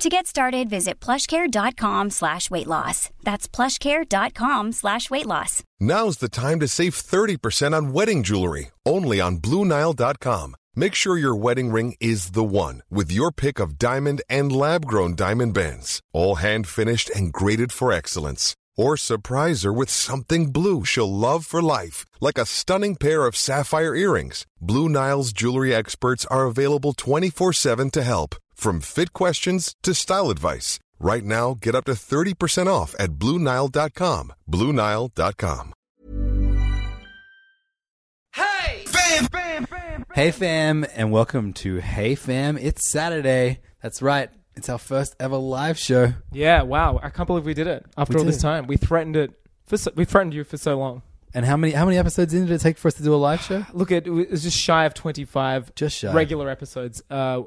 To get started, visit plushcare.com slash weight loss. That's plushcare.com slash weight loss. Now's the time to save 30% on wedding jewelry, only on BlueNile.com. Make sure your wedding ring is the one with your pick of diamond and lab grown diamond bands, all hand finished and graded for excellence. Or surprise her with something blue she'll love for life, like a stunning pair of sapphire earrings. Blue Nile's jewelry experts are available 24 7 to help, from fit questions to style advice. Right now, get up to 30% off at BlueNile.com. BlueNile.com. Hey! Bam! Bam! Bam! Hey fam, and welcome to Hey Fam. It's Saturday. That's right. It's our first ever live show. Yeah, wow. I can't believe we did it after We all did. this time. We threatened it. For so, we threatened you for so long. And how many how many episodes in did it take for us to do a live show? Look, it was just shy of 25 Just shy. regular episodes. Uh,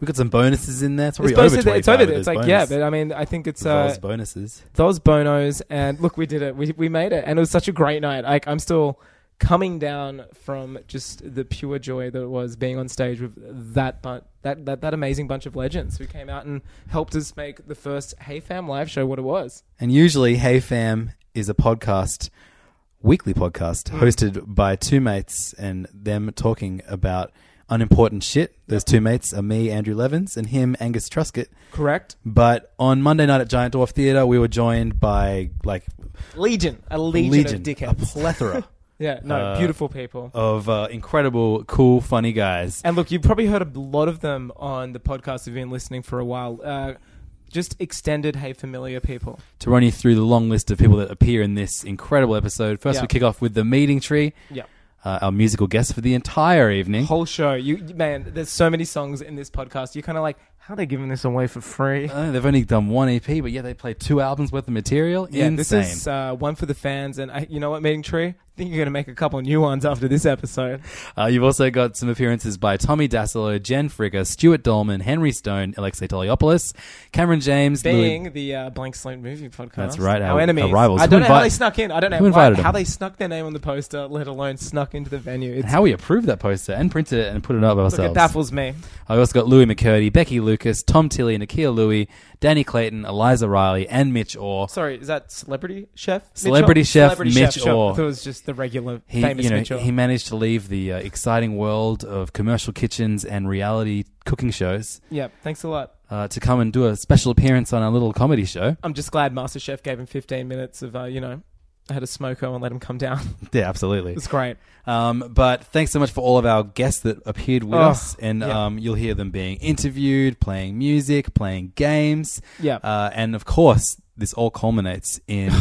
We got some bonuses in there. It's probably it's over over twenty it's five. over there. It's like, yeah, but I mean, I think it's uh, bonuses. those bonos. And look, we did it. We, we made it. And it was such a great night. Like, I'm still coming down from just the pure joy that it was being on stage with that bunch. That, that, that amazing bunch of legends who came out and helped us make the first Hey Fam live show what it was. And usually, Hey Fam is a podcast, weekly podcast, Hmm. hosted by two mates and them talking about unimportant shit. Those two mates are me, Andrew Levins, and him, Angus Truscott. Correct? But on Monday night at Giant Dwarf Theatre, we were joined by like Legion. A legion, legion, of a dickheads. plethora Yeah, no, Uh, beautiful people. of uh, incredible, cool, funny guys. And look, you've probably heard a lot of them on the podcast. You've been listening for a while. Uh, just extended, hey, familiar people. To run you through the long list of people that appear in this incredible episode, first Yeah. we kick off with the meeting tree. Yeah, Uh, our musical guest for the entire evening. whole show. You man, there's so many songs in this podcast. You're kind of like, how are they giving this away for free? Uh, they've only done one EP, but yeah, they played two albums worth of material. yeah, Insane. this is uh, one for the fans. And I, you know what, Meeting Tree? I think you're gonna make a couple new ones after this episode. uh, you've also got some appearances by Tommy Dassolo, Jen Fricker, Stuart Dolman, Henry Stone, Alexei Toliopoulos, Cameron James, Louis- Being the uh, Blank Slate Movie Podcast. That's right, Our, our- enemies. our rivals. I Who don't know how invite- they snuck in. I don't know who why- invited how them? they snuck their name on the poster, let alone snuck into the venue. It's and how we approved that poster and printed it and put it up ourselves. Look, it baffles me. I've also got Louis McCurdy, Becky Lucas, Tom Tilley, Nakia Louie, Danny Clayton, Eliza Riley, and Mitch Orr. Sorry, is that celebrity chef? Mitchell? Celebrity chef Mitch sure. Orr. I thought it was just the regular He, famous you know, Mitchell. he managed to leave the uh, exciting world of commercial kitchens and reality cooking shows yeah, thanks a lot. uh, to come and do a special appearance on our little comedy show. I'm just glad Master Chef gave him 15 minutes of, uh, you know, I had a smoko and let him come down. Yeah, absolutely. It's great. Um, but thanks so much for all of our guests that appeared with Oh, us, and yeah. um, you'll hear them being interviewed, playing music, playing games, Yeah. uh, and of course, this all culminates in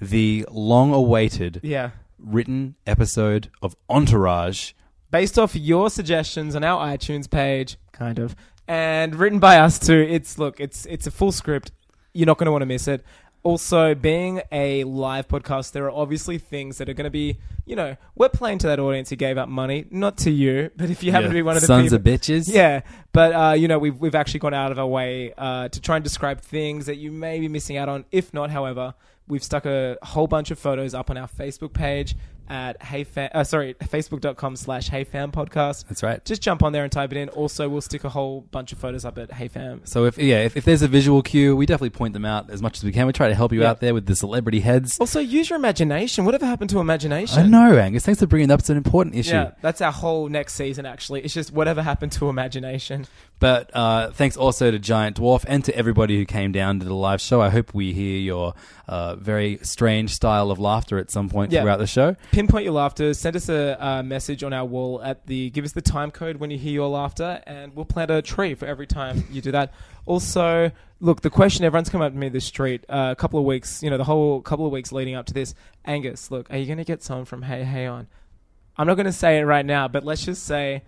the long-awaited Yeah. written episode of Entourage. Based off your suggestions on our iTunes page, kind of, and written by us too. It's look, it's it's a full script. You're not going to want to miss it. Also, being a live podcast, there are obviously things that are going to be, you know, we're playing to that audience who gave up money, not to you, but if you happen to be one of the sons people, of bitches. Yeah, but uh, you know we've we've actually gone out of our way uh, to try and describe things that you may be missing out on. If not, however, we've stuck a whole bunch of photos up on our Facebook page at heyfam. Uh, sorry, facebook.com slash heyfam podcast. that's right. Just jump on there and type it in. Also, we'll stick a whole bunch of photos up at heyfam. So if yeah, if, if there's a visual cue, we definitely point them out as much as we can. We try to help you Yeah. out there with the celebrity heads. Also, use your imagination. Whatever happened to imagination? I know, Angus. Thanks for bringing that up. It's an important issue. Yeah, that's our whole next season. Actually, it's just whatever happened to imagination. But uh, thanks also to Giant Dwarf and to everybody who came down to the live show. I hope we hear your uh, very strange style of laughter at some point Yeah. throughout the show. pinpoint your laughter. Send us a uh, message on our wall at the. Give us the time code when you hear your laughter, and we'll plant a tree for every time you do that. Also, look, the question everyone's come up to me this street uh, a couple of weeks. You know, the whole couple of weeks leading up to this. Angus, look, are you going to get someone from Hey Hey on? I'm not going to say it right now, but let's just say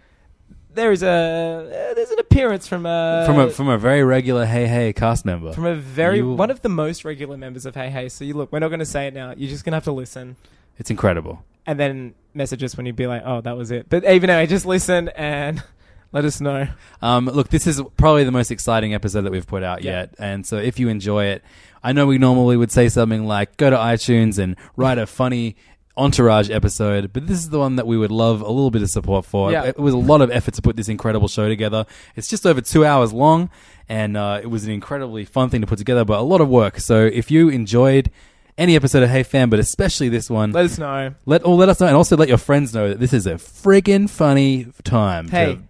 there is a uh, there's an appearance from a from a from a very regular Hey Hey cast member. Uh, from a very You- one of the most regular members of Hey Hey. So you look, we're not going to say it now. You're just going to have to listen it's incredible. and then message us when you'd be like, "Oh, that was it." But even anyway, just listen and let us know. Um, look, this is probably the most exciting episode that we've put out Yeah. yet. And so if you enjoy it, I know we normally would say something like go to iTunes and write a funny entourage episode, but this is the one that we would love a little bit of support for. Yeah. It was a lot of effort to put this incredible show together. It's just over two hours long, and uh, it was an incredibly fun thing to put together, but a lot of work. So if you enjoyed any episode of Hey Fam, but especially this one, Let us know. let oh, let us know, and also let your friends know that this is a friggin' funny time. Hey, to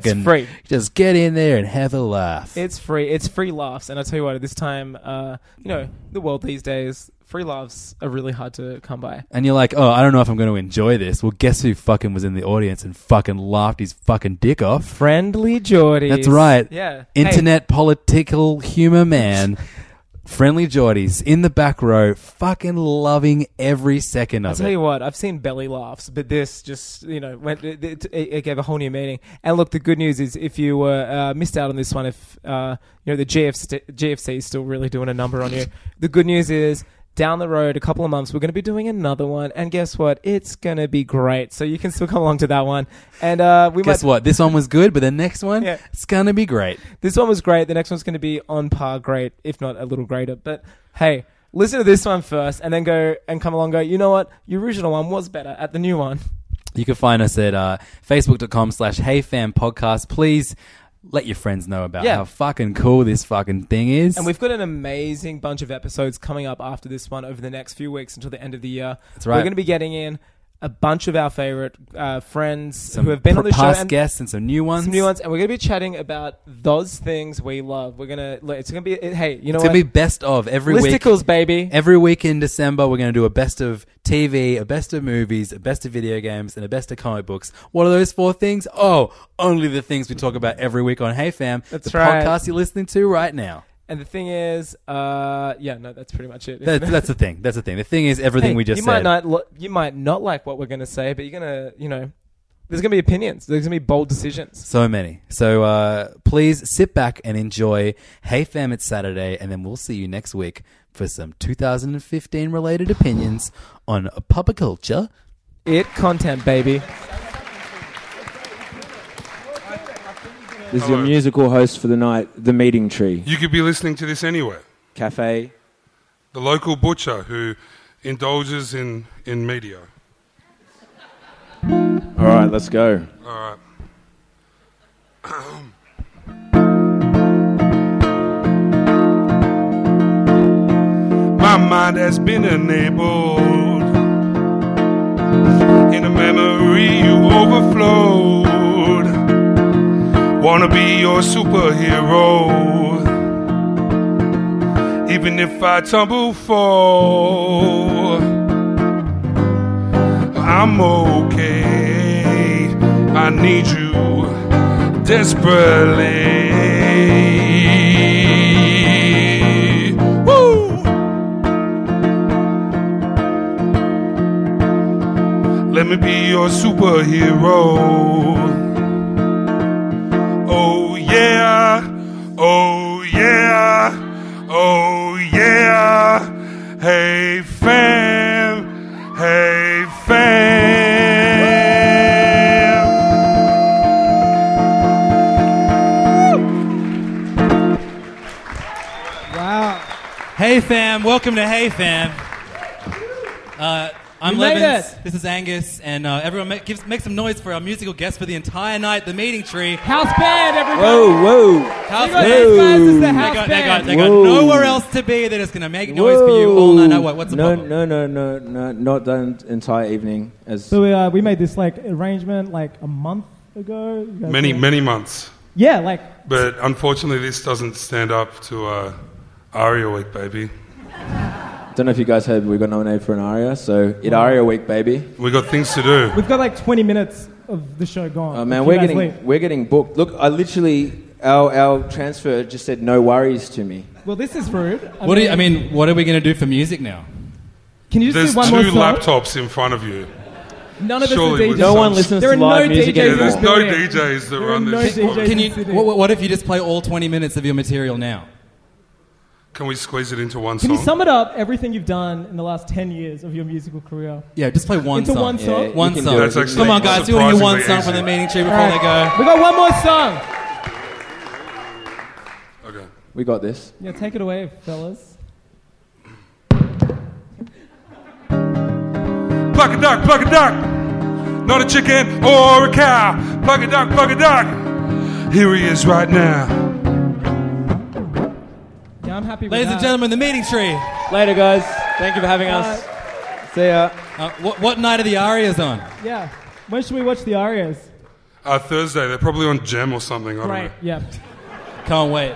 it's free. Just get in there and have a laugh. It's free. It's free laughs, and I tell you what, at this time, uh, you know, the world these days, free laughs are really hard to come by. and you're like, oh, I don't know if I'm going to enjoy this. Well, guess who fucking was in the audience and fucking laughed his fucking dick off? Friendly Geordie. That's right. Yeah. Internet political humor man. Friendly Geordies in the back row, fucking loving every second I'll of tell it. you what, I've seen belly laughs, but this just, you know, went, it, it, it gave a whole new meaning. And look, the good news is if you were uh, missed out on this one, if, uh, you know, the GFC, GFC is still really doing a number on you, the good news is down the road, a couple of months, we're going to be doing another one. And guess what? It's going to be great. So you can still come along to that one. And uh, we might. Guess what? This one was good, but the next one, Yeah. it's going to be great. This one was great. The next one's going to be on par great, if not a little greater. But hey, listen to this one first and then go and come along and go, you know what? Your original one was better at the new one. You can find us at uh, facebook.com slash heyfampodcast. Please let your friends know about Yeah. how fucking cool this fucking thing is. And we've got an amazing bunch of episodes coming up after this one over the next few weeks until the end of the year. That's right. We're going to be getting in a bunch of our favorite uh, friends some who have been on the show past and guests and some new ones. some new ones, and we're going to be chatting about those things we love. We're going to. It's going to be. Hey, you know It's what? gonna be best of every week. Listicles, baby. Every week in December, we're gonna do a best of TV, a best of movies, a best of video games, and a best of comic books. What are those four things? Oh, only the things we talk about every week on Hey Fam. That's the right. podcast you're listening to right now. And the thing is, uh, yeah, no, that's pretty much it. That, that's the thing. That's the thing. The thing is everything Hey, we just you said. might not lo- you might not like what we're going to say, but you're going to you know there's going to be opinions. There's going to be bold decisions. so many. So uh, please sit back and enjoy Hey Fam. It's Saturday, and then we'll see you next week for some 2015 related opinions on pop culture. It content, baby. This is your musical host for the night, The Meeting Tree You could be listening to this anywhere. Cafe. The local butcher who indulges in, in media. All right, let's go. All right. My mind has been enabled in a memory you overflowed. Wanna be your superhero, even if I tumble fall. I'm okay. I need you desperately. Woo! Let me be your superhero. Oh yeah, oh yeah, oh yeah. Hey fam, hey fam. Hey fam, welcome to Hey fam. Uh, I'm We made Levins. it. This is Angus, and uh, everyone make, gives, make some noise for our musical guest for the entire night, the meeting tree. House band, everybody. Whoa, whoa. Got House band. these guys is the They house got, they got, band. they got Whoa. nowhere else to be. They're just gonna make noise for you all night. No, what, what's the no, problem? no, no, no, no, not the entire evening. As So we, uh, we made this like arrangement like a month ago. You guys Many, were- many months. Yeah, like But unfortunately, this doesn't stand up to uh, Aria Week, baby. don't know if you guys heard, we got nominated for an aria, so it aria week, baby. We got things to do. we've got like 20 minutes of the show gone. Oh If man, you we're guys getting leave. we're getting booked. Look, I literally our our transfer just said no worries to me. Well, this is rude. I What do you, I mean, what are we gonna do for music now? Can you just There's do one more two song? laptops in front of you. None of us Surely are with DJs. some- No one listens There are to live no music DJs. Yeah, in there's this no building. DJs that There run are no this. DJs. podcast. Can you? City. What, what if you just play all 20 minutes of your material now? Can we squeeze it into one Can song? you sum it up everything you've done in the last 10 years of your musical career? Yeah, just play one Into song. one song? Yeah, you one can song. do it. That's actually Come on, guys, we want to hear one song surprisingly from the easy. meeting tree before Alright. they go. We got one more song. okay. We got this. Yeah, take it away, fellas. Pluck a duck, pluck a duck. Not a chicken or a cow. Pluck a duck, pluck a duck. Here he is right now. Yeah, I'm happy with Ladies and that. gentlemen, the meeting tree. Later, guys. Thank you for having us. See ya. Uh, what, what night are the Arias on? Yeah. When should we watch the Arias? Uh, Thursday, they're probably on Gem or something. I don't Right. know. Yeah. Can't wait.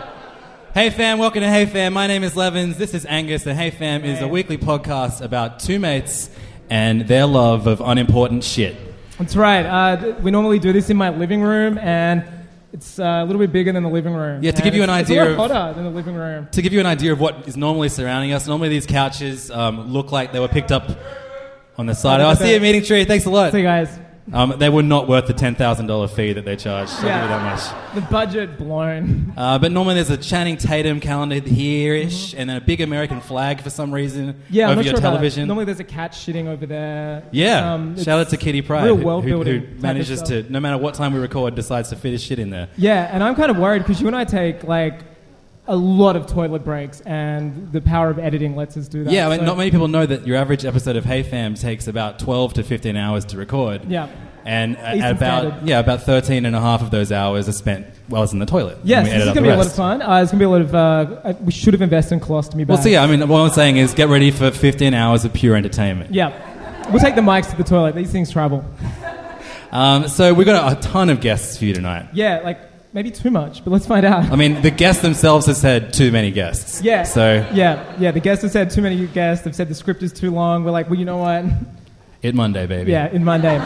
Hey fam, welcome to Hey Fam. My name is Levins. This is Angus, and Hey Fam is a weekly podcast about two mates and their love of unimportant shit. That's right. Uh, th- we normally do this in my living room, and it's uh, a little bit bigger than the living room. Yeah, to And give you an it's- idea it's a lot of- hotter than the living room. To give you an idea of what is normally surrounding us, normally these couches um, look like they were picked up on the side. Oh, I see a meeting tree. Thanks a lot. So, guys, Um, they were not worth the $10,000 fee that they charged. So Yeah. give it that much. the budget blown. Uh, but normally there's a Channing Tatum calendar here ish, and then a big American flag for some reason Mm-hmm. Yeah, over I'm not your sure about that. television. Normally, there's a cat shitting over there. yeah, Um, shout out it's- to Kitty Pride, real who- who, world who building type of manages stuff. to, no matter what time we record, decides to fit his shit in there. Yeah, and I'm kind of worried because you and I take like a lot of toilet breaks, and the power of editing lets us do that. yeah, I mean, so- not many people know that your average episode of Hey Fam takes about 12 to 15 hours to record. Yeah. And a- Eastern about Standard. yeah, about 13 and a half of those hours are spent while it's in the toilet. and Yes, we this edit is up going to be the a lot rest. of fun. Uh, it's going to be a lot of. Uh, I, we should have invested in colostomy bags. Well, so yeah, I mean, what I'm saying is get ready for 15 hours of pure entertainment. Yeah. We'll take the mics to the toilet. These things travel. Um, so we've got a ton of guests for you tonight. Yeah, like maybe too much, but let's find out. I mean, the guests themselves have said too many guests. Yeah. So Yeah, yeah. The guests have said too many guests. They've said the script is too long. We're like, well, you know what? it Monday, baby. Yeah, in Monday.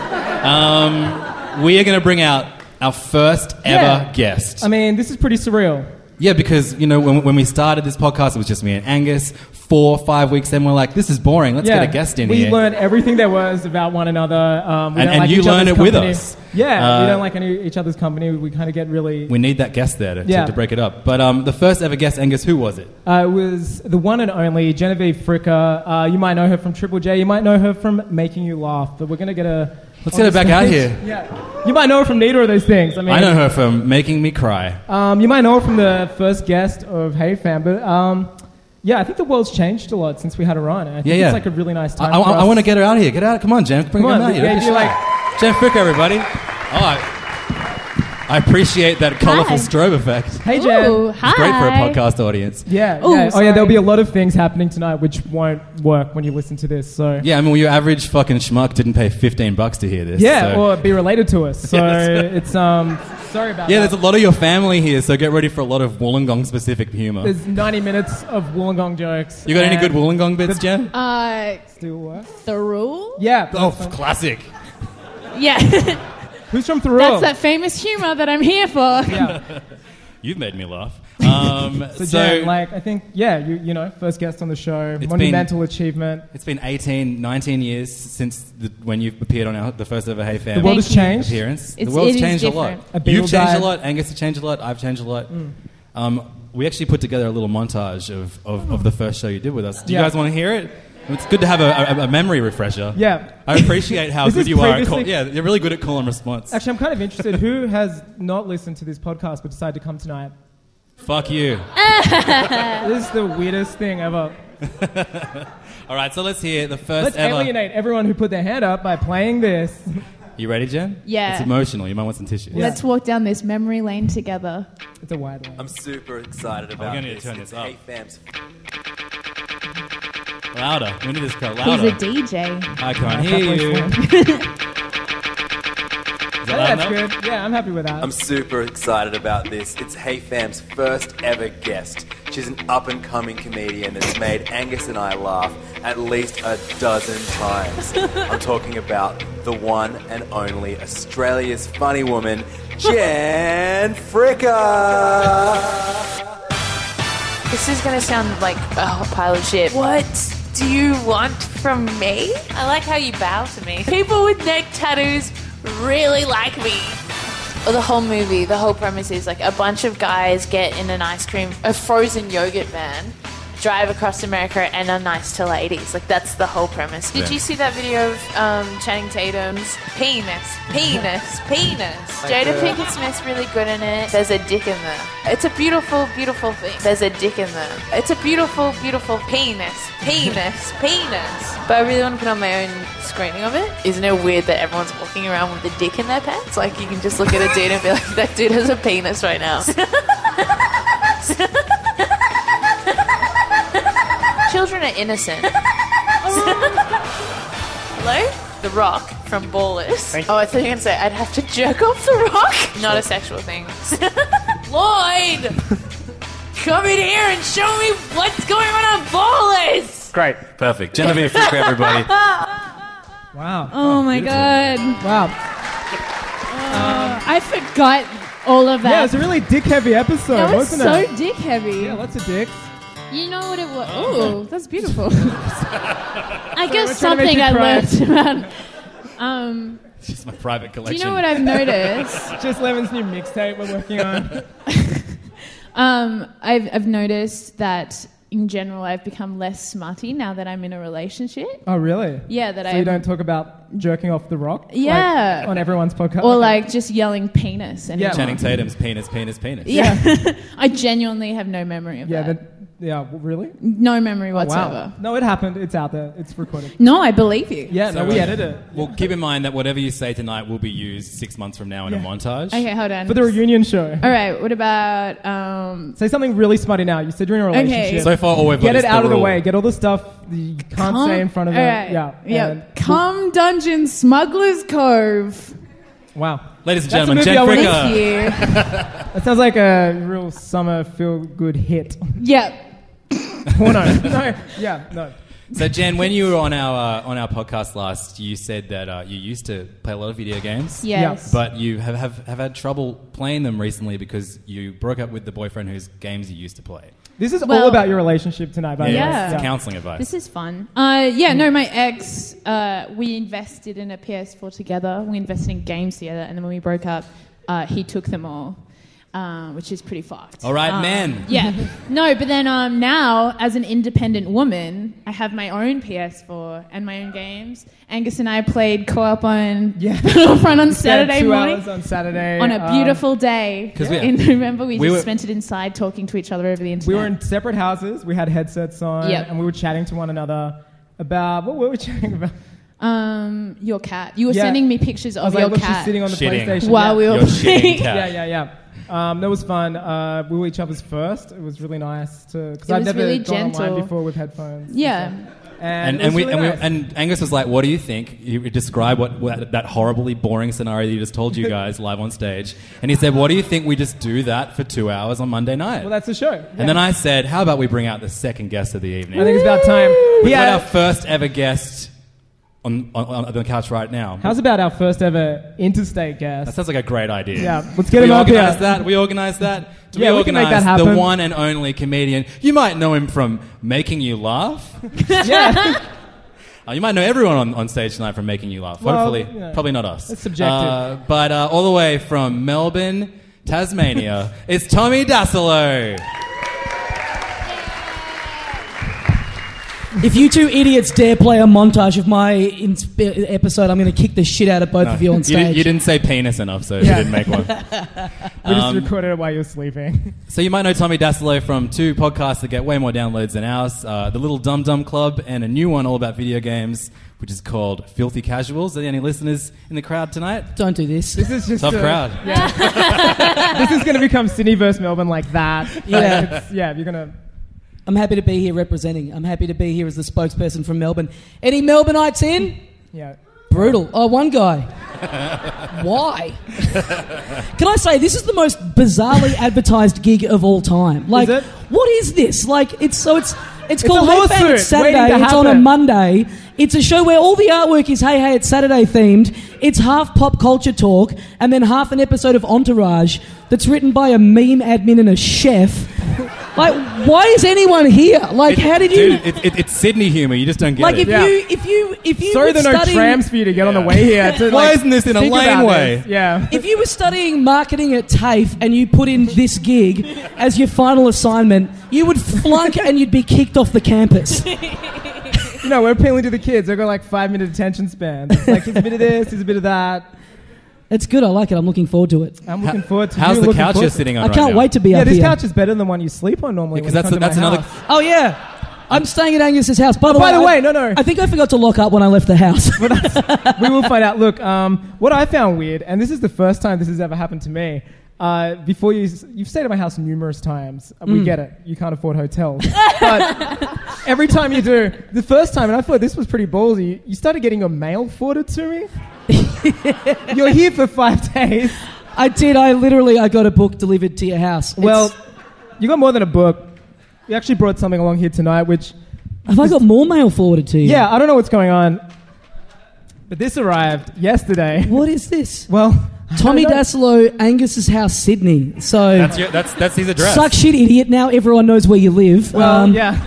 Um, we are going to bring out our first ever Yeah. guest. I mean, this is pretty surreal. yeah, because you know when, when we started this podcast, it was just me and Angus. Four, five weeks in, we're like, this is boring. Let's yeah, get a guest in we here. learned everything there was about one another. Um, we And- don't and like you each other's learned it with company. us. Yeah, Uh, we don't like any, each other's company. We kind of get really. we need that guest there to, to- Yeah. to break it up. But um, the first ever guest, Angus, who was it? Uh, it was the one and only Genevieve Fricker. Uh, you might know her from Triple J. You might know her from Making You Laugh. But we're gonna get a. Let's on get her the back out stage. here. Yeah, you might know her from neither of those things. I mean, I know her from Making Me Cry. Um, you might know her from the first guest of Hey Fam, but um, yeah, I think the world's changed a lot since we had her on. and I think Yeah, yeah. it's like a really nice I, time. I, for us. want to get her out of here. Get out. Come on, Jen. Bring Come her on, out here. yeah, Don't be do shy. like- Jen Frick, everybody. Oh, I, I appreciate that colourful Hi. strobe effect. Hey Jen. Ooh, hi. It's great for a podcast audience. Yeah, Ooh, yeah. Oh yeah, sorry. there'll be a lot of things happening tonight which won't work when you listen to this. So Yeah, I mean, well, your average fucking schmuck didn't pay 15 bucks to hear this. yeah, so- or be related to us. So Yes. it's um, sorry about yeah, that. there's a lot of your family here, so get ready for a lot of Wollongong specific humor. There's 90 minutes of Wollongong jokes. you got any good and Wollongong bits, Jen? Uh, Still work? the rule? Yeah. Oh, f- classic. Yeah, Who's from Thoreau? that's that famous humor that I'm here for. yeah. You've made me laugh. Um, so, So, Jen, like, I think, yeah, you you know, first guest on the show, been- monumental achievement. it's been 18, 19 years since the, when you've appeared on our, the first ever Hey Fam The world has Thank you. changed. appearance. the It's- world's it is changed a lot. different. A Mm. beetle You've changed a died. lot. Angus has changed a lot. I've changed a lot. Um, we actually put together a little montage of, of, of the first show you did with us. Do you Yeah. guys want to hear it? It's good to have a, a, a memory refresher. Yeah. I appreciate how This good is you are at call. previously- Yeah, you're really good at call and response. Actually, I'm kind of interested. Who has not listened to this podcast but decided to come tonight? Fuck you. This is the weirdest thing ever. All right, so let's hear the 1st Let's ever. alienate everyone who put their hand up by playing this. You ready, Jen? Yeah. It's emotional. You might want some tissues. Let's walk down this memory lane together. It's a wide one. I'm super excited about gonna need to this. turn this It's up. Hey Fam's Louder. We need this to go He's louder. a DJ. I can't hear you. Is Hey, it loud Oh, that's enough? good. Yeah, I'm happy with that. I'm super excited about this. It's Hey Fam's first ever guest. She's an up and coming comedian that's made Angus and I laugh at least a dozen times. I'm talking about the one and only Australia's funny woman, Jen Fricker. This is gonna sound like a whole pile of shit. What? do you want from me? I like how you bow to me. People with neck tattoos really like me. Well, the whole movie, the whole premise is like a bunch of guys get in an ice cream, a frozen yogurt van, drive across America, and are nice to ladies. Like that's the whole premise. Did Yeah. you see that video of um, Channing Tatum's penis, penis, penis? Like Jada the- Pinkett Smith's really good in it. There's a dick in there. It's a beautiful, beautiful thing. There's a dick in there. It's a beautiful, beautiful penis, penis, penis. But I really want to put on my own screening of it. Isn't it weird that everyone's walking around with a dick in their pants? Like you can just look at a dude and be like, that dude has a penis right now. Children are innocent. Hello? The Rock from Ballers. Thank you. Oh, I thought you were going to say I'd have to jerk off The Rock. Not a sexual thing. Lloyd! Come in here and show me what's going on on Ballers! Ah! Great. Perfect. Genevieve Fricker, everybody. Wow. Oh, my beautiful. god. Uh, Wow. I forgot all of that. Yeah, it was a really dick heavy episode, that was wasn't so it? dick heavy. Yeah, lots of dicks. You know what it was? Oh, that's beautiful. I guess we're trying to make something you I cry. learned about. Um, It's my private do collection. you know what I've noticed? Just Levin's new mixtape we're working on. Um, I've, I've noticed that in general I've become less smarty now that I'm in a relationship. Oh, really? Yeah, that so I. you don't talk about jerking off the rock? like, Yeah. on everyone's podcast? Or like just yelling penis. And Channing Tatum's penis, penis, penis. Yeah. I genuinely have no memory of Yeah, that. that, yeah, w- really? No memory Oh, whatsoever. Wow. No, it happened. It's out there. It's recorded. No, I believe you. Yeah, no, So, we uh, edit it. Well, keep in mind that whatever you say tonight will be used six months from now in a montage. Okay, hold on. For the reunion show. All right, what about um, Say something really smutty now. You said you're in a Okay. relationship. So far, all we've Get got is it the out of the rule. way. Get all the stuff that you can't Cum- say in front of All them. right. Yeah. Yeah. and- Cum Dungeon Smuggler's Cove. wow. Ladies and That's a gentlemen, movie Jen I wanna- Fricker. That sounds like a real summer feel good hit. yeah. Porno. no. Yeah. No. So Jen, when you were on our uh, on our podcast last, you said that uh, you used to play a lot of video games. Yes. Yeah. But you have, have have had trouble playing them recently because you broke up with the boyfriend whose games you used to play. This is all Well- about your relationship tonight, by the way. Yeah. It's counseling advice. This is fun. Uh, yeah, no, my ex, uh, we invested in a PS4 together. We invested in games together, and then when we broke up, uh, he took them all, uh, which is pretty fucked. All right, Um, men. Yeah. No, but then um, now, as an independent woman, I have my own PS4 and my own games. Angus and I played co op on Battlefront on We spent Saturday two morning. hours on Saturday. on a um, beautiful day. 'Cause we- in November, we, we just were- spent it inside talking to each other over the internet. we were in separate houses. We had headsets on, Yep. and we were chatting to one another about what were we chatting about? um, your cat. You were Yeah. sending me pictures I was of like, your look, cat she's sitting on the Shitting. PlayStation While we were Your shitting playing. cat. Yeah, yeah, yeah. Um, that was fun. Uh, we were each other's first. It was really nice to because It I'd was never really gone online gentle. before with headphones. Yeah. and it And, was and, we, really and, we, nice. and Angus was like, "What do you think? You describe what, what that horribly boring scenario you just told you guys live on stage." And he said, "What do you think we just do that for two hours on Monday night?" well, that's the show. and then I said, "How about we bring out the second guest of the evening?" I think it's about time. We've Yeah. got our first ever guest on, on, on the couch right now. How's about our first ever interstate that guest? sounds like a great idea. Yeah, let's get we him up here. organise that. We organise that. Do Yeah, we we can make organise that happen. the one and only comedian? You might know him from making you laugh. yeah. Uh, you might know everyone on, on stage tonight from making you laugh. Well, Hopefully, you know, probably not us. it's subjective. Uh, but uh, all the way from Melbourne, Tasmania, it's Tommy Dasilo. If you two idiots dare play a montage of my insp- episode, I'm going to kick the shit out of both No, of you on di- stage. you didn't say penis enough, so you didn't make one. we just Um, recorded it while you were sleeping. So you might know Tommy Dasilo from two podcasts that get way more downloads than ours, uh, The Little Dum Dum Club and a new one all about video games, which is called Filthy Casuals. Are there any listeners in the crowd tonight? Don't do this. This is just Tough crowd. this is going to become Sydney versus Melbourne like that. Yeah. Like, it's- yeah. You're gonna. I'm happy to be here representing. I'm happy to be here as the spokesperson from Melbourne. Any Melbourneites in? Yeah. Brutal. Oh, one guy. Why? Can I say this is the most bizarrely advertised gig of all time? Like, what is this? Like, it's so it's it's, It's called a Hey Hey lawsuit It's Saturday. waiting to It's on a happen. Monday. It's a show where all the artwork is Hey Hey It's Saturday themed. It's half pop culture talk and then half an episode of Entourage that's written by a meme admin and a chef. Like, why is anyone here? Like, how did you? Dude, it, it, it's Sydney humor. You just don't get like, if it. you, if you, if you. Sorry were there are no studying, trams for you to get on the way here. To, Why like, isn't this in a think about laneway? this. Yeah. If you were studying marketing at TAFE and you put in this gig as your final assignment, you would flunk and you'd be kicked off the campus. You know, we're appealing to the kids. They've got like five minute attention spans. It's like, here's a bit of this, here's a bit of that. It's good. I like it. I'm looking forward to it. I'm looking forward to how's you the looking couch forward you're to- sitting on I right can't now? wait to be Yeah, up this here. couch is better than the one you sleep on normally. Because when you that's- come to that's my another- house. Oh, Oh yeah. I'm staying at Angus's house. By the By way, the I- way, no, no. I think I forgot to lock up when I left the house. we will find out. Look, um, what I found weird, and this is the first time this has ever happened to me. Uh, before you, you've stayed at my house numerous times. Uh, We Mm. get it. You can't afford hotels, but every time you do, the first time, and I thought this was pretty ballsy. You started getting your mail forwarded to me. You're here for five days. I did. I literally I got a book delivered to your house. It's- Well, you got more than a book. You actually brought something along here tonight, which have I got more mail forwarded to you? yeah, I don't know what's going on, but this arrived yesterday. What is this? Well, Tommy I don't know. Dasilo, Angus's house, Sydney. So That's, your, that's, that's his address. suck shit, idiot. Now everyone knows where you live. Well, Um, yeah.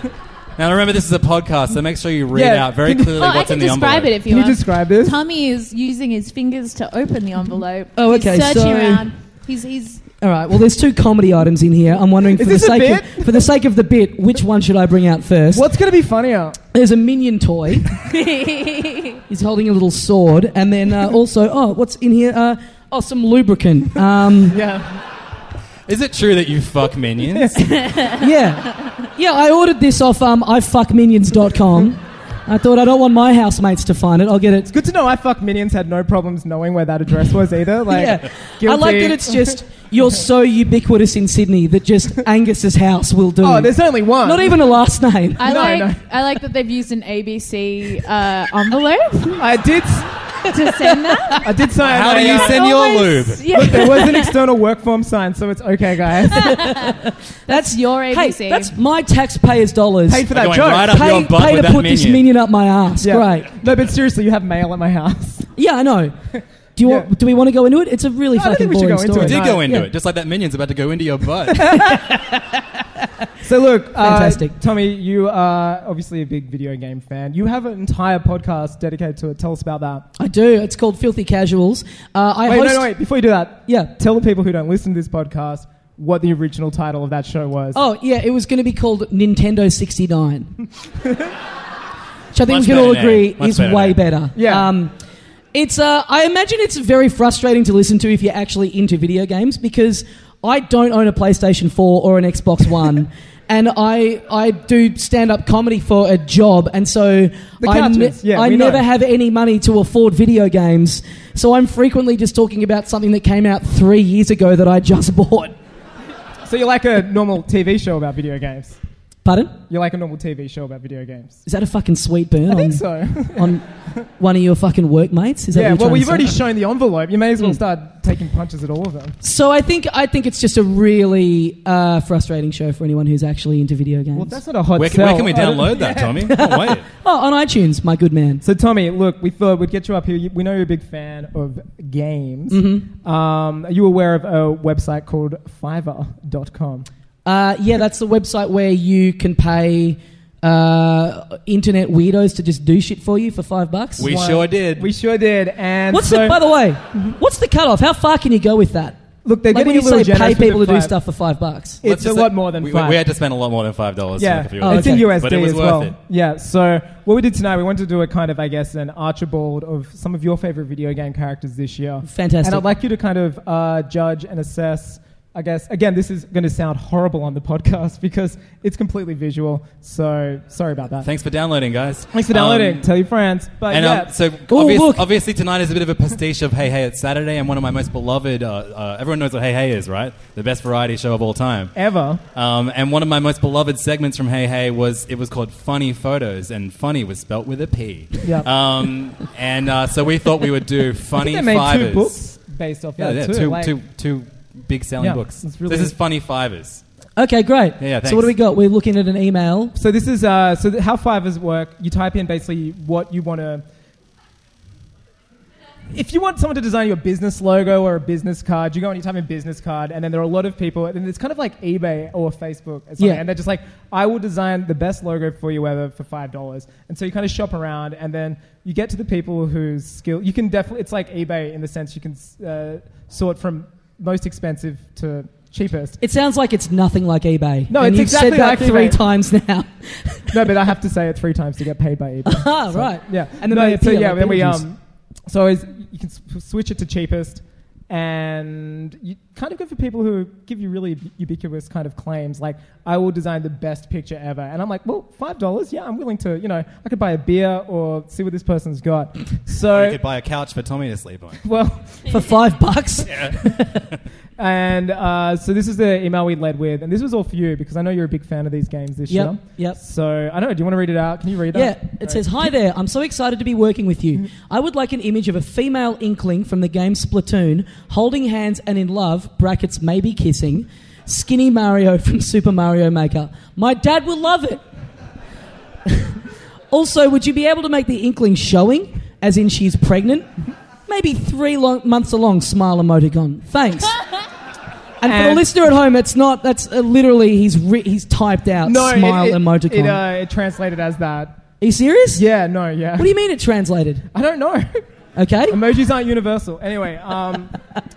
Now remember, this is a podcast, so make sure you read Yeah. out very Can you- clearly Oh, I what's can in the envelope. describe it if you Can you want. describe this? Tommy is using his fingers to open the envelope. Oh, He's okay, searching so- around. He's he's All right. Well, there's two comedy items in here. I'm wondering for the this a sake of, for the sake of the bit, which one should I bring out first? What's going to be funnier? There's a minion toy. He's holding a little sword, and then uh, also, oh, what's in here? Uh, oh, some lubricant. Um, Yeah. Is it true that you fuck minions? yeah, yeah. I ordered this off um, ifuckminions.com. I thought I don't want my housemates to find it. I'll get it. Good to know I fuck minions had no problems knowing where that address was either. Like, yeah, I guilty. like that it's just you're so ubiquitous in Sydney that just Angus's house will do. oh, there's only one. not even a last name. I No, like no. I like that they've used an ABC uh, envelope I did. s- to send that. I did sign. How do a, you uh, send your lube? Always- yeah. Look, there was an external work form signed, so it's okay, guys. That's your ABC. Hey, that's my taxpayers' dollars. Paid for They're that going joke. right up your pay, butt pay with to that put this minion up my ass. Yeah. Great. No, but seriously, you have mail at my house. Yeah, I know. Do you want, Yeah. do we want to go into it? It's a really No, I don't fucking think we should boring go into story. We it. did No, go into yeah. it, just like that minion's about to go into your butt. So look, uh, Fantastic. Tommy, you are obviously a big video game fan. You have an entire podcast dedicated to it. Tell us about that. I do. It's called Filthy Casuals. Uh, I wait, host, no, no, wait. Before you do that, Yeah. tell the people who don't listen to this podcast what the original title of that show was. Oh, yeah. It was going to be called Nintendo 69. Which I think Much we can all better name. agree Much is better way name. better. Yeah. Um, it's. Uh, I imagine it's very frustrating to listen to if you're actually into video games because I don't own a PlayStation 4 or an Xbox One. And I, I do stand up comedy for a job, and so The I, couches, yeah, I we know. never have any money to afford video games. So I'm frequently just talking about something that came out three years ago that I just bought. So you're like a normal TV show about video games. Pardon? You're like a normal TV show about video games. Is that a fucking sweet burn? I on- think so. on one of your fucking workmates? Is that yeah, what you're well, trying you've to already say? shown the envelope. You may as well Mm. start taking punches at all of them. so I think I think it's just a really uh, frustrating show for anyone who's actually into video games. Well, that's not a hot where, can, sell. where can we I don't- download that, Tommy? Oh, wait. oh, on iTunes, my good man. So, Tommy, look, we thought we'd get you up here. You- We know you're a big fan of games. Mhm. Um, are you aware of a website called Fiverr.com? Uh, yeah, that's the website where you can pay uh, internet weirdos to just do shit for you for five bucks. We Why- sure did. We sure did. And What's so, the, by the way? What's the cutoff? How far can you go with that? look, they're Like when getting you a little say pay generous with people to the do five. stuff for five bucks. It's Let's a just- lot more than we, we- five. We had to spend a lot more than five dollars. yeah, To make a few Oh, of it's these. okay. in USD But it was as worth well. it. Yeah. So what we did tonight, we wanted to do a kind of, I guess, an Archibald of some of your favorite video game characters this year. Fantastic. And I'd like you to kind of uh, judge and assess. I guess again, this is going to sound horrible on the podcast because it's completely visual. So sorry about that. Thanks for downloading, guys. Thanks for Um, downloading. Tell your friends. But and yeah, um, so Ooh, obvious- look. obviously tonight is a bit of a pastiche of Hey Hey It's Saturday and one of my most beloved. Uh, uh, everyone knows what Hey Hey is, right? The best variety show of all time. ever. Um, and one of my most beloved segments from Hey Hey was it was called Funny Photos, and funny was spelt with a P. Yeah. Um, and uh, so we thought we would do I funny think they made fivers. two books based off Yeah, that yeah, too. two, like- two, two big selling Yeah, books. it's really- This is funny fivers. Okay, great. Yeah, yeah, so what thanks. do we got? We're looking at an email. So this is uh, so th- how fivers work. You type in basically what you want to. if you want someone to design your business logo or a business card, you go on your time in business card, and then there are a lot of people, and it's kind of like eBay or Facebook, or something, Yeah. and they're just like, I will design the best logo for you ever for five dollars, and so you kind of shop around, and then you get to the people whose skill you can definitely, it's like eBay in the sense you can uh, sort from most expensive to cheapest. It sounds like it's nothing like eBay. No, and it's you've exactly said that like three eBay. times now. no, but I have to say it three times to get paid by eBay. Ah, right. Yeah. And then No, they so appear yeah, like then we pigeons. um, so is, you can s- switch it to cheapest, and you kind of go for people who give you really ubiquitous kind of claims, like I will design the best picture ever, and I'm like, well, five dollars, yeah, I'm willing to, you know, I could buy a beer or see what this person's got. So you could buy a couch for Tommy to sleep on. well, for five bucks. and uh, so this is the email we led with, and this was all for you because I know you're a big fan of these games this Yep, year. yep. So I don't know. Do you want to read it out? Can you read that? Yeah, it says, Hi there, I'm so excited to be working with you. Mm-hmm. I would like an image of a female inkling from the game Splatoon holding hands and in love, brackets maybe kissing, skinny Mario from Super Mario Maker. My dad will love it. also, would you be able to make the inkling showing, as in she's pregnant? Mm-hmm. Maybe three long, months along, smile emoticon. Thanks. And, for the And- listener at home, it's not. That's uh, literally he's ri he's typed out it- smile it, emoticon. It, uh, it translated as that. Are you serious? Yeah, no, yeah. What do you mean it translated? I don't know. Okay. Emojis aren't universal. Anyway, um,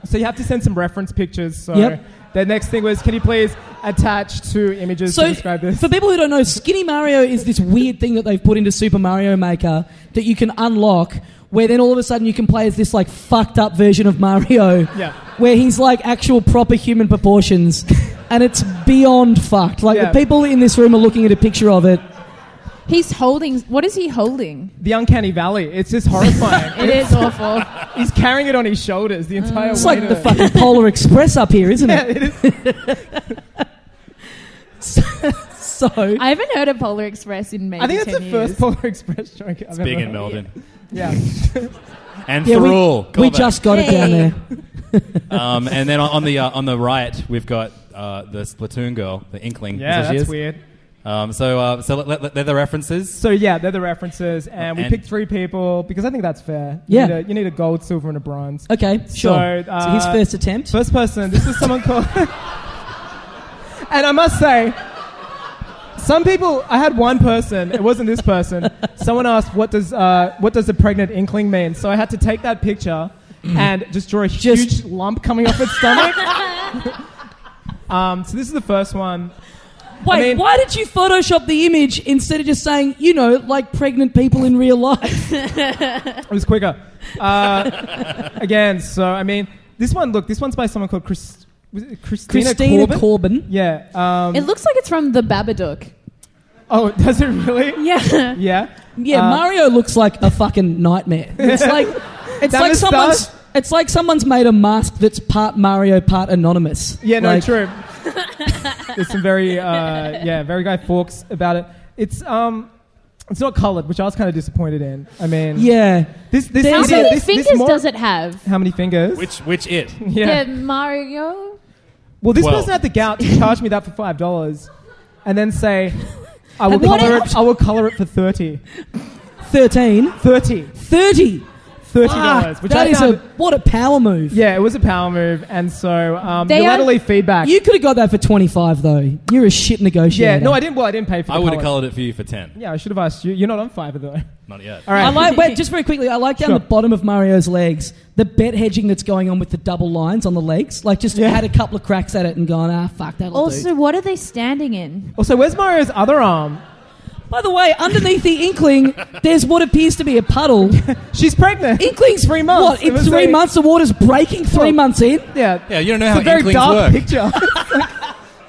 so you have to send some reference pictures. So Yep. the next thing was, can you please attach two images So, to describe this? For people who don't know, Skinny Mario is this weird thing that they've put into Super Mario Maker that you can unlock, where then all of a sudden you can play as this like fucked up version of Mario, Yeah. where he's like actual proper human proportions, and it's beyond fucked. Like Yeah. the people in this room are looking at a picture of it. He's holding. What is he holding? The Uncanny Valley. It's just horrifying. It is awful. He's carrying it on his shoulders the entire It's way. like the to- fucking Polar Express up here, isn't Yeah, it? it is. So I haven't heard of Polar Express in maybe I think 10 that's the years. first Polar Express joke I've It's big ever in Melbourne. Yeah. And Yeah, we- Thirul. we callback. just got it down there. um, and then on on the uh, on the right, we've got uh, the Splatoon girl, the Inkling. Is Yeah, that she that's is? weird. Um, so uh, so let, let- they're the references. So yeah, they're the references, and we And- picked three people because I think that's fair. You Yeah. need a, you need a gold, silver, and a bronze. Okay, sure. So, uh, So his first attempt. First person. This is someone called. and I must say, some people. I had one person. It wasn't this person. Someone asked, "What does uh, what does a pregnant inkling mean?" So I had to take that picture Mm. and just draw a huge lump coming off its stomach. um, so this is the first one. Wait, I mean- why did you Photoshop the image instead of just saying, you know, like pregnant people in real life? It was quicker. Uh, again, so I mean, this one. Look, this one's by someone called Chris, was it Christina, Christina Corbin. Corbin. yeah. Um, It looks like it's from The Babadook. Oh, does it really? Yeah. Yeah. Yeah, Uh, Mario looks like a fucking nightmare. It's like it's That like moustache? someone's it's like someone's made a mask that's part Mario, part anonymous. Yeah, no, Like, true. There's some very, uh, yeah, very guy forks about it. It's um, it's not coloured, which I was kind of disappointed in. I mean, Yeah. This this How this- many this- this fingers more- does it have? How many fingers? Which which it? yeah. Mario. Well, this Twelve. person had the gout to charge me that for five dollars, and then say, I will And what colour else? it. I will colour it for thirty. 13, Thirty. 30. Thirty dollars. Fuck, Which that I is found, a what a power move. yeah, it was a power move, and so um, They you'll are- have to leave feedback. You could have got that for 25 though. You're a shit negotiator. yeah, no, I didn't. Well, I didn't pay for. I the would have colour. colored it for you for ten. Yeah, I should have asked you. You're not on Fiverr though. Not yet. All right. I like wait just very quickly. I like down Sure. the bottom of Mario's legs the bet hedging that's going on with the double lines on the legs. Like just had a couple of cracks at it and gone ah fuck that'll Also, do. what are they standing in? Also, where's Mario's other arm? By the way, underneath the inkling, there's what appears to be a puddle. She's pregnant. Inkling's Three months. What It in was three a- months? The water's breaking three Well, months in. Yeah. Yeah, you don't know It's how a very inklings dark work. picture.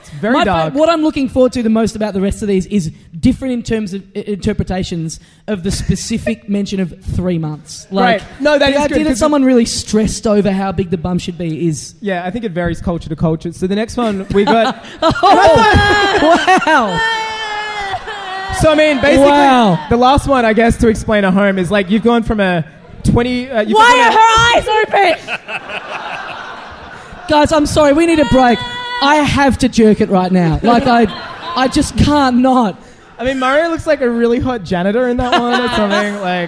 it's very My fa- dark. what I'm looking forward to the most about the rest of these is different in terms of i- interpretations of the specific mention of three months. Like, Right. No, that the is idea good, that 'cause it- someone really stressed over how big the bum should be is yeah, I think it varies culture to culture. So the next one we got. oh wow. so I mean, basically, Wow. the last one I guess to explain a home is like you've gone from a twenty. Uh, you've Why are gone her eyes open? Guys, I'm sorry. We need a break. I have to jerk it right now. Like I, I just can't not. I mean, Mario looks like a really hot janitor in that one or something.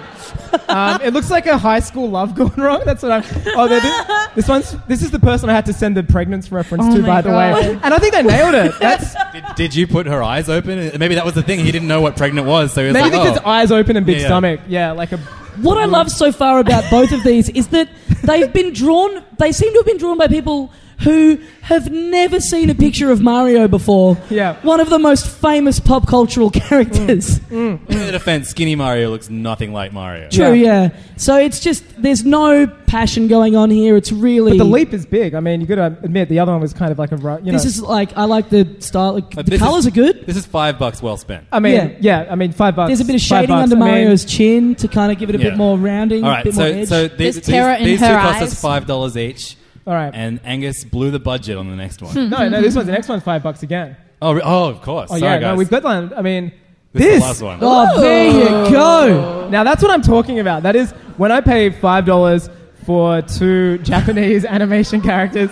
Like, um, it looks like a high school love gone wrong. That's what I'm. Oh, they're this, this one's. This is the person I had to send the pregnancy reference Oh to, my by the way. God. And I think they nailed it. That's Did, did you put her eyes open? Uh, Maybe that was the thing. He didn't know what pregnant was, so he was maybe like, because oh. eyes open and big Yeah, yeah. stomach. Yeah, like a. What I love so far about both of these is that they've been drawn, they seem to have been drawn by people who have never seen a picture of Mario before. Yeah. One of the most famous pop cultural characters. Mm. In the defense, skinny Mario looks nothing like Mario. True, yeah. So it's just, there's no passion going on here. It's really. But the leap is big. I mean, you got to admit the other one was kind of like a. ru- You know, this is like, I like the style, like, But the this colours is- are good. This is five bucks well spent. I mean, yeah. I mean, five bucks. There's a bit of five shading bucks. under I mean- Mario's chin to kind of give it a Yeah. bit more rounding, All a right, bit so, more edge. so the- these, these, these two cost us five dollars each. All right. Hmm. and Angus blew the budget on the next one. no, no, this one's the next one's five bucks again. Oh, re- oh, of course. Oh Sorry, yeah, guys. no, we've got one. I mean, This is this. the last one. Oh, there Ooh. you go. Now that's what I'm talking about. That is when I pay five dollars for two Japanese animation characters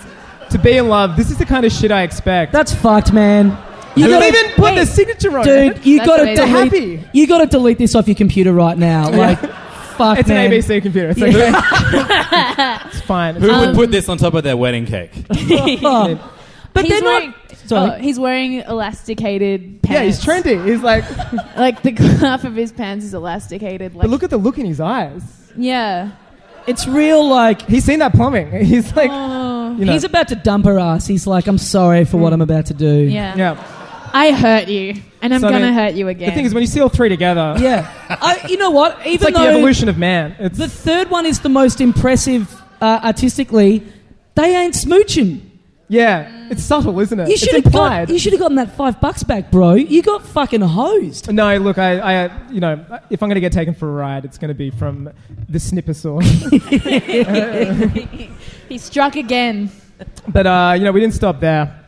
to be in love. This is the kind of shit I expect. That's fucked, man. You Who gotta- even put the signature on it? Dude, you gotta They're delete. happy. You gotta delete this off your computer right now. Like, fuck, It's man. an ABC computer. It's, Yeah. okay. it's fine. Who It's would put this on top of their wedding cake? fine. But he's they're not- wearing, Sorry. Oh, he's wearing elasticated pants. yeah, he's trendy. He's like, like the half of his pants is elasticated. Like but look at the look in his eyes. yeah, It's real, like. Oh. He's seen that plumbing. He's like, Oh. you know, Mm. He's about to dump her ass. He's like, I'm sorry for what I'm about to do. yeah. yeah. I hurt you, and I'm So, I gonna mean, hurt you again. The thing is, when you see all three together, Yeah. I, you know what? Even it's like though the evolution of man. It's the third one is the most impressive uh, artistically, they ain't smooching. yeah, it's subtle, isn't it? You it's should have implied. got, you should have gotten that five bucks back, bro. You got fucking hosed. no, look, I, I, you know, if I'm going to get taken for a ride, it's going to be from the snipper saw. he struck again. but uh, you know, we didn't stop there.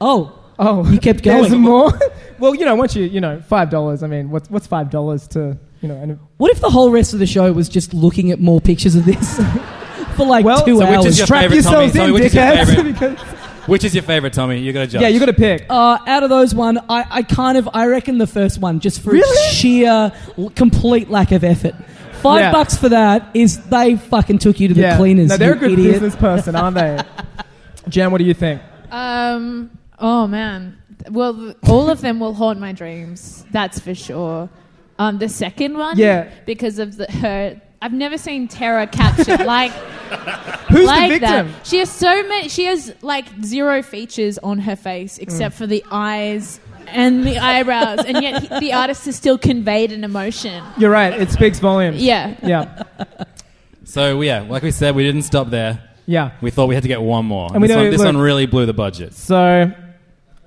Oh, Oh, you kept there's going. more. well, you know, once you, you know, five dollars. I mean, what's what's five dollars to you know? And, What if the whole rest of the show was just looking at more pictures of this for like well, two so which hours? is your strap favourite, yourselves Tommy? in, Tommy, which is your dickheads. favourite? because, Which is your favorite, Tommy? You gotta judge. yeah, you got to pick. Uh, out of those one, I, I kind of I reckon the first one just for Really? its sheer l- complete lack of effort. Five Yeah. bucks for that is they fucking took you to the yeah. cleaners. No, they're you a good idiot. business person, aren't they? Jan, what do you think? Um. Oh man. Well, th- all of them will haunt my dreams. That's for sure. Um, the second one. Yeah. Because of the her. I've never seen terror captured like Who's like the victim? that. She has so many. She has like zero features on her face Mm. except for the eyes and the eyebrows, and yet he- the artist has still conveyed an emotion. You're right. It speaks volumes. Yeah. Yeah. So yeah, like we said, we didn't stop there. Yeah. We thought we had to get one more. And we this know- one, this look- one really blew the budget. So,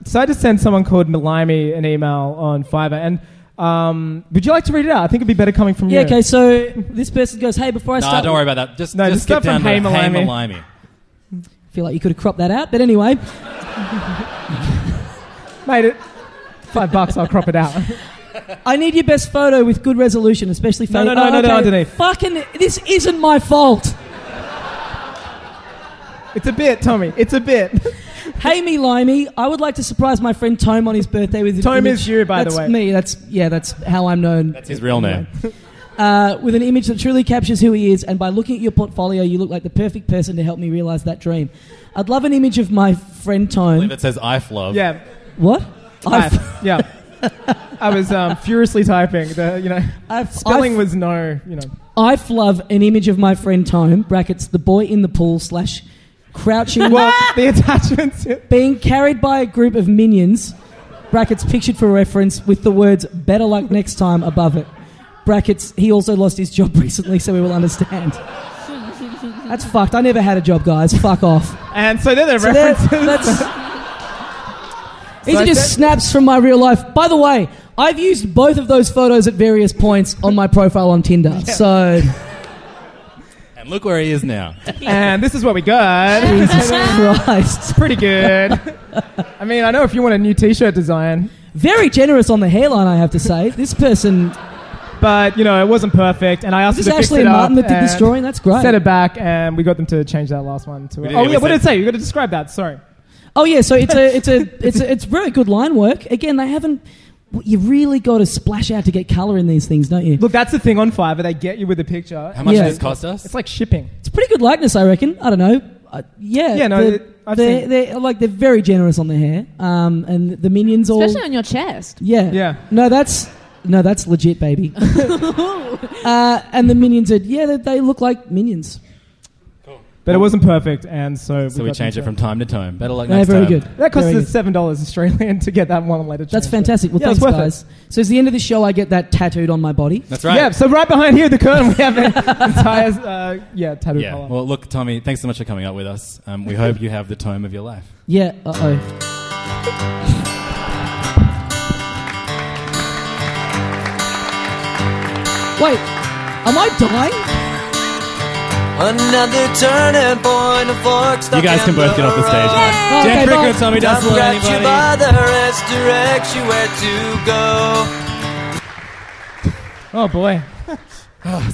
decided to send someone called Malimi an email on Fiverr. And um, would you like to read it out? I think it'd be better coming from Yeah. you. Okay. So this person goes, "Hey, before I Nah, start, don't worry about that. Just, No, just just start skip down from to Hey Malimi. Malimi. I feel like you could have cropped that out, but anyway." Mate, it, five bucks, I'll crop it out. I need your best photo with good resolution, especially No, photo. no, no, no, no, underneath. Fucking, this isn't my fault. It's a bit, Tommy. It's a bit. hey, me limey, I would like to surprise my friend Tome on his birthday with an Tome image- is you, by the that's way. me. That's yeah. That's how I'm known. That's his real name. uh, with an image that truly captures who he is, and by looking at your portfolio, you look like the perfect person to help me realize that dream. I'd love an image of my friend I believe Tone. it says I love. Yeah. What? Five. I've, yeah. I was um, furiously typing. The, you know, I've, spelling was no, you know. i love an image of my friend Tome, brackets, the boy in the pool, slash, crouching, Well, the attachments. yeah. being carried by a group of minions, brackets, pictured for reference, with the words, better luck next time, above it. Brackets, he also lost his job recently, so we will understand. That's fucked. I never had a job, guys. Fuck off. And so they're the So there- references. that's- These So are I just said- snaps from my real life. By the way, I've used both of those photos at various points on my profile on Tinder. So, And look where he is now. and this is what we got. Jesus Christ. Pretty good. I mean, I know if you want a new t shirt design, Very generous on the hairline, I have to say. This person, but, you know, it wasn't perfect. And I asked this her to fix Ashley it and up Martin that did this and- drawing. That's great. Set it back, and we got them to change that last one to. We did, oh yeah, we yeah, what did it said- say? You got to describe that. Sorry. Oh yeah, so it's a it's a it's a, it's very good line work. Again, they haven't you really got to splash out to get color in these things, don't you? Look, that's the thing on Fiverr. They get you with a picture. How much Yeah. does this cost us? It's like shipping. It's pretty good likeness, I reckon. I don't know. Uh, yeah, Yeah, no, they're, it- I've they're, seen- they're- like they're very generous on their hair, um, and the minions all Especially on your chest. yeah, yeah. No, that's no, that's legit, baby. uh, and the minions are yeah, they, they look like minions. But it wasn't perfect, and so So we got change them it from time to time. Better luck No, next very time. good. That cost Very us seven dollars Australian to get that one letter. That's changed. fantastic. Well, Yeah, it's thanks, worth guys. it. So, at the end of the show, I get that tattooed on my body. That's right. Yeah. So right behind here, the curtain, we have an entire uh, yeah tattoo yeah. collar. Well, look, Tommy, thanks so much for coming up with us. Um, we hope you have the time of your life. Yeah. Uh oh. Wait, am I dying? Another turning point, a fork stuck You guys can in both the get off the stage now. road. Oh, Jack okay, Bricker bye. and Tommy Time Dazzler, grabs you anybody? by the wrist, directs you where to go. Oh boy.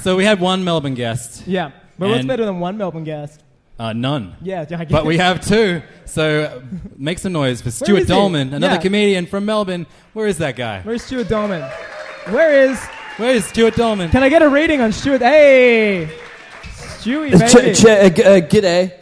so we had one Melbourne guest. Yeah. But what's And- better than one Melbourne guest? Uh, none. Yeah, yeah, I guess. But we have two. So uh, make some noise for is Stuart he? Dolman, another Yeah. comedian from Melbourne. Where is that guy? Where's Stuart Dolman? Where is? Where is Stuart Dolman? Can I get a rating on Stuart? Hey, Stewie, baby. Ch- ch- uh, g- uh, g'day.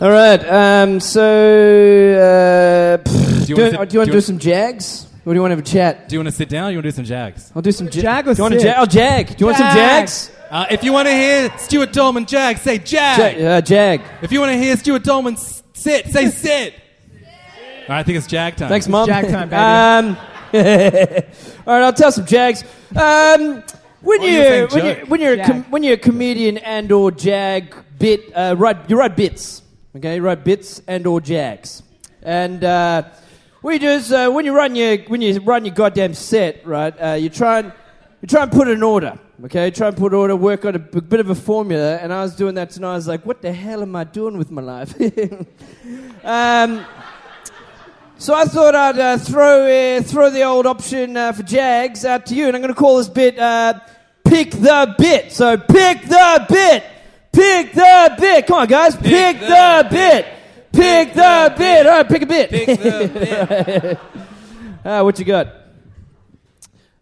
All right. Um, so, uh, pfft, Do you wanna sit- do you want to do do, you wanna- some jags? Or do you want to have a chat? Do you want to sit down? Or you want to do some jags? I'll do some ja- Jag Do or you want to sit? jag? I'll jag. Do you want some jags? Uh, if you want to hear Stuart Dolman jag, say jag. Jag. Uh, jag. If you want to hear Stuart Dolman s- sit, say sit. All right, I think it's jag time. Thanks, mom. Um, um, all right, I'll tell some jags. Um, when you you saying when, joke? you when you're a com- when you're a comedian and or jag bit uh, write you write bits, okay? You write bits and or jags, and uh, what you do is uh, when you run your when you run your goddamn set, right? Uh, you try and you try and put an order, okay? Try and put order, work on a b- bit of a formula. And I was doing that tonight. I was like, what the hell am I doing with my life? um, so I thought I'd uh, throw uh, throw the old option uh, for Jags out to you, and I'm going to call this bit uh, "Pick the Bit." So pick the bit, pick the bit. Come on, guys, pick, the, bit. pick the bit. All right, pick a bit. Pick the bit. uh, what you got?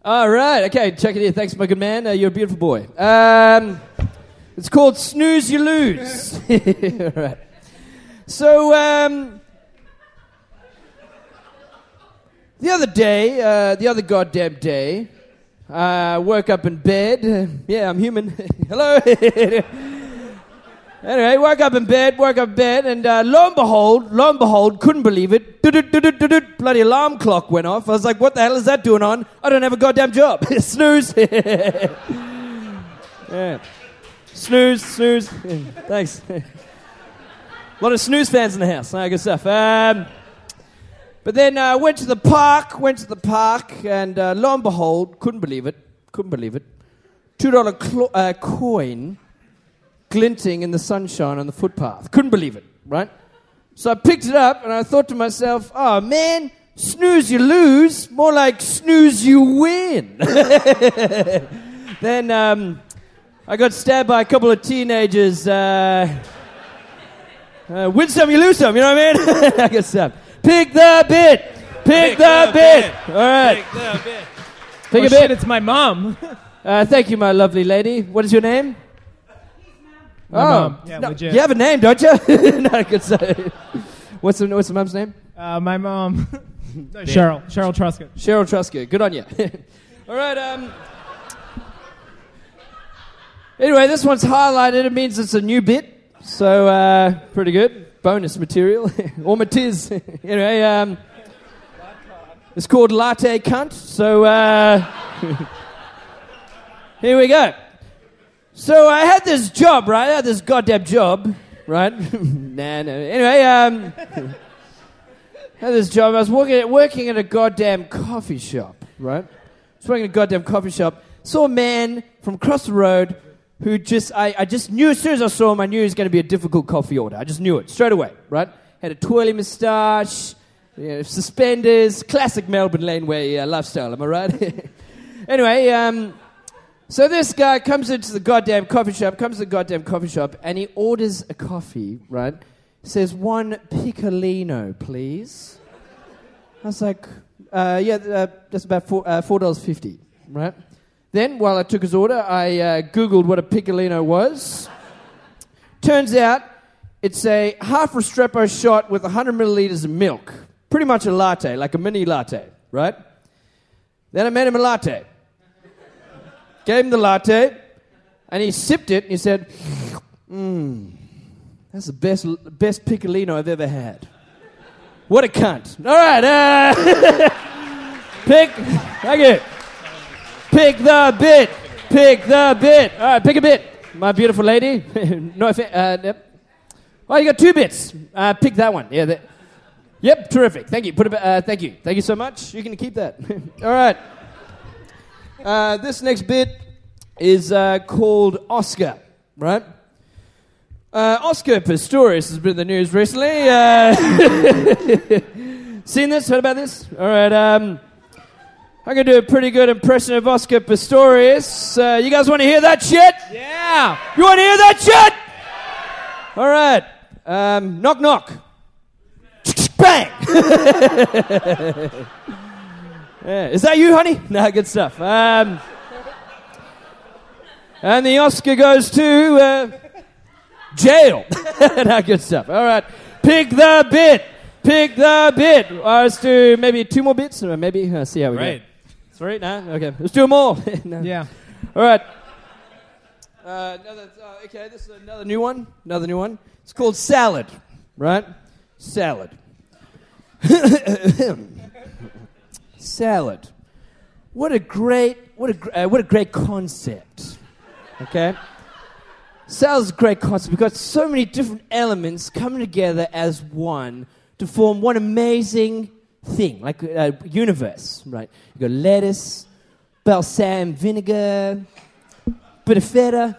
All right, okay, check it here. Thanks, my good man. Uh, you're a beautiful boy. Um, it's called "Snooze You Lose." All right. So. Um, The other day, uh, the other goddamn day, I woke up in bed. Yeah, I'm human. Hello. anyway, woke up in bed, woke up in bed, and uh, lo and behold, lo and behold, couldn't believe it. Doot-doot, doot-doot, doot-doot, Bloody alarm clock went off. I was like, what the hell is that doing on? I don't have a goddamn job. snooze. yeah. Snooze, snooze. Yeah, Thanks. a lot of snooze fans in the house. All right, good stuff. Um, but then I uh, went to the park, went to the park, and uh, lo and behold, couldn't believe it, couldn't believe it. $2 clo- uh, coin glinting in the sunshine on the footpath. Couldn't believe it, right? So I picked it up and I thought to myself, oh man, snooze you lose, more like snooze you win. then um, I got stabbed by a couple of teenagers. Uh, uh, win some, you lose some. You know what I mean? I guess so. Pick the bit. Pick, the, bit. All right. Pick the bit. Pick Oh, a bit. shit, it's my mom. uh, thank you, my lovely lady. What is your name? My oh, mum. Yeah, no, legit. you have a name, don't you? no, I could say. What's the, what's the mum's name? Uh, my mom. No, Cheryl. Cheryl Truscott. Cheryl Truscott. Good on you. All right. Um. Anyway, this one's highlighted. It means it's a new bit, so uh, pretty good bonus material or matiz. anyway, um, it's called latte cunt. So uh, here we go. So I had this job, right? I had this goddamn job, right? nah, no. Anyway, um, I had this job. I was working at, working at a goddamn coffee shop, right? I was working at a goddamn coffee shop. Saw a man from across the road who just, I, I just knew as soon as I saw him, I knew it was going to be a difficult coffee order. I just knew it straight away, right? Had a twirly moustache, you know, suspenders, classic Melbourne laneway uh, lifestyle, am I right? anyway, um, so this guy comes into the goddamn coffee shop, comes to the goddamn coffee shop, and he orders a coffee, right? Says, one piccolino, please. I was like, uh, yeah, uh, that's about four, uh, $4.50, right? Then, while I took his order, I uh, Googled what a piccolino was. Turns out it's a half Restrepo shot with 100 milliliters of milk. Pretty much a latte, like a mini latte, right? Then I made him a latte. Gave him the latte, and he sipped it, and he said, Mmm, that's the best, best piccolino I've ever had. What a cunt. All right. Uh, pick. Thank you. Pick the bit. Pick the bit. All right, pick a bit. My beautiful lady. no offense. Uh, yep. Oh, you got two bits. Uh, pick that one. Yeah. That. Yep, terrific. Thank you. Put a, bit- uh, thank you. Thank you so much. You can keep that. All right. Uh, this next bit is uh, called Oscar, right? Uh, Oscar Pistorius has been in the news recently. Uh, seen this? Heard about this? All right. Um, I'm going to do a pretty good impression of Oscar Pistorius. Uh, you guys want to hear that shit? Yeah. You want to hear that shit? All right. Um, knock, knock. Bang! Yeah, Is that you, honey? No, good stuff. Um, and the Oscar goes to. Uh, jail. no, good stuff. All right. Pick the bit. Pick the bit. Uh, let's do maybe two more bits. Or maybe. Uh, see how we Great. go. Three? No? Okay. Let's do them all. No. Yeah. All right. Uh, another, uh, okay, this is another new one. Another new one. It's called salad, right? Salad. salad. What a great, what a, gr- uh, what a great concept. Okay? Salad's a great concept. We've got so many different elements coming together as one to form one amazing thing, like a uh, universe, right? You've got lettuce, balsam vinegar, bit of feta,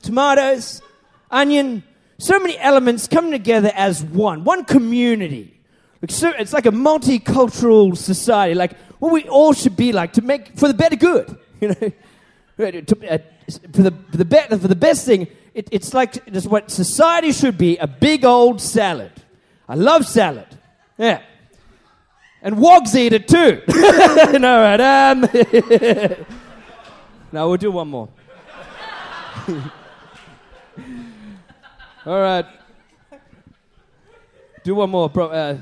tomatoes, onion. So many elements coming together as one, one community. Like, so- It's like a multicultural society, like what we all should be like to make for the better good, you know. Right, to- uh, For the, for the, be- for the best thing, it, it's like it's what society should be a big old salad. I love salad. Yeah. And wogs eat it too. no, right. Um, no, we'll do one more. All right. Do one more, bro. Uh,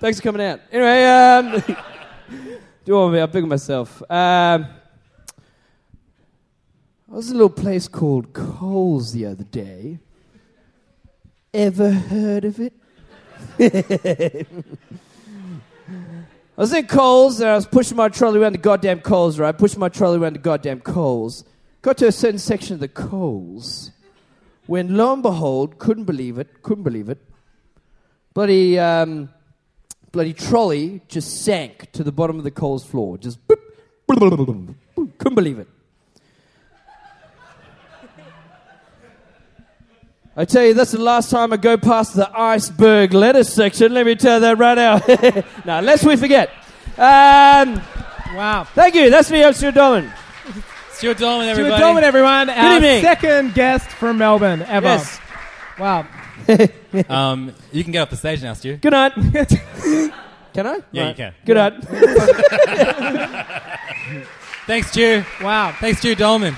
thanks for coming out. Anyway, um, do one more. I'm big myself. Um, I was at a little place called Coles the other day. Ever heard of it? I was in Coles and I was pushing my trolley around the goddamn Coles, right? Pushing my trolley around the goddamn Coles. Got to a certain section of the Coles when lo and behold, couldn't believe it, couldn't believe it. Bloody, um, bloody trolley just sank to the bottom of the Coles floor. Just boop, boop, boop, boop, boop, boop. couldn't believe it. I tell you, that's the last time I go past the iceberg lettuce section. Let me tell that right now. now, lest we forget. Um, wow. Thank you. That's me. I'm Stuart Dolman. Stuart Dolman, Stuart Dolman, everyone. Good Our evening. second guest from Melbourne ever. Yes. Wow. um, you can get off the stage now, Stu. Good night. can I? Yeah, Right. you can. Good night. Thanks, Stu. Wow. Thanks, Stu Dolman.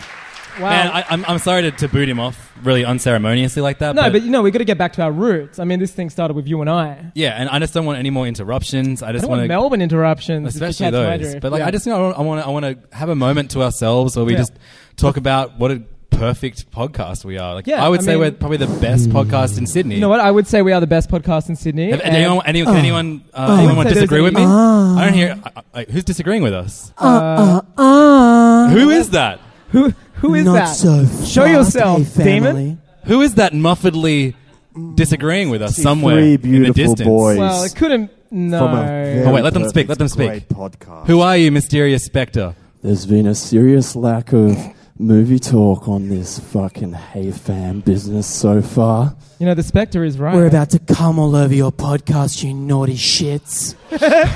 Wow. Man, I, I'm, I'm sorry to, to boot him off really unceremoniously like that. no, Uh, but, but, you know, we got to get back to our roots. I mean, this thing started with you and I. yeah, and I just don't want any more interruptions. I I just don't want want to Melbourne interruptions. It's just especially that's what I those. do. But like, Yeah. I just you know I want to I want to have a moment to ourselves where we Yeah. just talk about what a perfect podcast we are. Like, Yeah, I would I say mean- we're probably the best podcast in Sydney. You know what? I would say we are the best podcast in Sydney. Have- and- anyone, any, can Oh. anyone, I uh, wouldn't anyone say there's disagree with any- me? I don't hear. I, I, who's disagreeing with us? Uh, Who is that? Who who is Not that? so Show fast, yourself, hey, demon. Who is that muffedly disagreeing with us somewhere three in the beautiful distance? boys Well, it couldn't. No. From a Oh wait, let them very speak. Let them perfect, speak. Who are you, mysterious specter? There's been a serious lack of movie talk on this fucking hey fam business so far. You know, the Spectre is right. We're about to come all over your podcast, you naughty shits.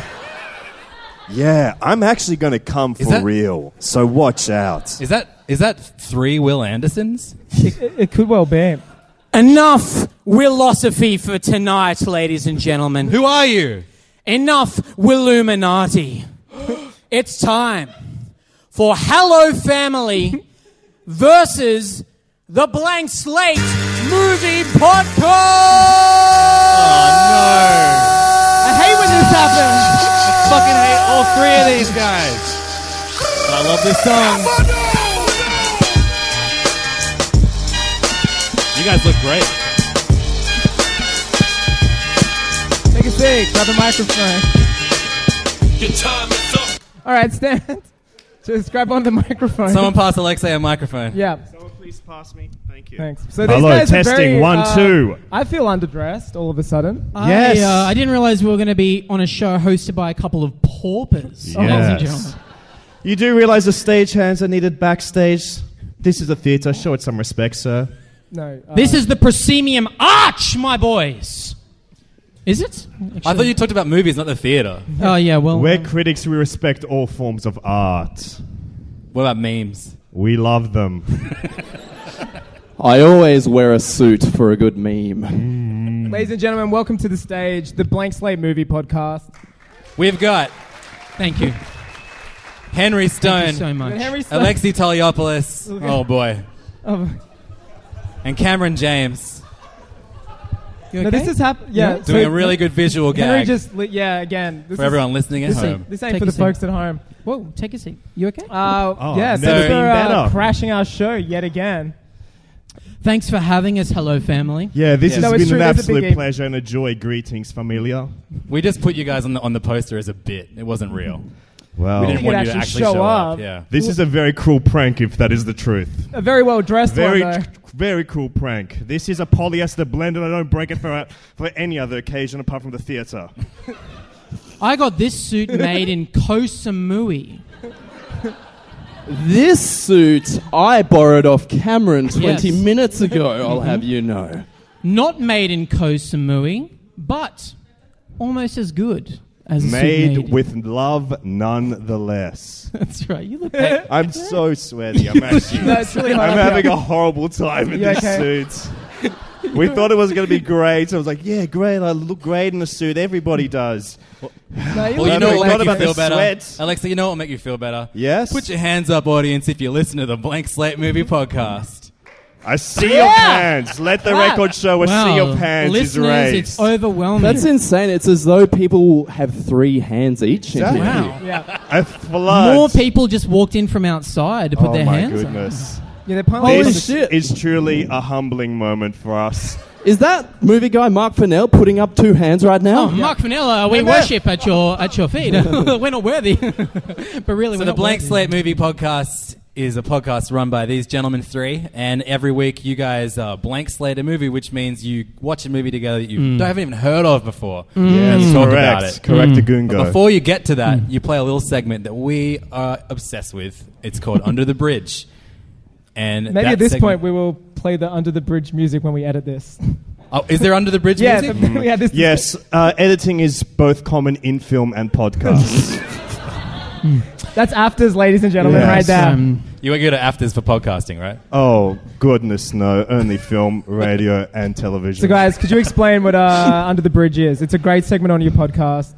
Yeah, I'm actually going to come for that- real. So watch out. Is that is that three Will Andersons? It, it could well be. Enough philosophy for tonight, ladies and gentlemen. Who are you? Enough, Willuminati. it's time for Hello Family versus the Blank Slate Movie Podcast. Oh no! I hate when this happens. I fucking hate all three of these guys. But I love this song. You guys look great. Take a seat. Grab the microphone. Your time is up. All right, stand. Just grab onto the microphone. Someone pass Alexei a microphone. Yeah. Someone please pass me. Thank you. Thanks. So these Hello, guys testing, Are very, one, uh, two. I feel underdressed all of a sudden. I, uh, I didn't realize we were going to be on a show hosted by a couple of paupers, ladies and Yes. gentlemen. You do realize the stagehands are needed backstage. This is a theatre. Show it some respect, sir. No. uh, um, this is the proscenium arch, my boys. Is it? I thought you talked about movies, not the theatre. Oh, yeah, well. We're uh, critics. We respect all forms of art. What about memes? We love them. I always wear a suit for a good Mm. Mm. meme. Ladies and gentlemen, welcome to the stage, the Blank Slate Movie Podcast. We've got. Thank you. Henry Stone. Thank you so much. Henry Stone. Alexei Taliopoulos. Okay. Oh boy. Oh. And Cameron James. No, this is hap- yeah, Doing a really good visual Henry gag. just li- yeah again this For everyone listening at this ain't- home. This ain't Take for a the seat. folks at home. Whoa, take a seat. You okay? Uh, Oh, yeah, I've so never for, been uh, better. crashing our show yet again. Thanks for having us, hello family. Yeah, this No, has it's been true, an there's a big absolute game. pleasure and a joy. Greetings, familia. We just put you guys on the on the poster as a bit. It wasn't real. Wow. we didn't want you to actually show, up. Yeah. This is a very cruel prank, if that is the truth. A very well dressed one Very, though. very cruel prank. This is a polyester blend, and I don't break it for, for any other occasion apart from the theatre. I got this suit made in Koh Samui. This suit I borrowed off Cameron 20 Yes. minutes ago, I'll have Mhm. you know. Not made in Koh Samui, but almost as good as a made, suit made. with love, nonetheless. That's right. You look. Like, I'm so sweaty. I'm actually. No, it's really hot I'm up having here. a horrible time in You these okay? suits. We thought it was going to be great, so I was like, "Yeah, great. I look great in a suit. Everybody does." Well, you know what I will forgot make you about the feel better, sweat. Alexa. You know what will make you feel better? Yes? Put your hands up, audience, if you listen to the Blank Slate Movie Podcast. I see your hands. Let the record show a sea of hands is raised. overwhelming. That's insane. It's as though people have three hands each. In here. Wow. Yeah. A flood. More people just walked in from outside to put oh their my hands. goodness! Yeah, they're This is truly a humbling moment for us. Is that movie guy Mark Fennell putting up two hands right now? Oh, Mark Vanilla, we worship at your at your feet. we're not worthy, but really, So we're the not Blank worthy. Slate Movie Podcast is a podcast run by these gentlemen three, and every week you guys uh, blank slate a movie, which means you watch a movie together that you Mm. don't, haven't even heard of before. Mm. and Yes, talk correct. about it. Correct, Mm. Agungo. But before you get to that, you play a little segment that we are obsessed with. It's called Under the Bridge, and Maybe that at this point segment- we will play the under the bridge music when we edit this. oh, is there Under the Bridge Yeah, music? we had this Yes, uh, editing is both common in film and podcasts. That's afters, ladies and gentlemen, Yes. right there. Um, You won't go to afters for podcasting, right? oh goodness, no! Only film, radio, and television. so, guys, could you explain what uh, Under the Bridge is? It's a great segment on your podcast.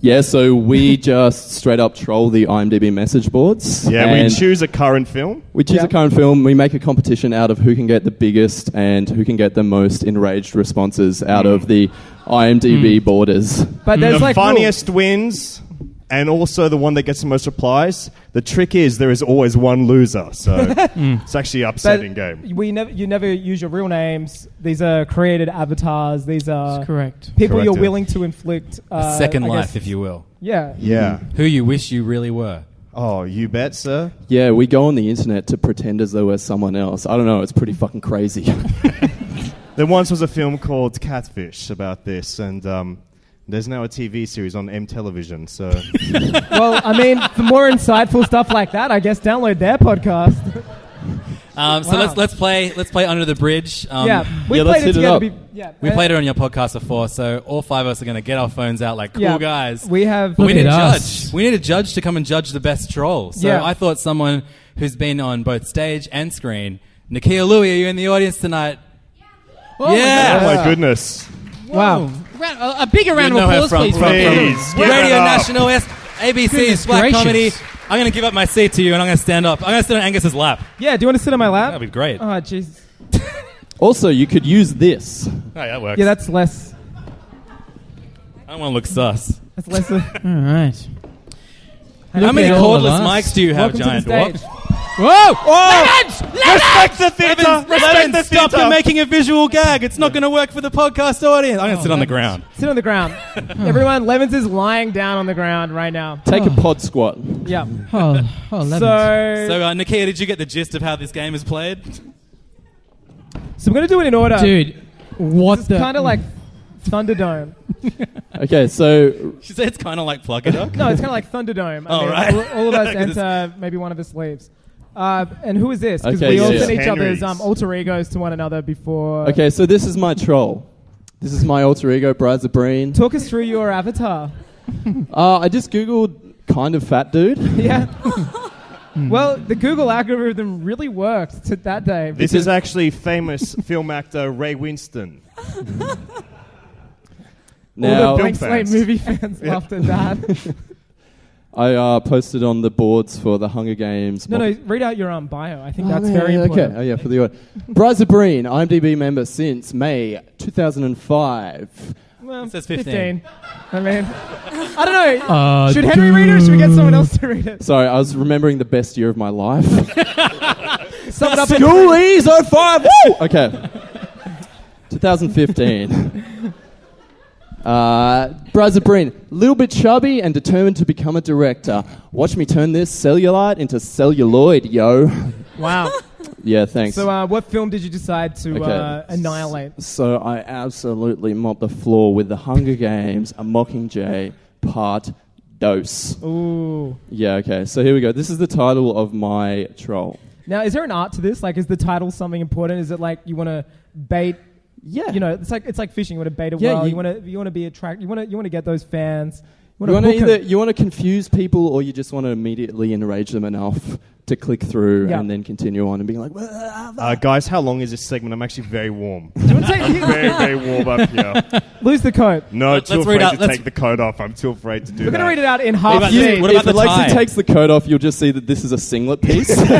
Yeah, so we just straight up troll the IMDb message boards. yeah, we and choose a current film. We choose a current film, we make a competition out of who can get the biggest and who can get the most enraged responses out of the IMDb borders. Hmm. But there's the like funniest wins, and also the one that gets the most replies. The trick is there is always one loser, so Mm. it's actually an upsetting game. We never, you never use your real names. These are created avatars. These are That's correct. people you're Corrective. willing to inflict uh, Second I Life, guess- if you will. Yeah. Yeah. Who you wish you really were. Oh, you bet, sir. Yeah, we go on the internet to pretend as though we're someone else. I don't know, it's pretty fucking crazy. There once was a film called Catfish about this, and um, there's now a TV series on M Television. So well, I mean, for more insightful stuff like that, I guess download their podcast. Um, so Wow. let's let's play let's play under the bridge. Um, Yeah, we Yeah, let's played it hit it together up. be- yeah. we Uh, played it on your podcast before, so all five of us are going to get our phones out like cool Yeah. guys. We have- But we Look need a at judge. We need a judge to come and judge the best troll. So Yeah. I thought someone who's been on both stage and screen. Nakia Louie, are you in the audience tonight? Oh my yeah. goodness. Oh my goodness. Wow. Round- a- a bigger round of applause, please. for Please, Bill. give it Radio up. National West, ABC's ABC's Black Black Comedy. I'm going to give up my seat to you and I'm going to stand up. I'm going to sit on Angus's lap. Yeah, do you want to sit on my lap? That'd be great. Oh, jeez. Also, you could use this. Hey, Oh, that works. Yeah, that's less. I don't want to look sus. That's less. All right. How many cordless mics do you have, Giant Dwarf? Whoa! Respect the theatre! Respect the stop theatre! You're making a visual gag. It's not going to work for the podcast audience. I'm going to sit on the ground. Sit on the ground. Everyone, Levins is lying down on the ground right now. Take a pod squat. Yeah. Oh, oh So- so uh, Nikia, did you get the gist of how this game is played? So we're gonna do it in order, Dude, what It's the? kind of like Thunderdome. Okay, so She said it's kind of like plug it up. No, it's kind of like Thunderdome. I Oh, mean, right. all, all of us 'Cause it's- enter, maybe one of us leaves. Uh, and who is this? Because Okay, we all yeah, sent yeah. each other's Henry's. um, alter egos to one another before. okay, so this is my troll. This is my alter ego, Brides of Breen. Talk us through your avatar. Uh, I just googled kind of fat dude. Yeah. Hmm. well, the Google algorithm really worked to that day. This because- is actually famous film actor Ray Winston. Now- all the blank slate movie fans Yeah. laughed at that. I uh, posted on the boards for the Hunger Games. no, no, read out your um, bio. I think Oh, that's yeah, very yeah, important. Okay, oh, yeah, for the audience. Brides Breen, IMDb member since May 2005. Well, It says 15. 15. I mean, I don't know. Uh, should Henry read it or should we get someone else to read it? Sorry, I was remembering the best year of my life. Sum it up in- Schoolies 05! Woo! Okay. 2015. Uh, Brides Breen, little bit chubby and determined to become a director. Watch me turn this cellulite into celluloid, yo. Wow. Yeah, thanks. So, uh, what film did you decide to uh, Okay. annihilate? So I absolutely mopped the floor with The Hunger Games, A Mockingjay, Part Dose. Ooh. Yeah, okay. So here we go. This is the title of my troll. Now, is there an art to this? Like, is the title something important? Is it like you want to bait? Yeah. You know, it's like it's like fishing. You want to bait a Yeah, well. you- You want to you want to be attract. You want to you want to get those fans. You want to hook 'em. either you want to confuse people, or you just want to immediately enrage them enough to click through Yeah. and then continue on and being like, "Well, ah, Uh, guys, how long is this segment? I'm actually very warm. wanna take- I'm very, very warm up here. lose the coat. No, Let- too let's read afraid out- to let's- take the coat off. I'm too afraid to do We're that. gonna read it out in half. if you, speed. if Lexi takes the coat off, you'll just see that this is a singlet piece."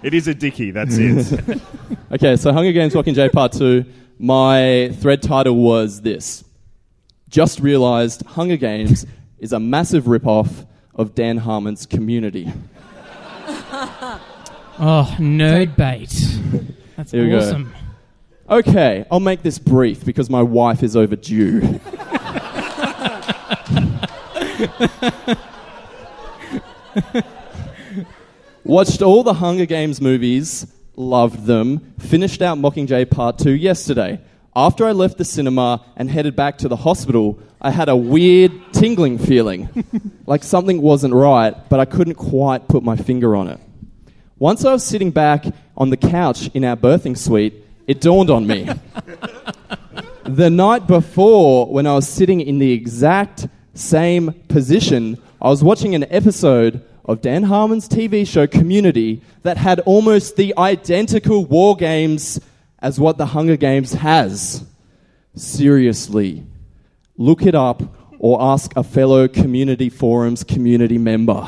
It is a dicky. That's it. okay, so Hunger Games Walking J Part 2. My thread title was this Just realized Hunger Games is a massive ripoff of Dan Harmon's community. Oh, nerd bait. That's Here we go. awesome. Okay, I'll make this brief because my wife is overdue. Watched all the Hunger Games movies, loved them, finished out Mockingjay Part 2 yesterday. After I left the cinema and headed back to the hospital, I had a weird tingling feeling, like something wasn't right, but I couldn't quite put my finger on it. Once I was sitting back on the couch in our birthing suite, it dawned on me. the night before, when I was sitting in the exact same position, I was watching an episode of Dan Harmon's TV show Community that had almost the identical war games as what the Hunger Games has. Seriously, look it up or ask a fellow Community Forums community member.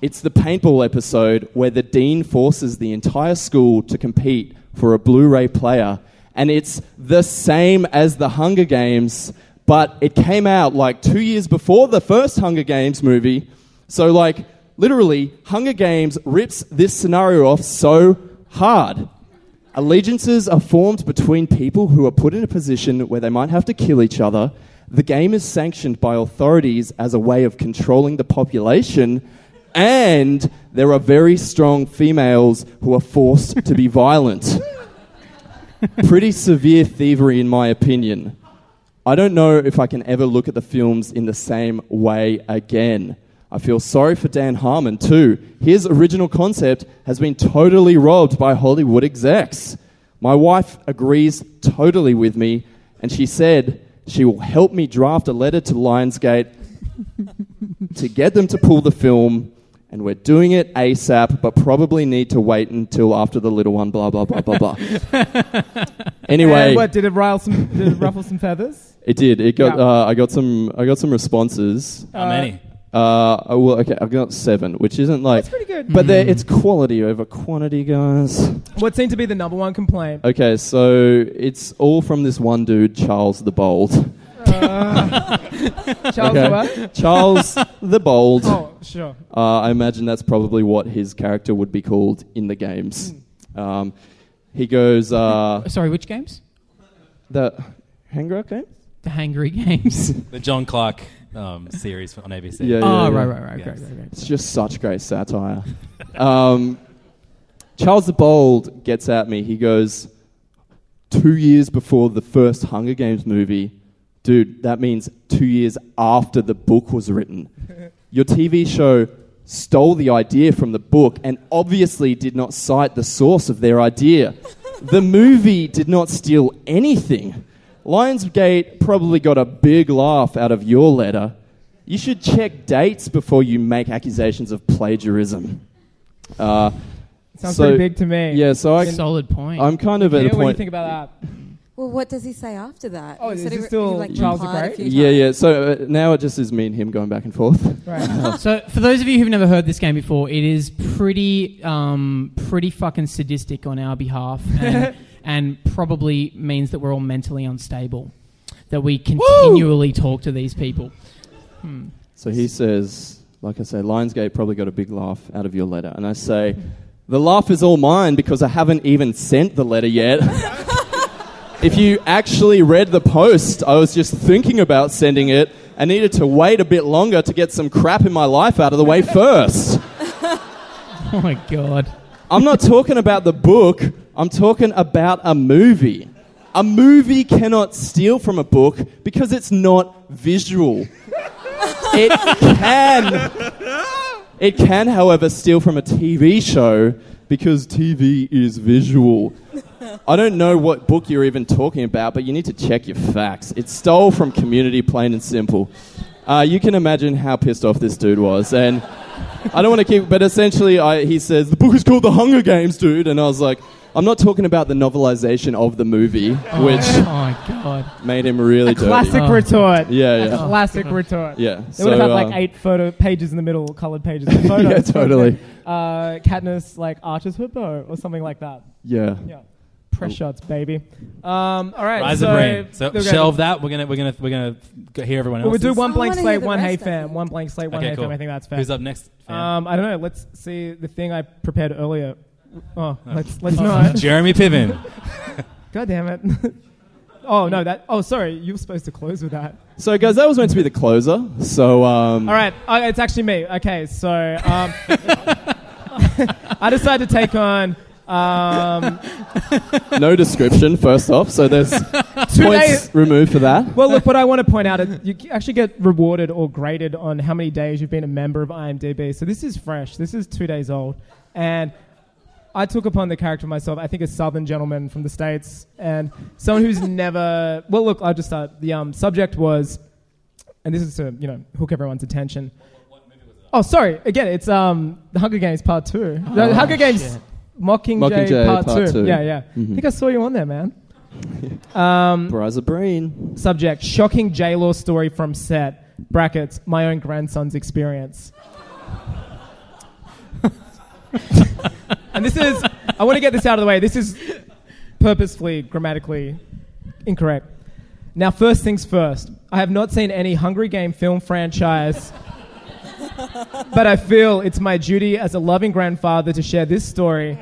It's the paintball episode where the dean forces the entire school to compete for a Blu ray player, and it's the same as the Hunger Games, but it came out like two years before the first Hunger Games movie. So, like, literally, Hunger Games rips this scenario off so hard. Allegiances are formed between people who are put in a position where they might have to kill each other. The game is sanctioned by authorities as a way of controlling the population, and there are very strong females who are forced to be violent. Pretty severe thievery, in my opinion. I don't know if I can ever look at the films in the same way again. I feel sorry for Dan Harmon, too. His original concept has been totally robbed by Hollywood execs. My wife agrees totally with me, and she said she will help me draft a letter to Lionsgate to get them to pull the film, and we're doing it ASAP, but probably need to wait until after the little one, blah, blah, blah, blah, blah. Anyway, And what did it rile some? Did it ruffle some feathers? It did. It got. Yeah. Uh, I got some. I got some responses. How Uh, many? Uh, oh, well, okay. I got seven, which isn't like. That's pretty good. But they're- Mm. it's quality over quantity, guys. What seemed to be the number one complaint? Okay, so it's all from this one dude, Charles the Bold. Charles Okay. what? Charles the Bold. Oh, sure. Uh, I imagine that's probably what his character would be called in the games. Hmm. Um, he goes. Uh, Sorry, which games? The Hangry game? The Hangry games. the John Clark um, series on ABC. Yeah, yeah, Oh, yeah. right, right, right, great, great, great. It's just such great satire. um, Charles the Bold gets at me. He goes, two years before the first Hunger Games movie, dude, that means two years after the book was written. Your TV show stole the idea from the book and obviously did not cite the source of their idea. the movie did not steal anything. Lionsgate probably got a big laugh out of your letter. You should check dates before you make accusations of plagiarism. Uh, Sounds pretty big to me. Yeah, so I Solid point. I'm kind of Nikhil, at a what do you point. think about that? Well, what does he say after that? Oh, He is sort this of- still he, like, Charles the replied a Great? few Yeah, yeah. So uh, now it just is me and him going back and forth. so, for those of you who've never heard this game before, it is pretty, um, pretty fucking sadistic on our behalf, and, and probably means that we're all mentally unstable, that we continually talk to these people. Hmm. So he says, like I say, Lionsgate probably got a big laugh out of your letter. And I say, the laugh is all mine because I haven't even sent the letter yet. if you actually read the post, I was just thinking about sending it. I needed to wait a bit longer to get some crap in my life out of the way first. Oh my god. I'm not talking about the book, I'm talking about a movie. A movie cannot steal from a book because it's not visual. it can. It can, however, steal from a TV show because TV is visual. I don't know what book you're even talking about, but you need to check your facts. It stole from Community, plain and simple. Uh, you can imagine how pissed off this dude was, and I don't want to keep. But essentially, I, he says the book is called The Hunger Games, dude, and I was like, I'm not talking about the novelization of the movie, which Oh my God. made him really dirty. Classic retort. Uh-huh. Yeah, A yeah. classic retort. Yeah, They would have so, had uh, like eight photo pages in the middle, colored pages. Of photos. Yeah, totally. Uh, Katniss like arches her bow or something like that. Yeah. Oh. Yeah. Press shots, baby. Um, all right. Rise so of Rain. So Okay. shelve that. We're gonna we're gonna we're gonna go hear everyone Well, else. we do one blank slate, one hey fam, one blank slate, one Okay, hey cool. fam. I think that's fair. Who's up next, fam? Um, I don't know. Let's see the thing I prepared earlier. Oh, let's let's Oh. not. Jeremy Piven. God damn it. oh no, that. Oh, sorry. You were supposed to close with that. So, guys, that was meant to be the closer. So, um, All right, uh, it's actually me. Okay, so um, I decided to take on um, no description first off. So there's points Two days- removed for that. Well, look, what I want to point out is you c- actually get rewarded or graded on how many days you've been a member of IMDb. So this is fresh. This is two days old, and I took upon the character myself. I think a Southern gentleman from the states and someone who's never. Well, look, I'll just start. The um, subject was, and this is to you know hook everyone's attention. Oh, sorry. Again, it's um, the Hunger Games Part Two. The Oh, Hunger Games shit. Mockingjay, Mockingjay Part, Part two. Two. Yeah, yeah. I Mhm. think I saw you on there, man. Um, Braza Breen. Subject: Shocking J Law story from set. Brackets: My own grandson's experience. and this is. I want to get this out of the way. This is purposefully grammatically incorrect. Now, first things first. I have not seen any Hungry Game film franchise. But I feel it's my duty as a loving grandfather to share this story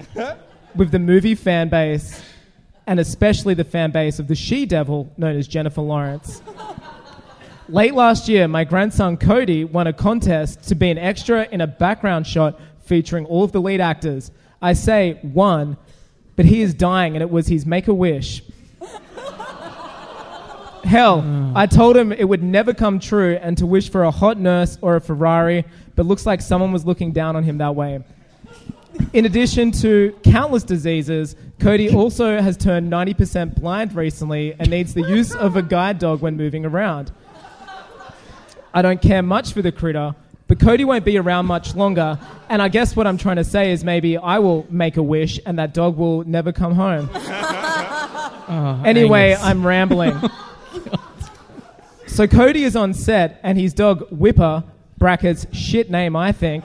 with the movie fan base and especially the fan base of the she devil known as Jennifer Lawrence. Late last year, my grandson Cody won a contest to be an extra in a background shot featuring all of the lead actors. I say one, but he is dying, and it was his make a wish. Hell, I told him it would never come true and to wish for a hot nurse or a Ferrari, but looks like someone was looking down on him that way. In addition to countless diseases, Cody also has turned 90% blind recently and needs the use of a guide dog when moving around. I don't care much for the critter, but Cody won't be around much longer, and I guess what I'm trying to say is maybe I will make a wish and that dog will never come home. Oh, anyway, Angus. I'm rambling. so Cody is on set, and his dog Whipper (brackets shit name I think)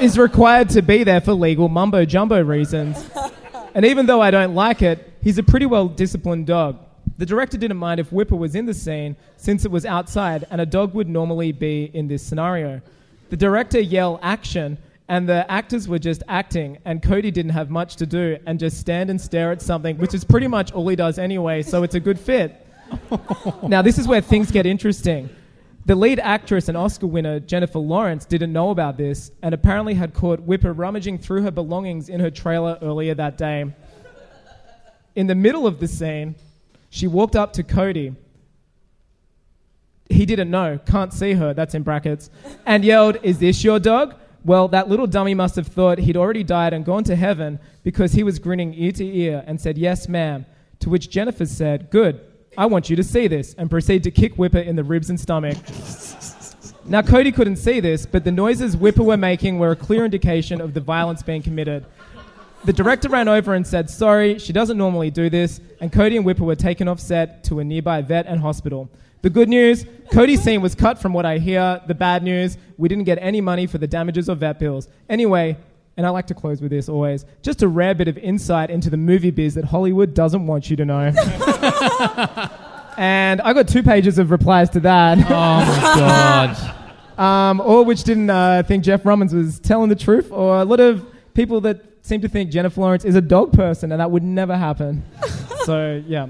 is required to be there for legal mumbo jumbo reasons. And even though I don't like it, he's a pretty well disciplined dog. The director didn't mind if Whipper was in the scene since it was outside and a dog would normally be in this scenario. The director yelled action and the actors were just acting and Cody didn't have much to do and just stand and stare at something, which is pretty much all he does anyway, so it's a good fit. now, this is where things get interesting. The lead actress and Oscar winner, Jennifer Lawrence, didn't know about this and apparently had caught Whipper rummaging through her belongings in her trailer earlier that day. In the middle of the scene, she walked up to Cody. He didn't know, can't see her, that's in brackets, and yelled, Is this your dog? Well, that little dummy must have thought he'd already died and gone to heaven because he was grinning ear to ear and said, Yes, ma'am. To which Jennifer said, Good, I want you to see this, and proceed to kick Whipper in the ribs and stomach. Now, Cody couldn't see this, but the noises Whipper were making were a clear indication of the violence being committed. The director ran over and said, Sorry, she doesn't normally do this, and Cody and Whipper were taken off set to a nearby vet and hospital. The good news Cody's scene was cut from what I hear. The bad news we didn't get any money for the damages or vet bills. Anyway, and I like to close with this always just a rare bit of insight into the movie biz that Hollywood doesn't want you to know. and I got two pages of replies to that. Oh my god! Um, all which didn't uh, think Jeff Rummins was telling the truth, or a lot of people that seem to think Jennifer Lawrence is a dog person, and that would never happen. so yeah,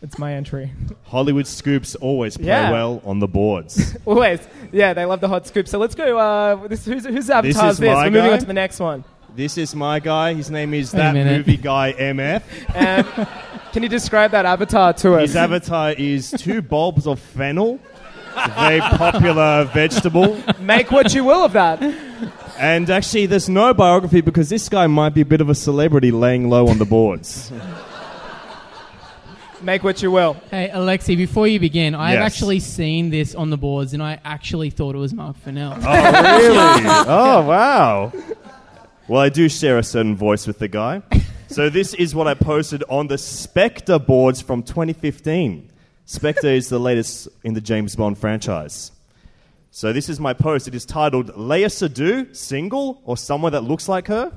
it's my entry. Hollywood scoops always play Yeah. well on the boards. Always, yeah, they love the hot scoop. So let's go. Uh, this, who's, who's avatar is is this? my We're moving guy. on to the next one. this is my guy. His name is Wait a that minute. movie guy MF. And can you describe that avatar to us? His avatar is two bulbs of fennel, a very popular vegetable. Make what you will of that. And actually, there's no biography because this guy might be a bit of a celebrity laying low on the boards. Make what you will. Hey, Alexi, before you begin, I've Yes. actually seen this on the boards and I actually thought it was Mark Fennell. Oh, really? oh, wow. Well, I do share a certain voice with the guy. So, this is what I posted on the Spectre boards from 2015. Spectre is the latest in the James Bond franchise. So, this is my post. It is titled Leia Sadu, Single, or Someone That Looks Like Her?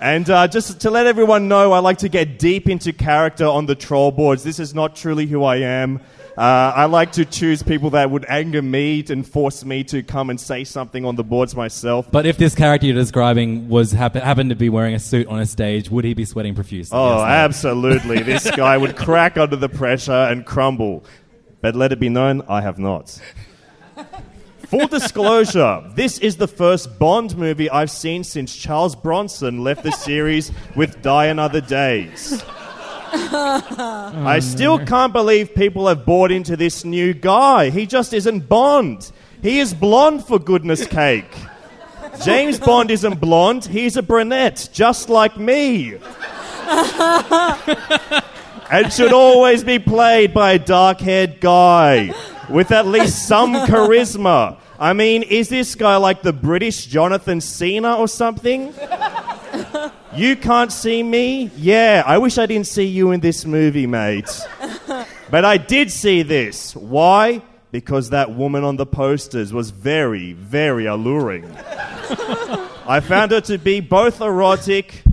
And uh, just to let everyone know, I like to get deep into character on the troll boards. This is not truly who I am. Uh, I like to choose people that would anger me and force me to come and say something on the boards myself. But if this character you're describing was happen- happened to be wearing a suit on a stage, would he be sweating profusely? Yes, Oh, no. absolutely. this guy would crack under the pressure and crumble. But let it be known, I have not. Full disclosure, this is the first Bond movie I've seen since Charles Bronson left the series with Die Another Days. I still can't believe people have bought into this new guy. He just isn't Bond. He is blonde, for goodness cake. James Bond isn't blonde, he's a brunette, just like me. and should always be played by a dark haired guy with at least some charisma. I mean, is this guy like the British Jonathan Cena or something? You can't see me? Yeah, I wish I didn't see you in this movie, mate. But I did see this. Why? Because that woman on the posters was very, very alluring. I found her to be both erotic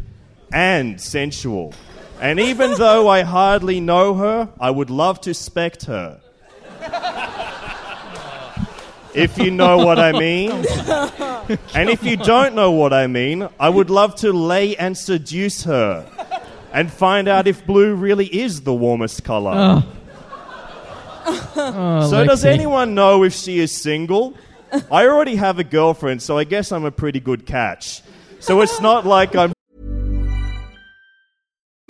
and sensual. And even though I hardly know her, I would love to spect her. If you know what I mean. And if you don't know what I mean, I would love to lay and seduce her and find out if blue really is the warmest color. ah, Oh, So does anyone know if she is single? I already have a girlfriend, so I guess I'm a pretty good catch. So it's not like I'm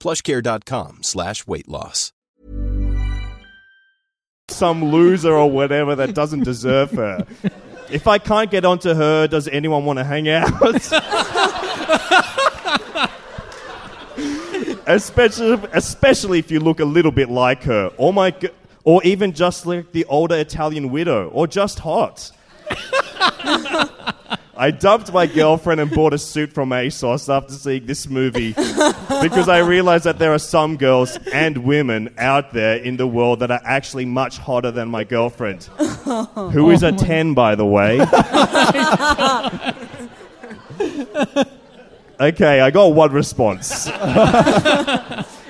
plushcare.com slash weight loss. some loser or whatever that doesn't deserve her. If I can't get onto her, does anyone want to hang out? especially, especially if you look a little bit like her, or my, g- or even just like the older Italian widow, or just hot. I dumped my girlfriend and bought a suit from ASOS after seeing this movie because I realized that there are some girls and women out there in the world that are actually much hotter than my girlfriend, who is a 10, by the way. okay, I got one response.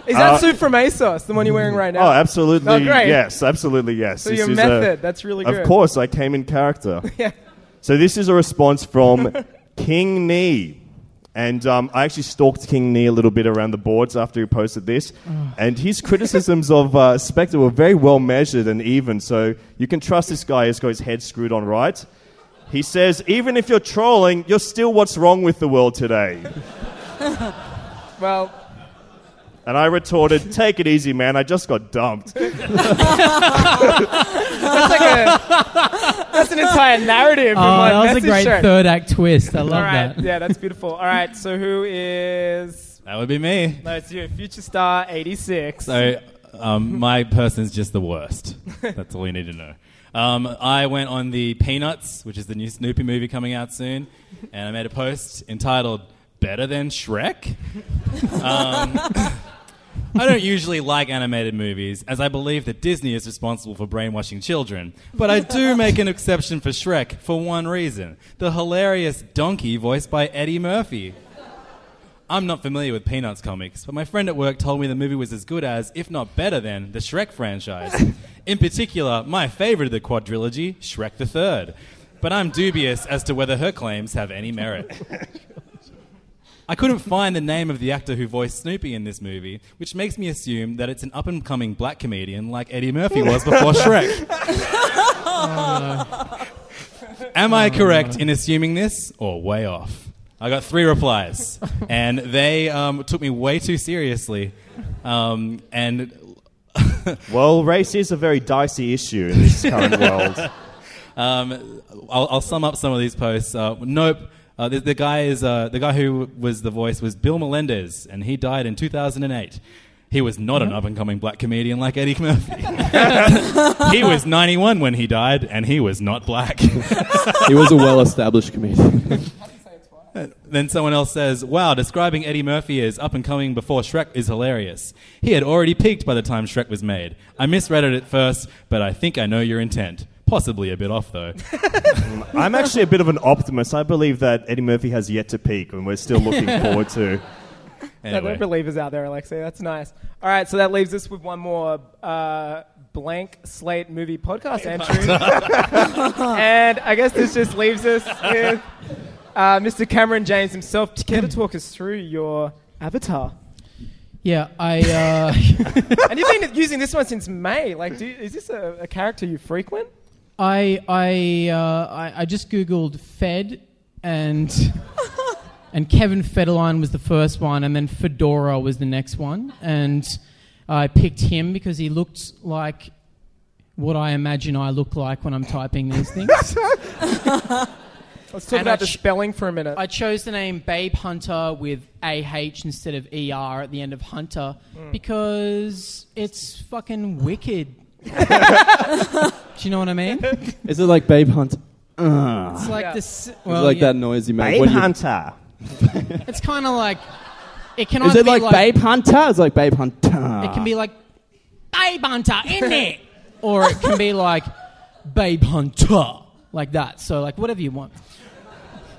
Is that Uh, suit from ASOS, the one you're wearing right now? Oh, absolutely. Oh, great. Yes, absolutely. Yes. uh, So your method, that's really good. Of course, I came in character. Yeah. So this is a response from King Nee. And um, I actually stalked King Nee a little bit around the boards after he posted this. Ah. and his criticisms of uh, Spectre were very well measured and even. So you can trust this guy has got his head screwed on right. He says, even if you're trolling, you're still what's wrong with the world today. Well, And I retorted, take it easy, man. I just got dumped. that's like a that's an entire narrative. Oh, of my that was a message great show. third act twist. I All love right, that. yeah, that's beautiful. All right, so who is? That would be me. No, it's you, future star eighty six. So, um, my person's just the worst. That's all you need to know. Um, I went on the Peanuts, which is the new Snoopy movie coming out soon, and I made a post entitled "Better Than Shrek." um, I don't usually like animated movies, as I believe that Disney is responsible for brainwashing children. But I do make an exception for Shrek for one reason: the hilarious donkey voiced by Eddie Murphy. I'm not familiar with Peanuts comics, but my friend at work told me the movie was as good as, if not better than, the Shrek franchise. In particular, my favorite of the quadrilogy, Shrek the Third. But I'm dubious as to whether her claims have any merit. I couldn't find the name of the actor who voiced Snoopy in this movie, which makes me assume that it's an up and coming black comedian like Eddie Murphy was before Shrek. Am I correct in assuming this or way off? I got three replies, and they um, took me way too seriously. Um, and well, race is a very dicey issue in this current world. um, I'll, I'll sum up some of these posts. Uh, nope. Uh, the, the guy is uh, the guy who was the voice was Bill Melendez, and he died in 2008. He was not an up and coming black comedian like Eddie Murphy. he was 91 when he died, and he was not black. he was a well established comedian. Then someone else says, Wow, describing Eddie Murphy as up and coming before Shrek is hilarious. He had already peaked by the time Shrek was made. I misread it at first, but I think I know your intent. Possibly a bit off, though. I'm actually a bit of an optimist. I believe that Eddie Murphy has yet to peak, and we're still looking forward to. Yeah, there are believers out there, Alexei. That's nice. All right, so that leaves us with one more uh, blank slate movie podcast entry. and I guess this just leaves us with uh, Mr. Cameron James himself. Care to talk us through your avatar? Yeah, I. Uh, and you've been using this one since May. Like, do, is this a, a character you frequent? I I, uh, I I just googled Fed and and Kevin Federline was the first one, and then Fedora was the next one, and I picked him because he looked like what I imagine I look like when I'm typing these things. Let's talk And about I the ch- spelling for a minute. I chose the name Babe Hunter with AH instead of ER at the end of Hunter because it's fucking wicked. Do you know what I mean? Is it like Babe Hunt? Uh. It's like this- Is it well, like yeah. that noise you make. Babe when you- Hunter. It's kind of like it can Is either it like, be Babe Hunter? It's like Babe Hunter. It can be like Babe Hunter in there, or it can be like Babe Hunter like that. So like whatever you want.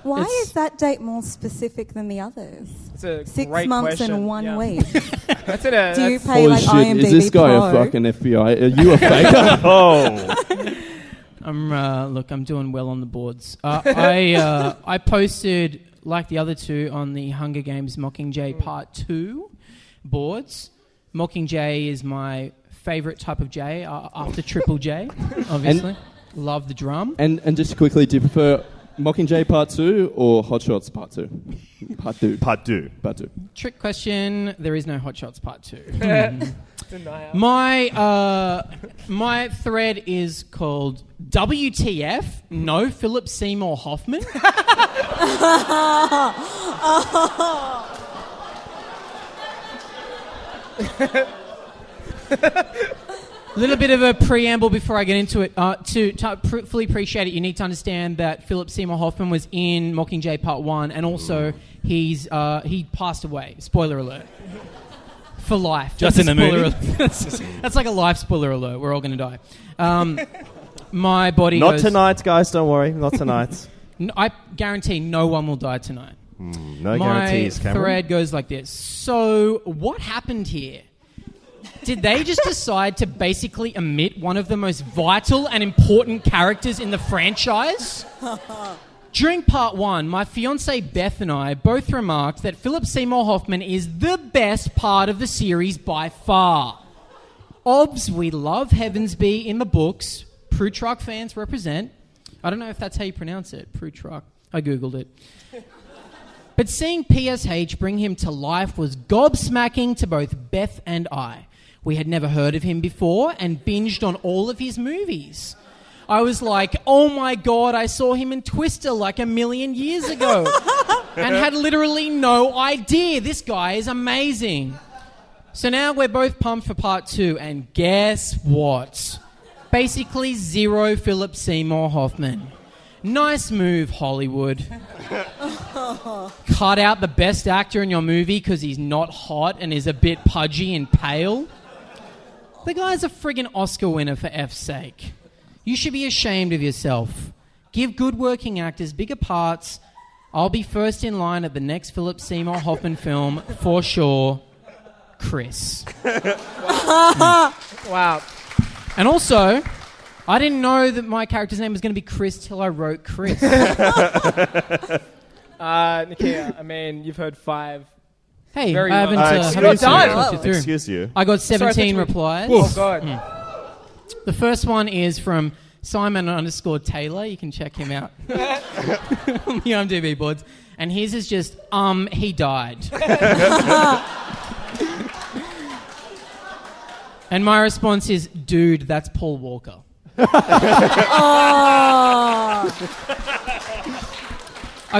Why It's- is that date more specific than the others? It's a Six great months question, and one yeah. week. That's it. Uh, Do you that's- pay like IMDb is this guy Pro? a fucking FBI? Are you a faker? I'm uh, look. I'm doing well on the boards. Uh, I uh, I posted like the other two on the Hunger Games Mm. Mockingjay Part Two boards. Mockingjay is my favorite type of J uh, after Triple J, obviously. Love the drum. and and just quickly, do you prefer Mockingjay Part Two or Hot Shots Part Two? Part Two. Part Two. Part Two. Trick question. There is no Hot Shots Part Two. Hmm. Denial. my uh, my thread is called WTF? No Philip Seymour Hoffman. little bit of a preamble before I get into it. Uh, to to pr- fully appreciate it, you need to understand that Philip Seymour Hoffman was in Mockingjay Part One, and also Mm. he's uh, he passed away. Spoiler alert. For life, Just That's a in the spoiler movie? alert. that's, that's like a life spoiler alert. We're all going to die. Um, my body. Not goes- tonight, guys. Don't worry. Not tonight. N- I guarantee no one will die tonight. Mm, no My guarantees, Cameron. thread goes like this. So, what happened here? Did they just decide to basically omit one of the most vital and important characters in the franchise? During part one, my fiance Beth and I both remarked that Philip Seymour Hoffman is the best part of the series by far. Obs, we love Heavensby in the books. Prutruck fans represent. I don't know if that's how you pronounce it, Prutruck. I googled it. But seeing PSH bring him to life was gobsmacking to both Beth and I. We had never heard of him before and binged on all of his movies. I was like, oh my god, I saw him in Twister like a million years ago and had literally no idea. This guy is amazing. So now we're both pumped for part two, and guess what? Basically, zero Philip Seymour Hoffman. Nice move, Hollywood Oh. cut out the best actor in your movie because he's not hot and is a bit pudgy and pale. The guy's a friggin' Oscar winner for F's sake. You should be ashamed of yourself. Give good working actors bigger parts. I'll be first in line at the next Philip Seymour Hoffman film for sure. Chris. wow. And also, I didn't know that my character's name was going to be Chris till I wrote Chris. Uh, Nikia, I mean, you've heard five. Hey, Very I haven't, well. uh, You're haven't not done. talked you through. Excuse you. I got Sorry, I thought 17 you were- replies. Hmm. Oh, God. The first one is from Simon underscore Taylor. You can check him out on the IMDb boards. And his is just, um, he died. and my response is, dude, that's Paul Walker. I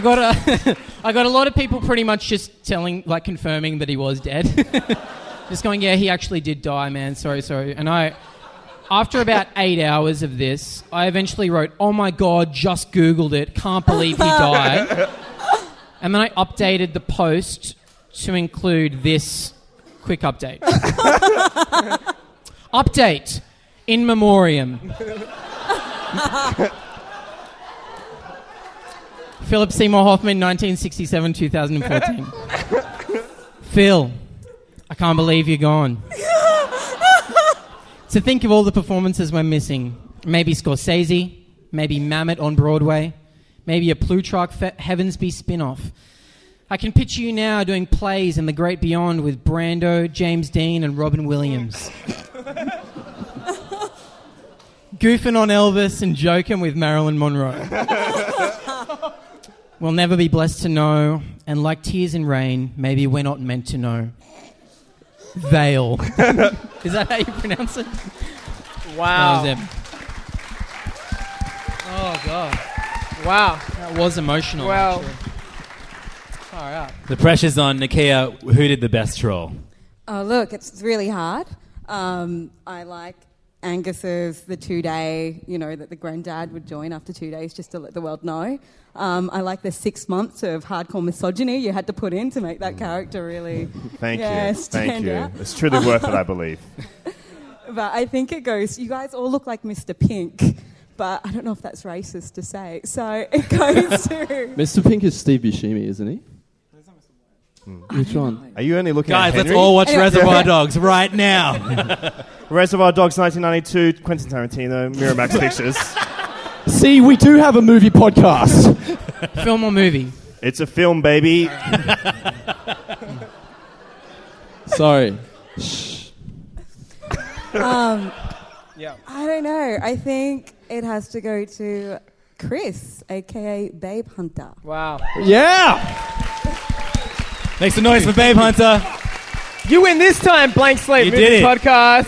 got a, I got a lot of people pretty much just telling, like, confirming that he was dead. just going, yeah, he actually did die, man. Sorry, sorry. And I, after about eight hours of this, I eventually wrote, oh my god, just googled it. Can't believe he died. and then I updated the post to include this quick update. update in memoriam. Philip Seymour Hoffman, 1967 2014. Phil, I can't believe you're gone. to think of all the performances we're missing maybe Scorsese, maybe Mamet on Broadway, maybe a Plutarch Fe- Heavensby spin off. I can picture you now doing plays in the great beyond with Brando, James Dean, and Robin Williams. Goofing on Elvis and joking with Marilyn Monroe. we'll never be blessed to know, and like tears in rain, maybe we're not meant to know. Veil. Is that how you pronounce it? Wow. That was it. Oh god. Wow. That was emotional. Well. actually. Far out. The pressure's on Nakia. Who did the best troll? Oh, look, it's really hard. Um, I like Angus's the two day, you know, that the granddad would join after two days just to let the world know. Um, I like the six months of hardcore misogyny you had to put in to make that character really. Mm. Thank yeah, you. stand Thank you. out. It's truly worth it, I believe. But I think it goes, you guys all look like Mr. Pink, but I don't know if that's racist to say. So it goes to. Mr. Pink is Steve Buscemi, isn't he? Hmm. Which one? Are you only looking Guys, at let's Henry? all watch Anyway. Reservoir Dogs right now. Reservoir Dogs 1992, Quentin Tarantino, Miramax Pictures. See, we do have a movie podcast. Film or movie? It's a film, baby. Sorry. Um, Yeah. I don't know. I think it has to go to Chris, aka Babe Hunter. Wow. Yeah. Make some noise for Babe Hunter. You win this time, Blank Slate You Movie did it. Podcast.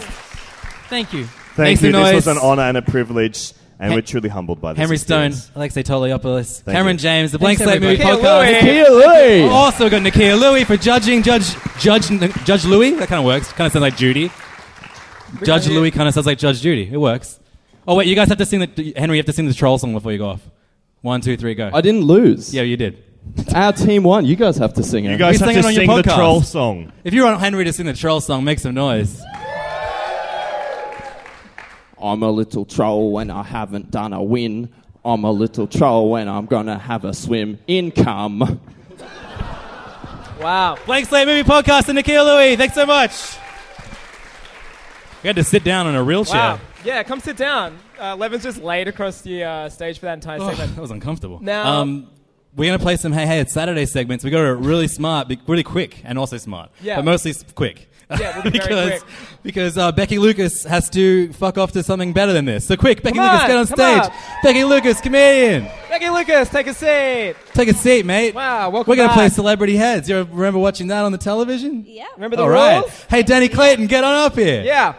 Thank you. Thank Make some you. This was noise. an honor and a privilege, and Hen- we're truly humbled by this. Henry Stone, experience. Alexei Toliopoulos, Thank Cameron you. James, the Blank Thanks, Slate Movie everybody. Podcast. Nakia Louie. We've Also got Nakia Louie for judging Judge Judge Judge Louie. That kind of works. Kind of sounds like Judy. Judge Louie kind of sounds like Judge Judy. It works. Oh wait, you guys have to sing the Henry. You have to sing the troll song before you go off. One, two, three, go. I didn't lose. Yeah, you did. Our team won. You guys have to sing it. You guys We have sang to it on your sing the podcast. troll song. If you want Henry to sing the troll song, make some noise. I'm a little troll when I haven't done a win. I'm a little troll when I'm gonna have a swim. Income. Wow. Blank Slate Movie Podcast and Nikhil Louie. Thanks so much. We had to sit down in a real chair. Wow. Yeah, come sit down. Uh, Levin's just laid across the uh, stage for that entire Ugh, segment. that was uncomfortable. Now- um, we're gonna play some Hey Hey It's Saturday segments. We got to really smart, be- really quick, and also smart. Yeah. but mostly s- quick. Yeah, we'll be very because quick. because uh, Becky Lucas has to fuck off to something better than this. So quick, Becky Come Lucas, on, get on come stage. up. Becky Lucas, comedian. Becky Lucas, take a seat. Take a seat, mate. Wow, welcome We're gonna back. play Celebrity Heads. You remember watching that on the television? Yeah. Remember the All right. Hey, Danny Clayton, get on up here. Yeah.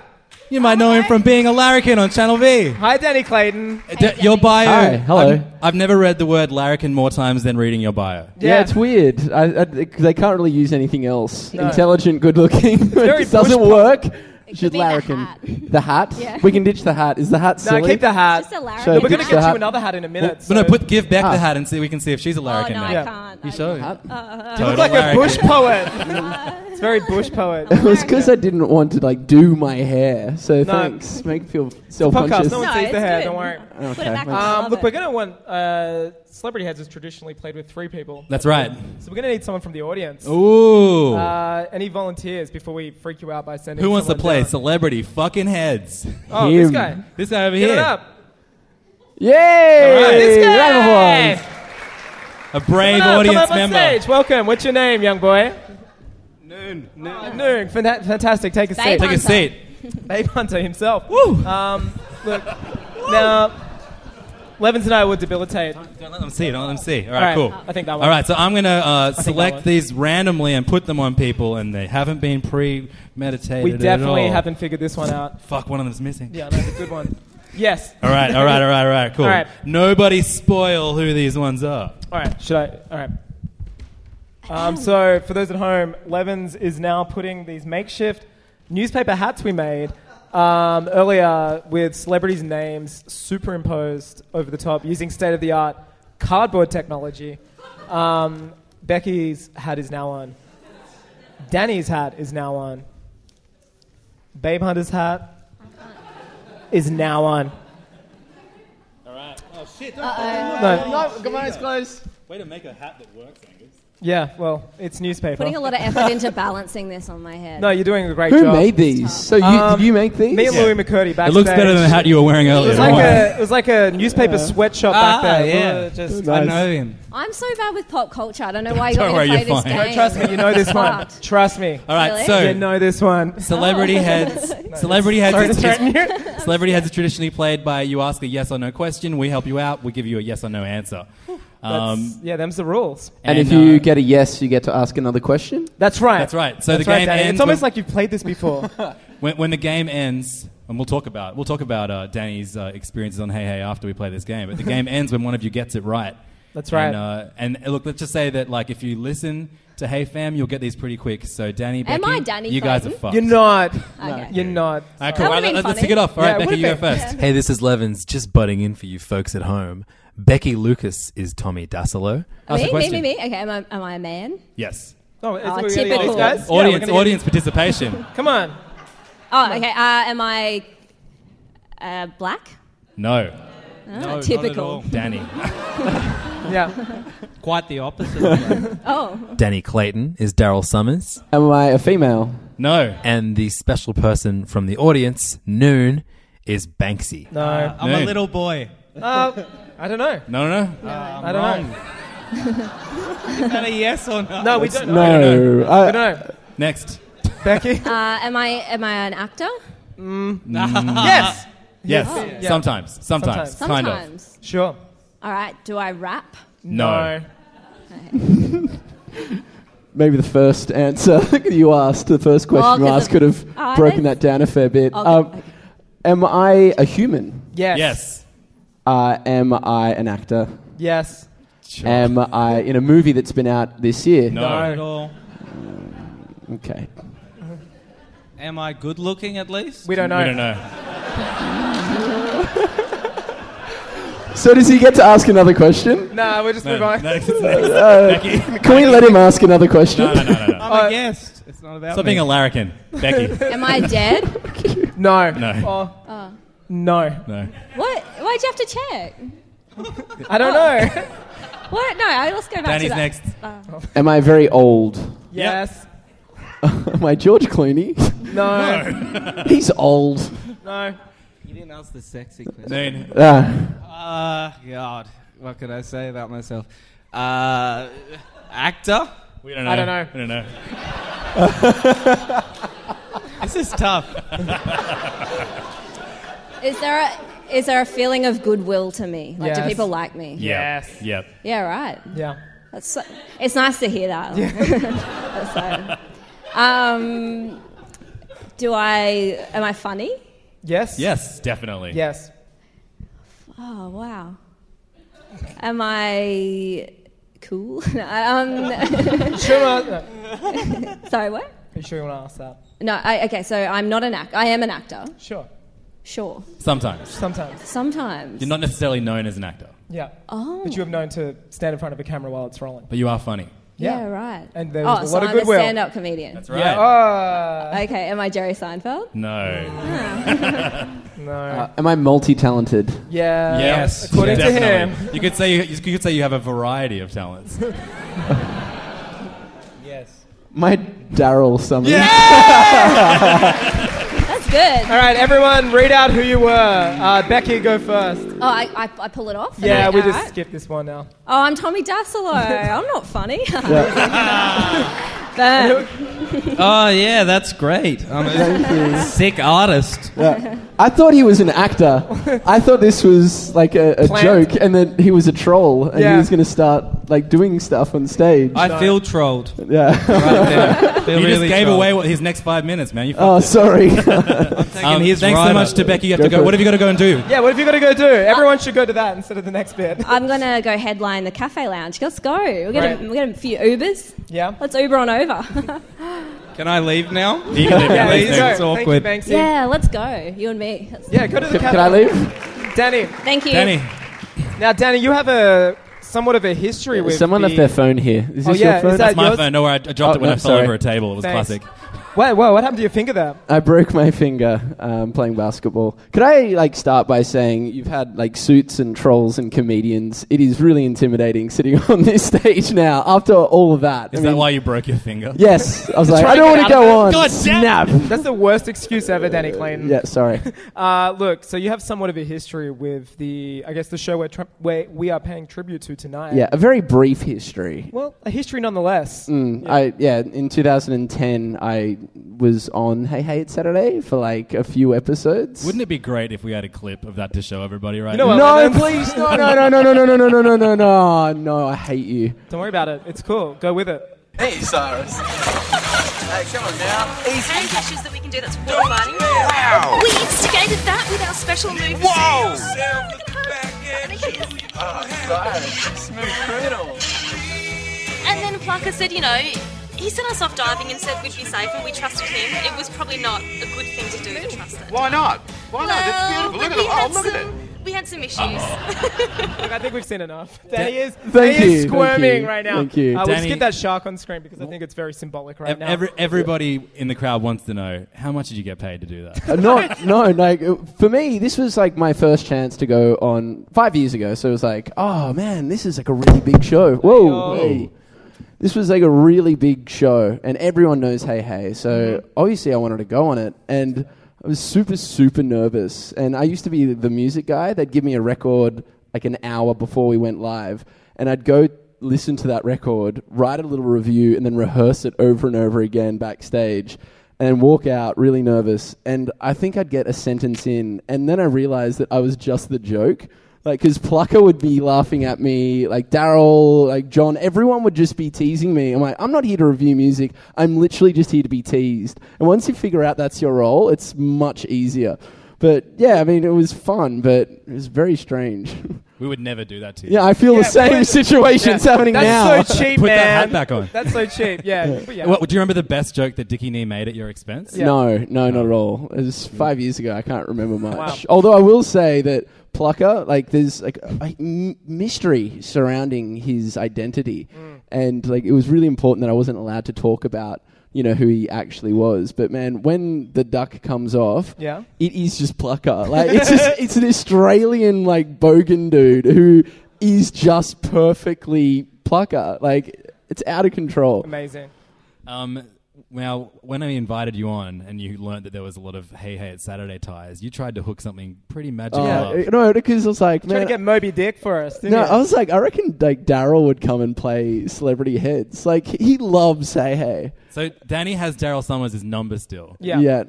You might know him from being a larrikin on Channel V. Hi, Danny Clayton. D- your bio. Hi, hello. I've, I've never read the word larrikin more times than reading your bio. Yeah, it's weird. I, I, they can't really use anything else. No. Intelligent, good looking. very it doesn't bush- work. Should larrikin. The hat? Yeah. We can ditch the hat. Is the hat No, silly? keep the hat. Shall I We're going ditch to the get hat? you another hat in a minute. Well, no, so- put give back the hat and see we can see if she's a larrikin Oh, no, I now. can't. Uh, You show her. You look Total like a larrikin. bush poet. it's very bush poet. It was because I didn't want to like do my hair. So No. thanks. Make me feel Podcast. self-conscious. No one sees the hair. Don't worry. Okay, Put it back on. Um, thanks. Love look, we're going to want uh, celebrity heads is traditionally played with three people. That's right. So we're going to need someone from the audience. Ooh. Uh, any volunteers before we freak you out by sending? Who wants to someone play down? celebrity fucking heads? Oh, this guy. This guy over Give it here. up. Yay! All right, this guy. Round of applause. A brave Come on up, come audience up on member. Stage. Welcome. What's your name, young boy? Noon. Noon. Noon. Fanta- fantastic. Take a seat. Babe Take a Hunter. seat. Babe Hunter himself. Woo. Um, look. now, Levins and I will debilitate. Don't let them see. Don't let them see. All Alright, right, cool. I think that one. All right, so I'm gonna uh, that select one. these randomly and put them on people, and they haven't been premeditated. We at definitely all. haven't figured this one out. Fuck, one of them's missing. Yeah, that's a good one. Yes. All right, all right, all right, all right. Cool. All right. Nobody spoil who these ones are. All right. Should I? All right. Um, so, for those at home, Levins is now putting these makeshift newspaper hats we made um, earlier with celebrities' names superimposed over the top using state of the art cardboard technology. Um, Becky's hat is now on. Danny's hat is now on. Babe Hunter's hat is now on. All right. Oh shit! don't- Uh-oh. No. No, come on, it's close. Way to make a hat that works, Angus. Yeah, well, it's newspaper. Putting a lot of effort into balancing this on my head. No, you're doing a great Who job. Um, made these? So you- did you make these? Me and Yeah. Louis McCurdy backstage. It looks better than the hat you were wearing It earlier. was don't like worry. a, it was like a newspaper sweatshop Ah, back there. We yeah. were just, I know him. I'm so bad with pop culture. I don't know why you got Don't me worry, to play you're this fine. game. No, Trust me, you know this one. Trust me. All right, so you know this one. Oh. Celebrity Oh. heads. celebrity Sorry heads. to Is threaten just, celebrity heads are traditionally played by you ask a yes or no question. We help you out. We give you a yes or no answer. Um, That's- yeah, them's the rules. And, uh, if And, uh, you get a yes, you get to ask another question. That's right. That's right. So That's the right, game Danny. ends. It's almost when- like you've played this before. when, when the game ends, and we'll talk about we'll talk about uh, Danny's uh, experiences on Hey Hey after we play this game. But the game ends when one of you gets it right. That's right. And, uh, and uh, look, let's just say that like if you listen to Hey Fam, you'll get these pretty quick. So Danny, Am Becky, I Danny You guys are Clayton? fucked. You're not. Okay. You're not. All right, cool. All right, let- let's kick it off. All right, Becky, you go first. Hey, this is Levins, just butting in for you folks at home. Becky Lucas is Tommy Dasilo. me, me, me, me. Okay, am I, am I a man? Yes. Oh, Oh, it's really typical. guys. Yeah, we're Audience, gonna get- audience participation. Come on. Oh, okay. Uh, am I uh, black? No. Ah, No, typical. not at all. Danny. yeah. Quite the opposite. oh. Danny Clayton is Daryl Summers. Am I a female? No. And the special person from the audience, Noon, is Banksy. No. Uh, I'm a little boy. Uh, I don't know. No, no, no. Uh, I don't know. Is that a yes or no? No, we don't. No. I- No. Next. Becky. Uh, am I am I an actor? Mm. yes. Yes. Oh. Sometimes. Sometimes. Kind of. Sometimes. Sure. All right. Do I rap? No. Maybe the first answer you asked, the first Well, question 'cause you asked, of- could have Oh, I broken don't- that down a fair bit. Okay, Um, am I a human? Yes. Yes. Uh, am I an actor? Yes. Am I in a movie that's been out this year? No. Not at all. Okay. Am I good looking at least? We don't know. We don't So does he get to ask another question? Nah, we'll just move on. Uh, can we let him ask another question? No, no, no, no, no. I'm a guest. It's not about Stop being a larrikin, Becky. Am I dead? No. No. Oh, Oh. no. No. What? Why'd you have to check? I don't know. What? No. I Let's go back Danny's to that. next. Uh, Am I very old? Yes. Am I George Clooney? No. He's old. No. Ah. You didn't ask the sexy question. No. Uh, God, what could I say about myself? Uh, actor? We don't know. I don't know. We don't know. this is tough. is there a is there a feeling of goodwill to me? Like, do Yes. people like me? Yes. Yep. Yeah. Right. Yeah. That's so, it's nice to hear that. That's so- um, do I? Am I funny? Yes. Yes, definitely. Yes. Oh wow. Am I cool? um, Sure, uh, Sorry, what? Are you sure you want to ask that? No. I, okay, so I'm not an act. I am an actor. Sure. Sure. Sometimes. Sometimes. Sometimes. You're not necessarily known as an actor, Yeah. Oh. But you have known to stand in front of a camera while it's rolling. but you are funny. Yeah, right. And there oh, was a so lot of I'm goodwill. a stand-up comedian. That's right. Ah. Okay, am I Jerry Seinfeld? No. no. Uh, am I multi-talented? Yeah. yes. According to definitely. him. You could say you, you could say you have a variety of talents. yes. My Daryl Summers. That's good. All right, everyone, read out who you were. Uh, Becky, go first. Oh, I, I, I pull it off. and Yeah, I- we all just right. skip this one now. Oh, I'm Tommy Dassolo. I'm not funny. Burn. Oh yeah, that's great. I'm a Thank you. sick artist. Yeah. I thought he was an actor. I thought this was like a, a Planned. joke, and that he was a troll, and Yeah. he was going to start like doing stuff on stage. I feel trolled. Yeah. Right you there. just Really gave trolled. away what, his next five minutes, man. You fucked Oh, it. sorry. Um, his thanks so rider. much to Becky. You have Go to go. for it. What have you got to go and do? Yeah, what have you got to go do? Everyone should go to that instead of the next bit. I'm gonna go headline the cafe lounge. Let's go. We're gonna Right. we're gonna a few Ubers. Yeah. Let's Uber on over. Can I leave now? You can leave now. Yeah, you Thanks, go. man. Thank It's you, awkward. Banksy. yeah, let's go. You and me. Let's- Yeah, go to the Can- cafe. can I leave? Danny. Thank you. Danny. Now, Danny, you have a somewhat of a history with Someone the- left their phone here. Is Oh, this yeah, your phone? is that That's my yours? phone. No, I, I dropped Oh, it when no, I fell sorry. over a table. It was Thanks. classic. Wait, whoa, what happened to your finger there? I broke my finger um, playing basketball. Could I like start by saying you've had like suits and trolls and comedians? It is really intimidating sitting on this stage now after all of that. Is I that mean- why you broke your finger? Yes, I was To like, try I don't get want to out of go on. it. Snap. That's the worst excuse ever, Danny Clayton. Yeah, sorry. Uh, look, so you have somewhat of a history with the, I guess, the show where, Trump, where we are paying tribute to tonight. Yeah, a very brief history. Well, a history nonetheless. Mm, I yeah. In 2010, I was on Hey Hey It's Saturday for like a few episodes. Wouldn't it be great if we had a clip of that to show everybody right no, now? please, no, no, no, no, no, no, no, no, no, no, no, no, no. I hate you. Don't worry about it. It's cool. Go with it. Hey, Cyrus. Hey, come on now. Easy. And cashews that we can do that's water mining. Wow. We instigated that with our special move. Whoa. Whoa! Oh, Cyrus, it's incredible. And then Plucker said, you know, he sent us off diving and said we'd be safe and we trusted him. It was probably not a good thing to do to trust it. Why not? Why not? That's beautiful. Well, Look but at we it. Oh, had look at it. some- We had some issues. Look, I think we've seen enough. Danny is, Thank Danny you, is thank squirming you, right now. thank you. Uh, we'll Danny- skip that shark on screen because I think it's very symbolic right Ev- now. Every, everybody in the crowd wants to know how much did you get paid to do that? Uh, not no like uh, for me this was like my first chance to go on five years ago so it was like oh man this is like a really big show whoa Hey-o. hey. this was like a really big show and everyone knows hey hey so obviously i wanted to go on it and i was super super nervous and i used to be the music guy they'd give me a record like an hour before we went live and i'd go listen to that record write a little review and then rehearse it over and over again backstage and walk out really nervous. And I think I'd get a sentence in, and then I realized that I was just the joke. Like, because Plucker would be laughing at me, like Daryl, like John, everyone would just be teasing me. I'm like, I'm not here to review music. I'm literally just here to be teased. And once you figure out that's your role, it's much easier. But yeah, I mean, it was fun, but it was very strange. We would never do that to you. yeah, I feel the same situation's happening That's now. so cheap, Put man. that hat back on. That's so cheap. Yeah. But yeah. What, do you remember the best joke that Dickie Nee made at your expense? No, no, not at all. It was five years ago. I can't remember much. Although I will say that Plucker, like, there's like a, a m- mystery surrounding his identity, and like it was really important that I wasn't allowed to talk about. You know who he actually was, but man, when the duck comes off, Yeah. it is just Plucker. Like it's just it's an Australian like bogan dude who is just perfectly Plucker. Like it's out of control. Amazing. Um, now, when I invited you on and you learned that there was a lot of Hey Hey It's Saturday ties, you tried to hook something pretty magical Oh, up. uh, no, because I was like, Trying to man, get Moby Dick for us. Didn't No, oh. you? I was like, I reckon like Daryl would come and play celebrity hits. Like he loves Hey Hey. So Danny has Daryl Summers' number still. Yeah.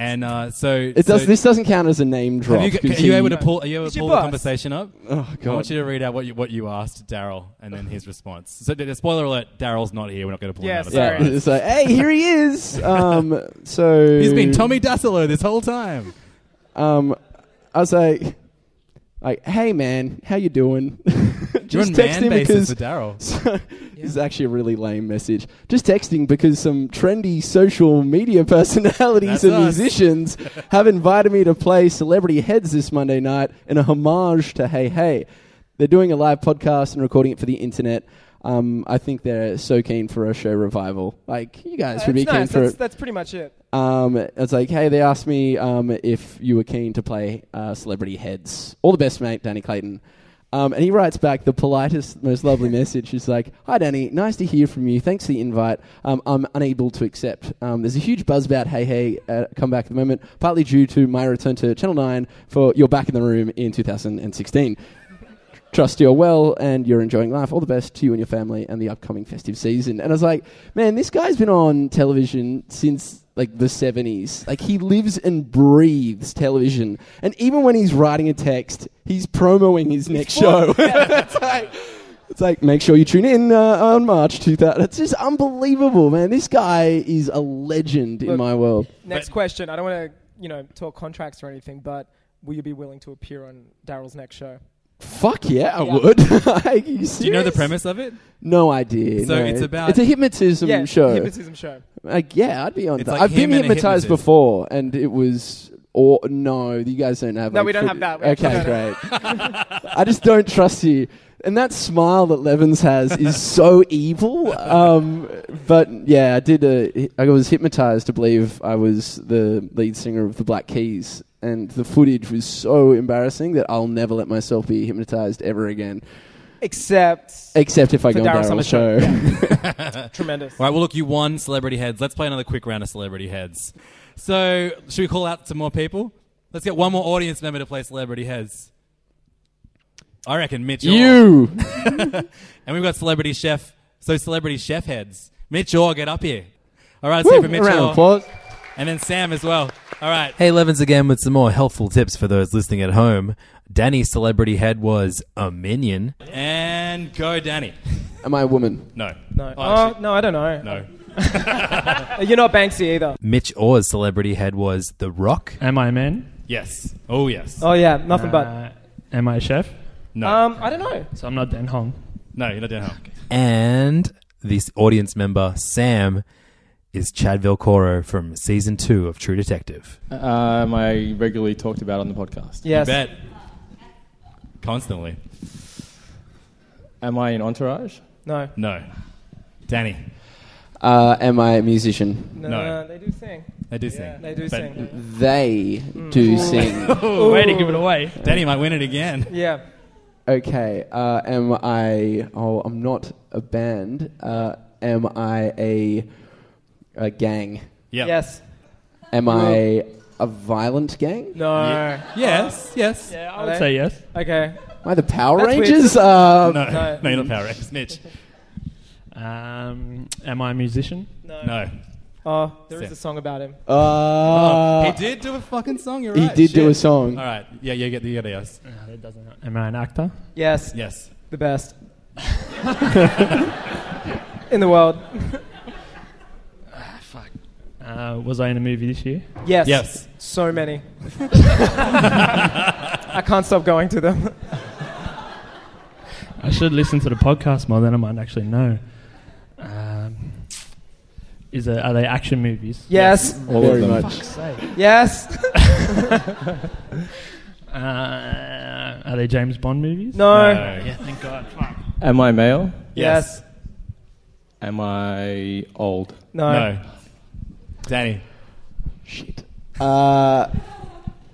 And uh, so It does. so- This doesn't count as a name drop. Have you, are 'cause you he- able to pull? Are you able He's to your pull the boss. conversation up? Oh, I want God. you to read out what you what you asked Daryl and then his response. So d- spoiler alert: Daryl's not here. We're not going to pull Yeah, him out. Yeah. Of that. It's like, hey, here he is. Um, so He's been Tommy Dassolo this whole time. Um, I was like, like, hey man, how you doing? on man basis with Daryl. So, This is actually a really lame message. Just texting because some trendy social media personalities That's and us. musicians have invited me to play Celebrity Heads this Monday night in a homage to Hey Hey. They're doing a live podcast and recording it for the internet. Um, I think they're so keen for a show revival. Like you guys That's would be keen Uh, nice. for That's, it. that's pretty much it. Um, it's like, hey, they asked me um, if you were keen to play uh, Celebrity Heads. All the best, mate, Danny Clayton. Um, and he writes back the politest, most lovely message. He's like, hi, Danny, nice to hear from you. Thanks for the invite. Um, I'm unable to accept. Um, there's a huge buzz about Hey Hey uh, come back at the moment, partly due to my return to Channel 9 for You're Back in the Room in 2016. Trust you're well and you're enjoying life. All the best to you and your family and the upcoming festive season. And I was like, man, this guy's been on television since like the 70s. Like he lives and breathes television. And even when he's writing a text, he's promoing his next show. it's, like, it's like, make sure you tune in uh, on March 2000. It's just unbelievable, man. This guy is a legend in Look, my world. Next question. I don't want to, you know, talk contracts or anything, but will you be willing to appear on Daryl's next show? Fuck yeah, I Yeah. would. Are you Do you know the serious? premise of it? No idea. So no. it's about- it's a hypnotism Yeah, show. hypnotism show. Like yeah, I'd be on It's that. like I've been him and a hypnotized hypnotist. before, and it was or no, you guys don't have. No, like, we don't footage. have that. We- okay, no, great. I just don't trust you. And that smile that Levins has is so evil. Um, but yeah, I did. A, I was hypnotized to believe I was the lead singer of the Black Keys, and the footage was so embarrassing that I'll never let myself be hypnotized ever again. Except. Except if I For go on Daryl Daryl's Summer's show. Tremendous. All right, well, look, you won Celebrity Heads. Let's play another quick round of Celebrity Heads. So, should we call out some more people? Let's get one more audience member to play Celebrity Heads. I reckon Mitch. Orr. You. and we've got Celebrity Chef. So, Celebrity Chef Heads. Mitch Orr, get up here. All right, let's hear Woo! from Mitch A round of Orr. applause. And then Sam as well. All right. Hey, Levins again with some more helpful tips for those listening at home. Danny's celebrity head was a minion. And go, Danny. Am I a woman? No. No. Oh, Oh, no, I don't know. No. You're not Banksy either. Mitch Orr's celebrity head was The Rock. Am I a man? Yes. Oh, yes. Oh, yeah, nothing Uh, Am I a chef? No. Um, I don't know. So I'm not Dan Hong. No, you're not Dan Hong. And this audience member, Sam, is Chad Velcoro from season two of True Detective. Uh, am I regularly talked about on the podcast? Yes. You bet. Constantly. Am I in Entourage? No. No. Danny. Uh, am I a musician? No, No. no, they do sing. They do Yeah, sing. they do But- sing. They Hmm. do sing. Way to give it away. Danny might win it again. Yeah. Okay. Uh, am I? Oh, I'm not a band. Uh, am I a a gang? Yeah. Yes. Am I a violent gang? No. Yes, yes. Yeah, I would say yes. Okay. Am I the Power That's weird. Rangers? Uh, no, no. you're not Power Rangers. Mitch. Um, am I a musician? No. No. Oh, there is Sam. a song about him. Uh, he did do a fucking song, you're he right. did do shit. a song. All right. Yeah, you get the you get the yes. It doesn't. Am I an actor? Yes. Yes. The best. in the world. Ah, Uh, was I in a movie this year? Yes. Yes. So many. I can't stop going to them. I should listen to the podcast more, then I might actually know. Um, is there, are they action movies? Yes. Yes. All of Very them. much. Fuck's sake. Yes. uh, are they James Bond movies? No. No. Yeah, thank God. Fuck. Am I male? Yes. Am I old? No. No. Danny. Uh,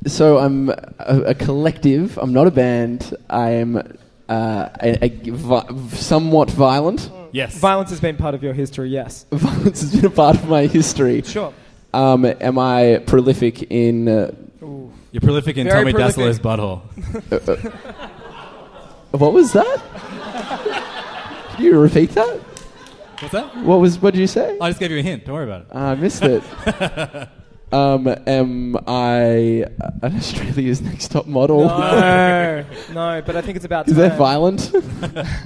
so I'm a, a collective. I'm not a band. I'm uh, a, a vi- somewhat violent. Yes. Violence has been part of your history, yes. Violence has been a part of my history. Sure. Um, am I prolific in? Uh, You're prolific in Tommy Very Dassler's prolific. butthole. uh, uh, what was that? Could you repeat that? What's that? What was? What did you say? I just gave you a hint. Don't worry about it. Ah, I missed it. um, am I an Australia's Next Top Model? No. no, but I think it's about Is that time. violent?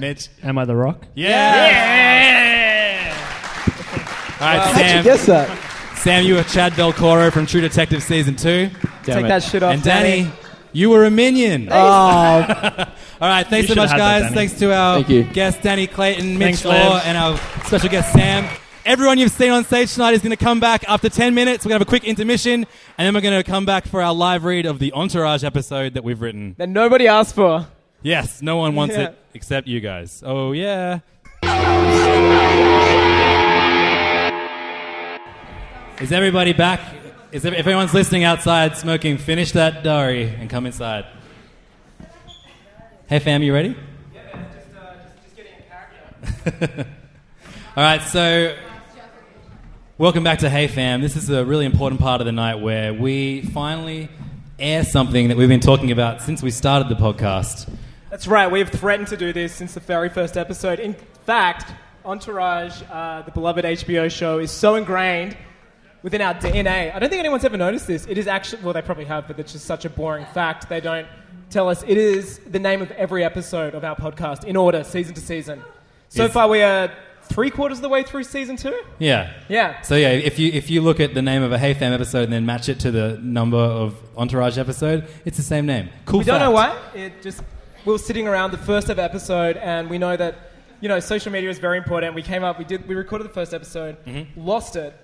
Mitch. Am I the Rock? Yeah. All right, Wow. Sam. How'd you guess that? Sam, you were Chad Belcoro from True Detective season two. Damn Take it. that shit off, And Danny, Danny. you were a minion. Oh. All right, You thanks so should much, have had that, guys. Danny. Thanks to our Thank you. guest Danny Clayton, Mitch Thanks, Orr, Lev. and our special guest Sam. Everyone you've seen on stage tonight is going to come back after 10 minutes. We're going to have a quick intermission, and then we're going to come back for our live read of the Entourage episode that we've written. That nobody asked for. Yes, no one wants Yeah. it except you guys. Oh, yeah. Is everybody back? Is ev- if anyone's listening outside smoking, finish that diary and come inside. Hey, fam, you ready? uh, All right, so welcome back to Hey Fam. This is a really important part of the night where we finally air something that we've been talking about since we started the podcast. That's right, we have threatened to do this since the very first episode. In fact, Entourage, uh, the beloved HBO show, is so ingrained within our DNA. I don't think anyone's ever noticed this. It is actually, well, they probably have, but it's just such a boring fact. They don't tell us. It is the name of every episode of our podcast in order, season to season. So Yes. far, we are three quarters of the way through season two. Yeah. Yeah. So yeah, if you if you look at the name of a Hey Fam episode and then match it to the number of Entourage episode, it's the same name. Cool. we don't fact. know why. It just we were sitting around the first ever episode, and we know that you know social media is very important. We came up, we did, we recorded the first episode, Mm-hmm. lost it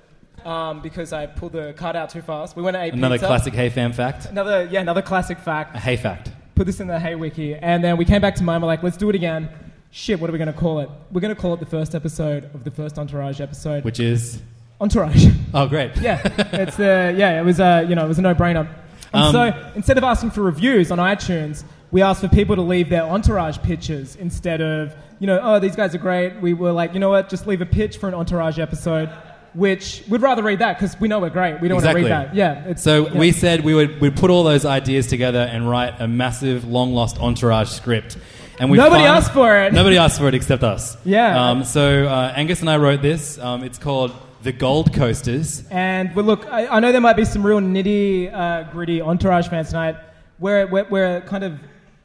um, because I pulled the card out too fast. We went to AP Another Pizza. classic Hey Fam fact. Another yeah, another classic fact. A Hey fact. put this in the Hey Wiki, and then we came back to mine. We're like, let's do it again. Shit, what are we going to call it? We're going to call it the first episode of the first Entourage episode, Which is? Entourage. Oh, great. yeah, it's the yeah. It was a you know it was a no-brainer. And Um, so instead of asking for reviews on iTunes, we asked for people to leave their entourage pitches instead of you know oh these guys are great. We were like you know what, just leave a pitch for an entourage episode, which we'd rather read that because we know we're great. We don't exactly. want to read that. Yeah. It's, so yeah. we said we would we'd put all those ideas together and write a massive, long lost entourage script. And we Nobody fin- asked for it. Nobody asked for it except us. Yeah. Um, so uh, Angus and I wrote this. Um, it's called The Gold Coasters. And well, look, I, I know there might be some real nitty uh, gritty entourage fans tonight. We're, we're, we're kind of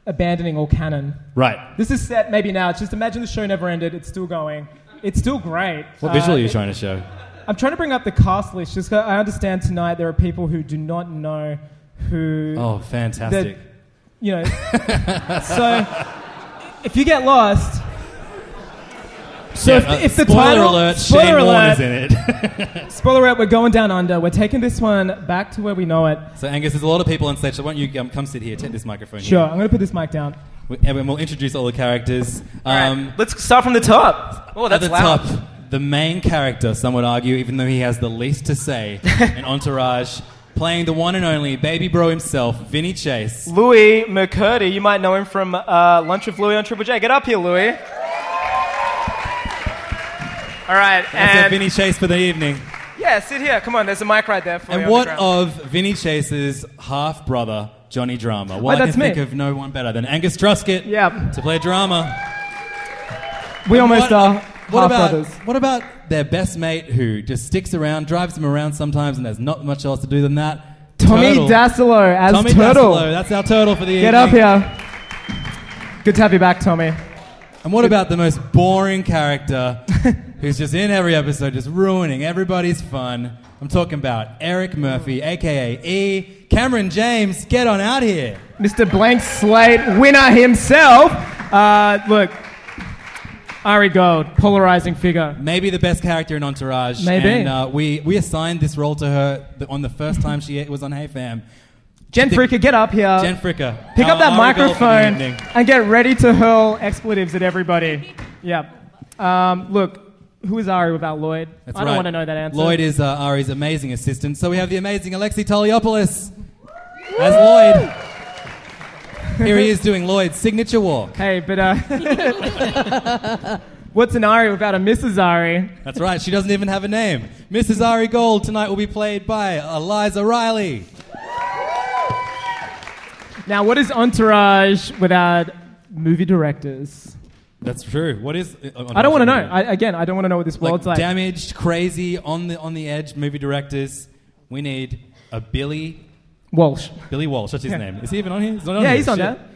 abandoning all canon. Right. This is set maybe now. It's just imagine the show never ended. It's still going. It's still great. What visual Uh, are you it- trying to show? I'm trying to bring up the cast list. Just 'cause I understand tonight there are people who do not know who. Oh, fantastic. that- you know. so if you get lost. So Yeah, if, uh, if the spoiler title, alert, spoiler Shane alert, Warner's in it. spoiler alert, we're going down under. We're taking this one back to where we know it. So Angus, there's a lot of people on stage. So why don't you um, come sit here? Take this microphone. Sure, Here. I'm going to put this mic down. We- And then we'll introduce all the characters. Um, Let's start from the top. Oh, that's At the loud. top, the main character, some would argue, even though he has the least to say, an entourage playing the one and only baby bro himself, Vinny Chase. Louis McCurdy, you might know him from uh, Lunch with Louis on Triple J. Get up here, Louis. All right, That's our and Vinny Chase for the evening. yeah, sit here. Come on, there's a mic right there for you. And on the what ground. of Vinny Chase's half brother, Johnny Drama? Wait, Well, I that's can me. think of no one better than Angus Truscott to play drama. We And almost uh, what- are What half about, brothers. what about their best mate who just sticks around, drives them around sometimes, and has not much else to do than that? Tommy Turtle. Dasilo as Tommy Turtle. Dasilo, that's our turtle for the Get up evening. here. Good to have you back, Tommy. And what about the most boring character who's just in every episode, just ruining everybody's fun? I'm talking about Eric Murphy, aka E. Cameron James, get on out here. Mr. Blank Slate winner himself. Uh, look, Ari Gold, polarizing figure. Maybe the best character in Entourage. Maybe. And uh, we, we assigned this role to her th- on the first time she was on Hey Fam. Jen She Fricker, get up here. Jen Fricker. Pick up Our- that our girl for the microphone evening. and get ready to hurl expletives at everybody. Yeah. Um, look, who is Ari without Lloyd? That's I don't right. want to know that answer. Lloyd is uh, Ari's amazing assistant. So we have the amazing Alexi Toliopoulos as Lloyd. Here he is doing Lloyd's signature walk. Hey, but uh, what's an Ari without a Mrs. Ari? That's right. She doesn't even have a name. Mrs. Ari Gold tonight will be played by Eliza Riley. Now, what is Entourage without movie directors? That's true. What is? uh, I don't want to know. I, again, I don't want to know what this world's like. Damaged, crazy, on the on the edge movie directors. We need a Billy Walsh. Billy Walsh. That's his Yeah. name. Is he even on here? He's not yeah, here. he's on Shit. there.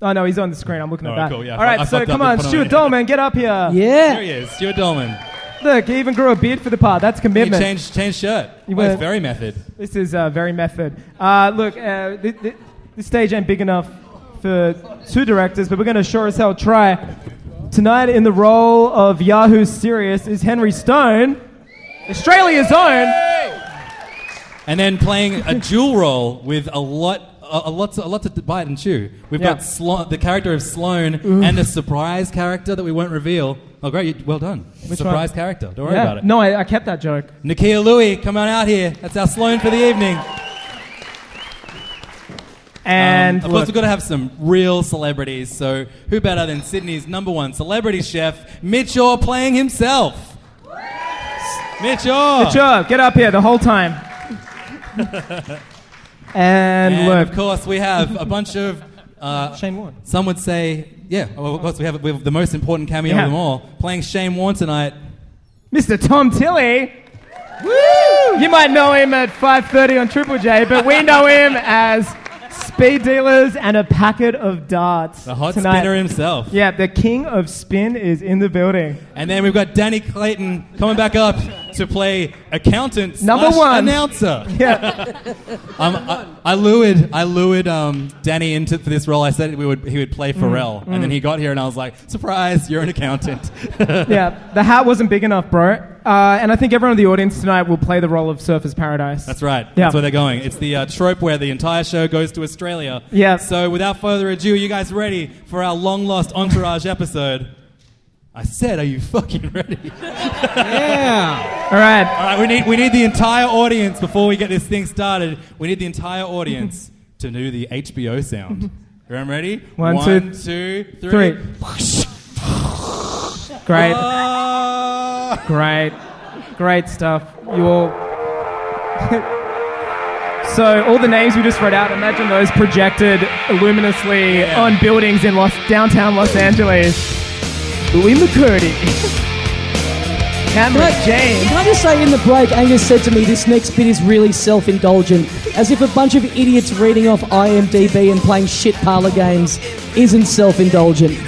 Oh no, he's on the screen. I'm looking at All right, that. cool, yeah. All right, I- I so fucked come up and on, put on Stuart here. Dolman, get up here. Uh, There he Yeah. is, Stuart Dolman. Look, he even grew a beard for the part. That's He commitment. changed changed shirt. You oh, were- he's very method. This is uh, very method. Uh, look, uh, th- th- this stage ain't big enough for two directors, but we're going to sure as hell try. Tonight, in the role of Yahoo Serious, is Henry Stone, Australia's own. And then playing a dual role with a lot. A, a lot, to, a lot to bite and chew. We've Yeah. got Slo- the character of Sloane and a surprise character that we won't reveal. Oh, great! You, well done. Which surprise one? character. Don't worry Yeah. about it. No, I, I kept that joke. Nakia Louie, come on out here. That's our Sloane for the evening. And Um, of course, look. we've got to have some real celebrities. So, who better than Sydney's number one celebrity chef, Mitch Orr, playing himself? Mitch Orr. Good job. Get up here the whole time. and, And look. of course, we have a bunch of. Uh, Shane Warne. Some would say, yeah. Well, of course, we have, we have the most important cameo Yeah. of them all, playing Shane Warne tonight. Mr. Tom Tilley. Woo! You might know him at 5:30 on Triple J, but we know him as Speed Dealers and a packet of darts. The hot tonight. spinner himself. Yeah, the king of spin is in the building. And then we've got Danny Clayton coming back up to play accountant Number slash one. announcer. Yeah. Um, I, I lured I lured um, Danny into for this role. I said we would he would play Pharrell, mm. and then he got here, and I was like, surprise, you're an accountant. yeah, the hat wasn't big enough, bro. Uh, and I think everyone in the audience tonight will play the role of Surfers Paradise. That's right. Yeah. That's where they're going. It's the uh, trope where the entire show goes to Australia. Yeah. So without further ado, you guys ready for our long lost Entourage episode? I said, are you fucking ready? yeah. All right. All right. We need we need the entire audience before we get this thing started. We need the entire audience to do the HBO sound. Everyone ready? One, two, One, two, three. Great. Oh. Great. Great stuff. You all. so, all the names we just read out, imagine those projected luminously on buildings in Los, downtown Los Angeles. Louis McCurdy. Cameron James. Can I just say in the break, Angus said to me, this next bit is really self indulgent, as if a bunch of idiots reading off IMDb and playing shit parlor games isn't self indulgent.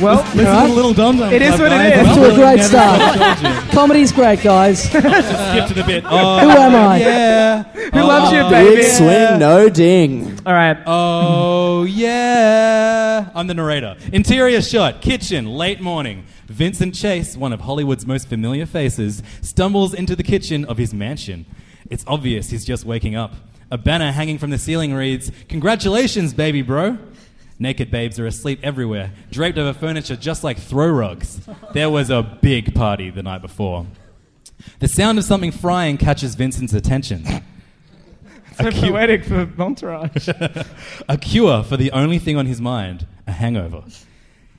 Well, Listen to the little dum dum. It is what it is. Off to a great start. Comedy's great, guys. Who Skip to the bit. Oh, am I? Who loves you, baby? Big swing, no ding. All right. Oh yeah. I'm the narrator. Interior shot, kitchen, late morning. Vincent Chase, one of Hollywood's most familiar faces, stumbles into the kitchen of his mansion. It's obvious he's just waking up. A banner hanging from the ceiling reads, "Congratulations, baby bro." Naked babes are asleep everywhere, draped over furniture just like throw rugs. There was a big party the night before. The sound of something frying catches Vincent's attention. So poetic for Entourage. a cure for the only thing on his mind a hangover.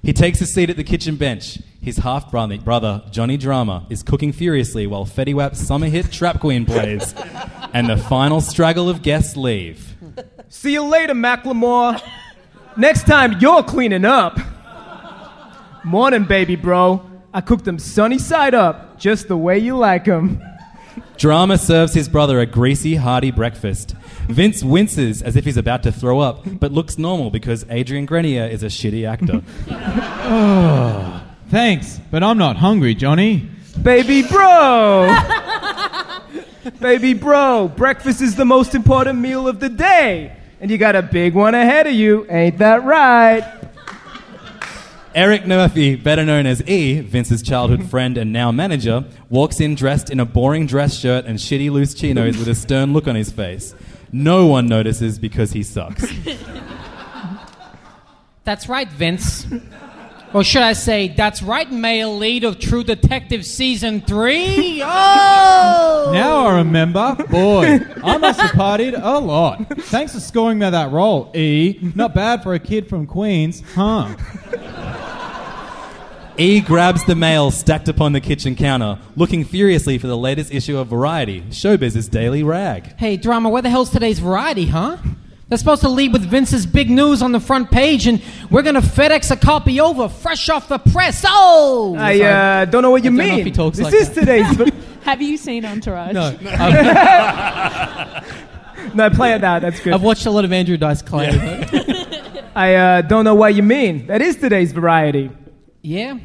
He takes his seat at the kitchen bench. His half brother, Johnny Drama, is cooking furiously while Fetty Wap's summer hit Trap Queen plays. and the final straggle of guests leave. See you later, Macklemore. Next time you're cleaning up. Morning, baby bro. I cooked them sunny side up, just the way you like them. Drama serves his brother a greasy, hearty breakfast. Vince winces as if he's about to throw up, but looks normal because Adrian Grenier is a shitty actor. Oh, thanks, but I'm not hungry, Johnny. Baby bro! baby bro, breakfast is the most important meal of the day. And you got a big one ahead of you, ain't that right? Eric Murphy, better known as E, Vince's childhood friend and now manager, walks in dressed in a boring dress shirt and shitty loose chinos with a stern look on his face. No one notices because he sucks. That's right, Vince. Or should I say, that's right, male lead of True Detective Season 3? Oh! Now I remember. Boy, I must have partied a lot. Thanks for scoring me that role, E. Not bad for a kid from Queens, huh? E grabs the mail stacked upon the kitchen counter, looking furiously for the latest issue of Variety, Showbiz's daily rag. Hey, drama, where the hell's today's variety, huh? They're supposed to lead with Vince's big news on the front page, and we're gonna FedEx a copy over, fresh off the press. Oh! I uh, don't know what you I don't know mean. if he talks this like is that. today's. v- Have you seen Entourage? No. Um, no, play it out. That's good. I've watched a lot of Andrew Dice Clay. I uh, don't know what you mean. That is today's variety. Yeah.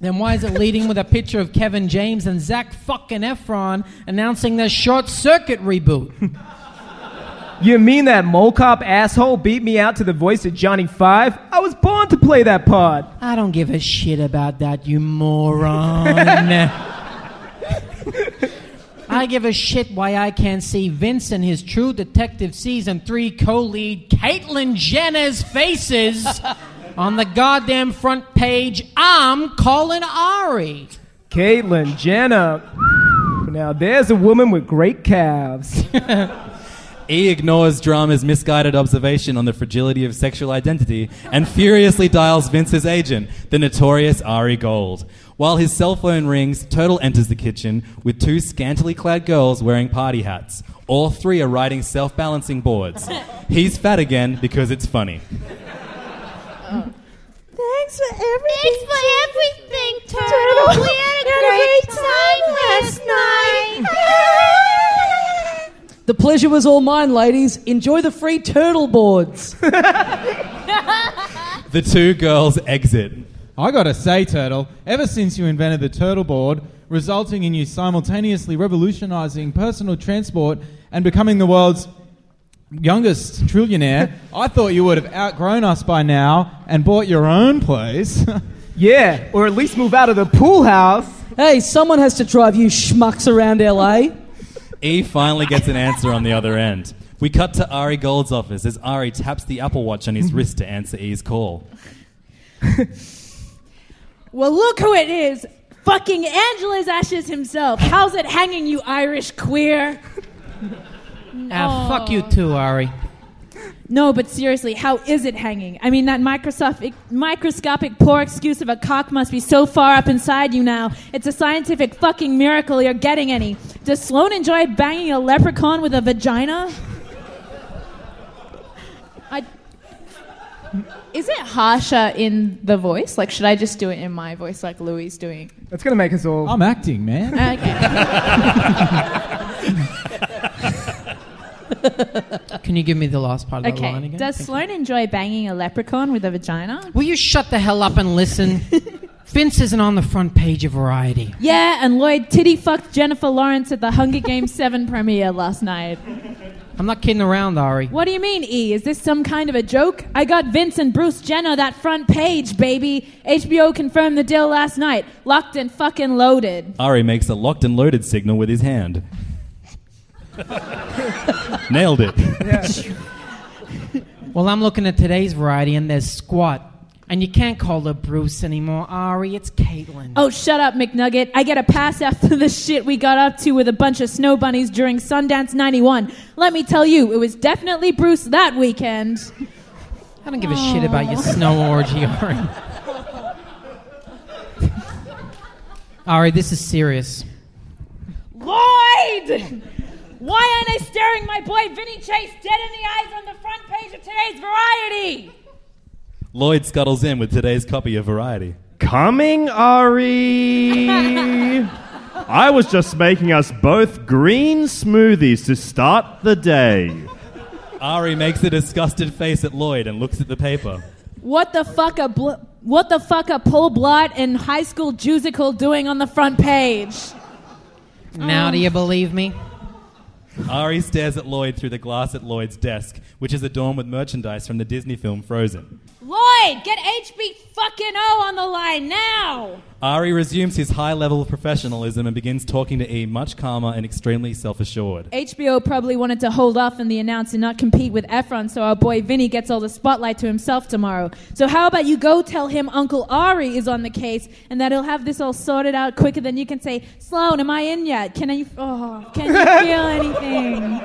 Then why is it leading with a picture of Kevin James and Zach fucking Efron announcing their short circuit reboot? You mean that mole cop asshole beat me out to the voice of Johnny Five? I was born to play that part. I don't give a shit about that, you moron. I give a shit why I can't see Vince and his True Detective Season 3 co lead Caitlyn Jenner's faces on the goddamn front page. I'm calling Ari. Caitlyn Jenner. Now there's a woman with great calves. E ignores drama's misguided observation on the fragility of sexual identity and furiously dials Vince's agent, the notorious Ari Gold. While his cell phone rings, Turtle enters the kitchen with two scantily clad girls wearing party hats. All three are riding self balancing boards. He's fat again because it's funny. Thanks for everything. Thanks for everything, Turtle. We had a great time last night. The pleasure was all mine, ladies. Enjoy the free turtle boards. The two girls exit. I gotta say, Turtle, ever since you invented the turtle board, resulting in you simultaneously revolutionizing personal transport and becoming the world's youngest trillionaire, I thought you would have outgrown us by now and bought your own place. yeah, or at least move out of the pool house. Hey, someone has to drive you schmucks around LA. E finally gets an answer on the other end. We cut to Ari Gold's office as Ari taps the Apple Watch on his wrist to answer E's call. Well, look who it is. Fucking Angela's ashes himself. How's it hanging, you Irish queer? Ah, fuck you too, Ari. No, but seriously, how is it hanging? I mean, that microscopic, microscopic poor excuse of a cock must be so far up inside you now. It's a scientific fucking miracle you're getting any. Does Sloan enjoy banging a leprechaun with a vagina? I, Is it harsher in the voice? Like, should I just do it in my voice, like Louis doing? That's gonna make us all. I'm acting, man. Can you give me the last part of the line okay. again? Does Sloan enjoy banging a leprechaun with a vagina? Will you shut the hell up and listen? Vince isn't on the front page of Variety. Yeah, and Lloyd titty fucked Jennifer Lawrence at the Hunger Games 7 premiere last night. I'm not kidding around, Ari. What do you mean, E? Is this some kind of a joke? I got Vince and Bruce Jenner that front page, baby. HBO confirmed the deal last night. Locked and fucking loaded. Ari makes a locked and loaded signal with his hand. Nailed it. Well, I'm looking at today's Variety, and there's Squat. And you can't call her Bruce anymore, Ari. It's Caitlin. Oh, shut up, McNugget. I get a pass after the shit we got up to with a bunch of snow bunnies during Sundance 91. Let me tell you, it was definitely Bruce that weekend. I don't give a shit about your snow orgy, Ari. Ari, this is serious. Lloyd! Why aren't I staring my boy Vinny Chase dead in the eyes on the front page of today's Variety? Lloyd scuttles in with today's copy of Variety. Coming, Ari. I was just making us both green smoothies to start the day. Ari makes a disgusted face at Lloyd and looks at the paper. What the fuck a bl- what the fuck a pull blot and high school jusical doing on the front page? Now, do you believe me? Ari stares at Lloyd through the glass at Lloyd's desk, which is adorned with merchandise from the Disney film Frozen. Lloyd, get HB fucking O on the line now. Ari resumes his high level of professionalism and begins talking to E, much calmer and extremely self assured. HBO probably wanted to hold off on the announce and not compete with Efron, so our boy Vinny gets all the spotlight to himself tomorrow. So how about you go tell him Uncle Ari is on the case and that he'll have this all sorted out quicker than you can say, Sloan, am I in yet? Can I? Oh, can you feel anything?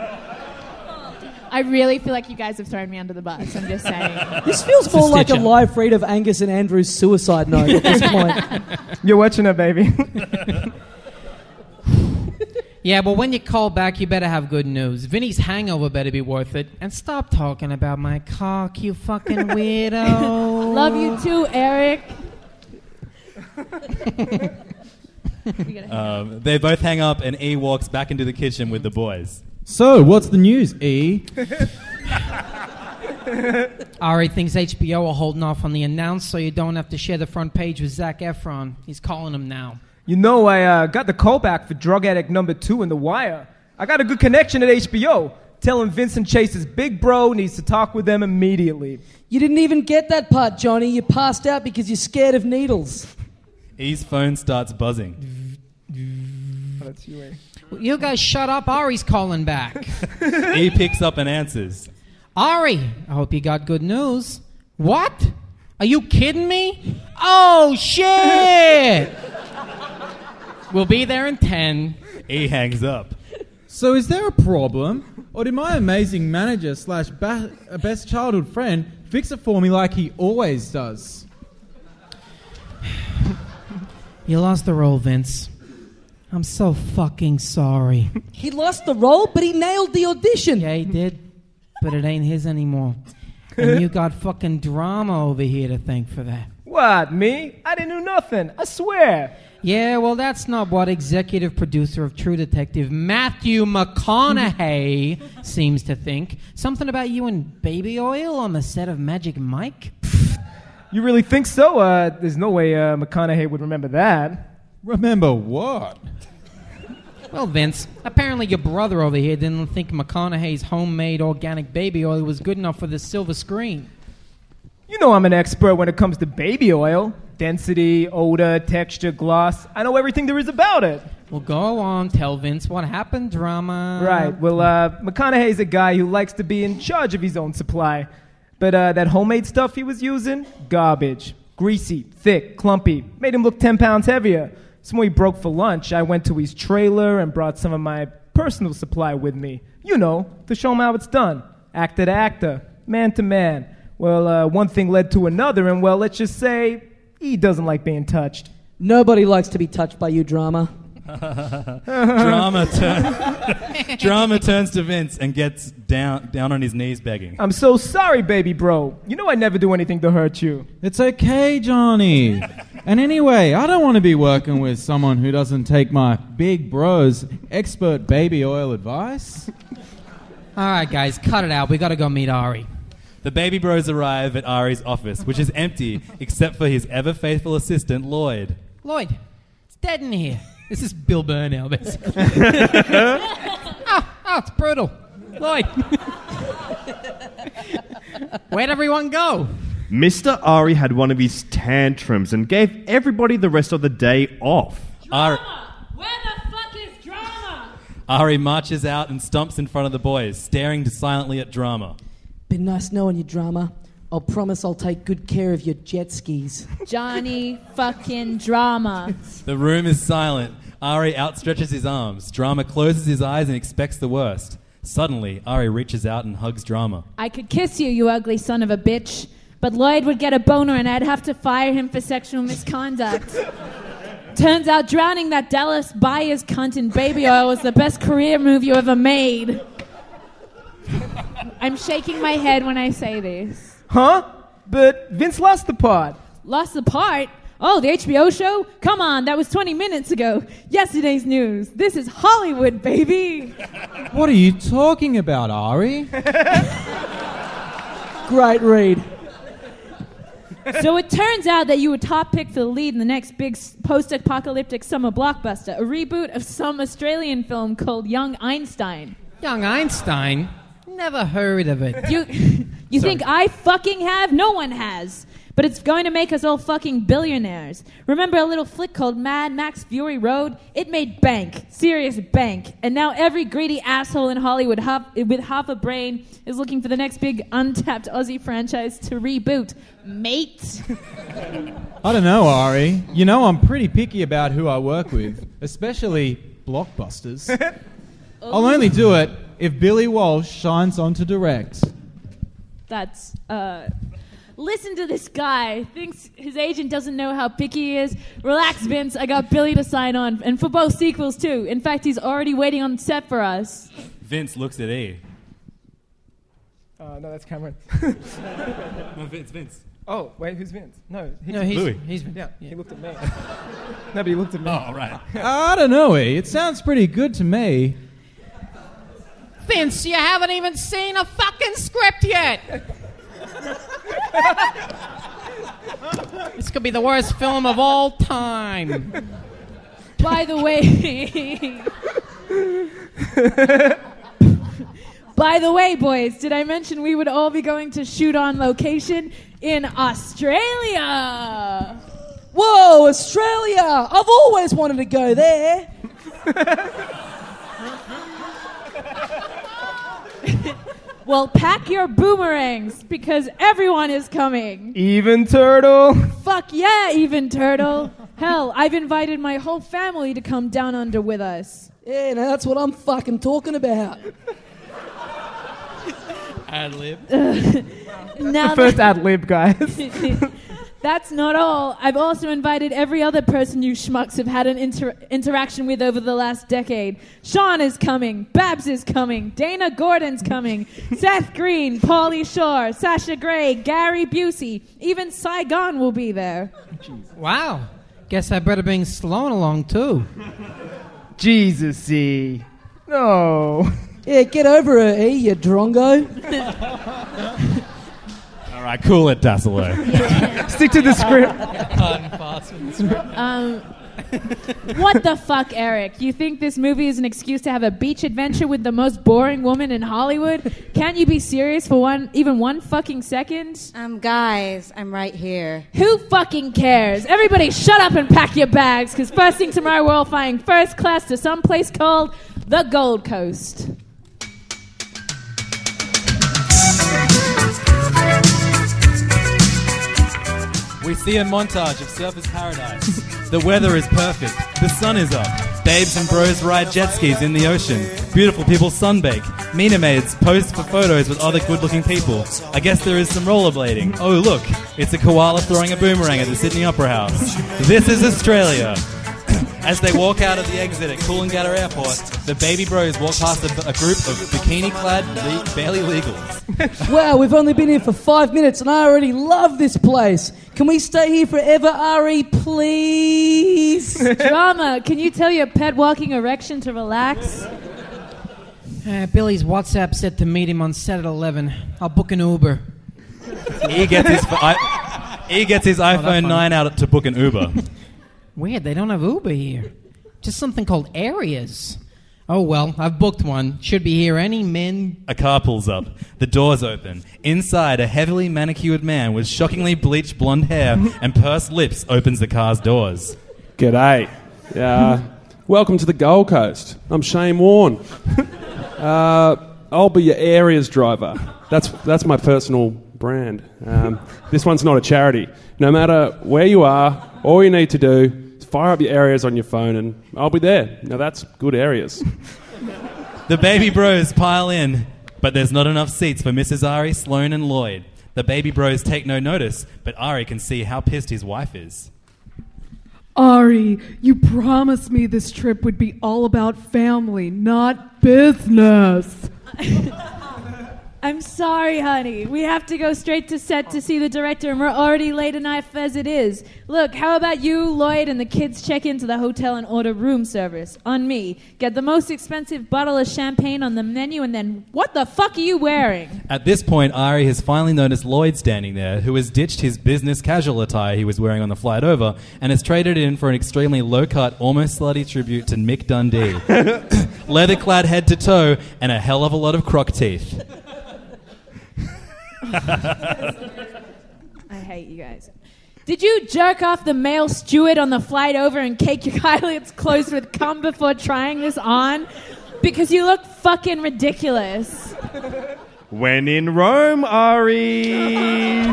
I really feel like you guys have thrown me under the bus. I'm just saying. This feels more like a stitcher. live read of Angus and Andrew's suicide note at this point. You're watching her, baby. Yeah, but when you call back, you better have good news. Vinny's hangover better be worth it. And stop talking about my cock, you fucking weirdo. Love you too, Eric. Um, they both hang up, and E walks back into the kitchen with the boys. So, what's the news, E? Ari thinks HBO are holding off on the announce so you don't have to share the front page with Zach Efron. He's calling him now. You know, I uh, got the call back for drug addict number two in The Wire. I got a good connection at HBO. Tell him Vincent Chase's big bro needs to talk with them immediately. You didn't even get that part, Johnny. You passed out because you're scared of needles. E's phone starts buzzing. Oh, eh? You guys shut up. Ari's calling back. e picks up and answers. Ari, I hope you got good news. What? Are you kidding me? Oh, shit! we'll be there in 10. E hangs up. So, is there a problem? Or did my amazing manager slash ba- uh, best childhood friend fix it for me like he always does? You lost the role, Vince. I'm so fucking sorry. He lost the role, but he nailed the audition. Yeah, he did. But it ain't his anymore. And you got fucking drama over here to thank for that. What, me? I didn't do nothing, I swear. Yeah, well, that's not what executive producer of True Detective Matthew McConaughey seems to think. Something about you and baby oil on the set of Magic Mike? You really think so? Uh, there's no way uh, McConaughey would remember that. Remember what? Well, Vince, apparently your brother over here didn't think McConaughey's homemade organic baby oil was good enough for the silver screen. You know I'm an expert when it comes to baby oil. density, odor, texture, glass. I know everything there is about it. Well, go on, tell Vince what happened, drama. Right. Well, uh, McConaughey's a guy who likes to be in charge of his own supply. But uh, that homemade stuff he was using, garbage. Greasy, thick, clumpy. Made him look 10 pounds heavier. So when we broke for lunch, I went to his trailer and brought some of my personal supply with me. You know, to show him how it's done. Actor to actor, man to man. Well, uh, one thing led to another, and well, let's just say he doesn't like being touched. Nobody likes to be touched by you, drama. drama, turn- drama turns to Vince and gets down, down on his knees begging. I'm so sorry, baby bro. You know I never do anything to hurt you. It's okay, Johnny. and anyway, I don't want to be working with someone who doesn't take my big bro's expert baby oil advice. All right, guys, cut it out. We got to go meet Ari. The baby bros arrive at Ari's office, which is empty except for his ever faithful assistant, Lloyd. Lloyd, it's dead in here. This is Bill Burr now, basically. oh, oh, it's brutal. Lloyd. Where'd everyone go? Mr. Ari had one of his tantrums and gave everybody the rest of the day off. Ari, Where the fuck is drama? Ari marches out and stomps in front of the boys, staring silently at drama. Been nice knowing you, drama. I'll promise I'll take good care of your jet skis. Johnny fucking drama. The room is silent. Ari outstretches his arms. Drama closes his eyes and expects the worst. Suddenly, Ari reaches out and hugs Drama. I could kiss you, you ugly son of a bitch. But Lloyd would get a boner and I'd have to fire him for sexual misconduct. Turns out drowning that Dallas buyer's cunt in baby oil was the best career move you ever made. I'm shaking my head when I say this. Huh? But Vince lost the part. Lost the part? Oh, the HBO show? Come on, that was 20 minutes ago. Yesterday's news. This is Hollywood, baby. What are you talking about, Ari? Great read. so it turns out that you were top pick for the lead in the next big post apocalyptic summer blockbuster, a reboot of some Australian film called Young Einstein. Young Einstein? Never heard of it. You, you think I fucking have? No one has. But it's going to make us all fucking billionaires. Remember a little flick called Mad Max Fury Road? It made bank, serious bank. And now every greedy asshole in Hollywood half, with half a brain is looking for the next big untapped Aussie franchise to reboot. Mate. I don't know, Ari. You know, I'm pretty picky about who I work with, especially blockbusters. I'll only do it if Billy Walsh shines on to direct. That's uh listen to this guy. Thinks his agent doesn't know how picky he is. Relax, Vince. I got Billy to sign on. And for both sequels too. In fact he's already waiting on set for us. Vince looks at E. Uh, no, that's Cameron. No, Vince, Vince. oh, wait, who's Vince? No, No, he's- Louis. he's Vince. Yeah, he looked at me. no, but he looked at me. Oh, right. I don't know, eh? It sounds pretty good to me. Vince, you haven't even seen a fucking script yet. this could be the worst film of all time. By the way By the way, boys, did I mention we would all be going to shoot on location in Australia? Whoa, Australia! I've always wanted to go there. Well, pack your boomerangs because everyone is coming. Even turtle. Fuck yeah, even turtle. Hell, I've invited my whole family to come down under with us. Yeah, now that's what I'm fucking talking about. Ad lib. Now the first that- ad lib, guys. That's not all. I've also invited every other person you schmucks have had an inter- interaction with over the last decade. Sean is coming. Babs is coming. Dana Gordon's coming. Seth Green, Paulie Shore, Sasha Gray, Gary Busey. Even Saigon will be there. Wow. Guess I better bring Sloan along too. Jesus E. No. Yeah, get over it, eh, you drongo. All right, cool it, Dassolo. Stick to the script. Pardon, Parsons. Um, what the fuck, Eric? You think this movie is an excuse to have a beach adventure with the most boring woman in Hollywood? Can't you be serious for one, even one fucking second? Um, guys, I'm right here. Who fucking cares? Everybody, shut up and pack your bags, because first thing tomorrow, we're all flying first class to some place called the Gold Coast. We see a montage of surfers paradise. the weather is perfect. The sun is up. Babes and bros ride jet skis in the ocean. Beautiful people sunbake. Mina maids pose for photos with other good-looking people. I guess there is some rollerblading. Oh look, it's a koala throwing a boomerang at the Sydney Opera House. This is Australia. As they walk out of the exit at Coolangatta Airport, the baby bros walk past a, a group of bikini-clad, le- barely legals. wow, we've only been here for five minutes and I already love this place. Can we stay here forever, Ari, please? Drama, can you tell your pet walking erection to relax? Uh, Billy's WhatsApp said to meet him on set at 11. I'll book an Uber. He gets his, I, he gets his Oh, that's iPhone funny. 9 out to book an Uber. Weird, they don't have Uber here. Just something called Areas. Oh well, I've booked one. Should be here any min. A car pulls up. The doors open. Inside, a heavily manicured man with shockingly bleached blonde hair and pursed lips opens the car's doors. G'day. Uh, welcome to the Gold Coast. I'm Shane Warne. Uh, I'll be your areas driver. That's, that's my personal brand. Um, this one's not a charity. No matter where you are, all you need to do is fire up your areas on your phone and I'll be there. Now that's good areas. The baby bros pile in, but there's not enough seats for Mrs. Ari, Sloan, and Lloyd. The baby bros take no notice, but Ari can see how pissed his wife is. Ari, you promised me this trip would be all about family, not business. I'm sorry, honey. We have to go straight to set to see the director, and we're already late enough as it is. Look, how about you, Lloyd, and the kids check into the hotel and order room service? On me. Get the most expensive bottle of champagne on the menu, and then what the fuck are you wearing? At this point, Ari has finally noticed Lloyd standing there, who has ditched his business casual attire he was wearing on the flight over and has traded it in for an extremely low cut, almost slutty tribute to Mick Dundee. Leather clad head to toe and a hell of a lot of croc teeth. I hate you guys. Did you jerk off the male steward on the flight over and cake your eyelids closed with cum before trying this on? Because you look fucking ridiculous. When in Rome, Ari.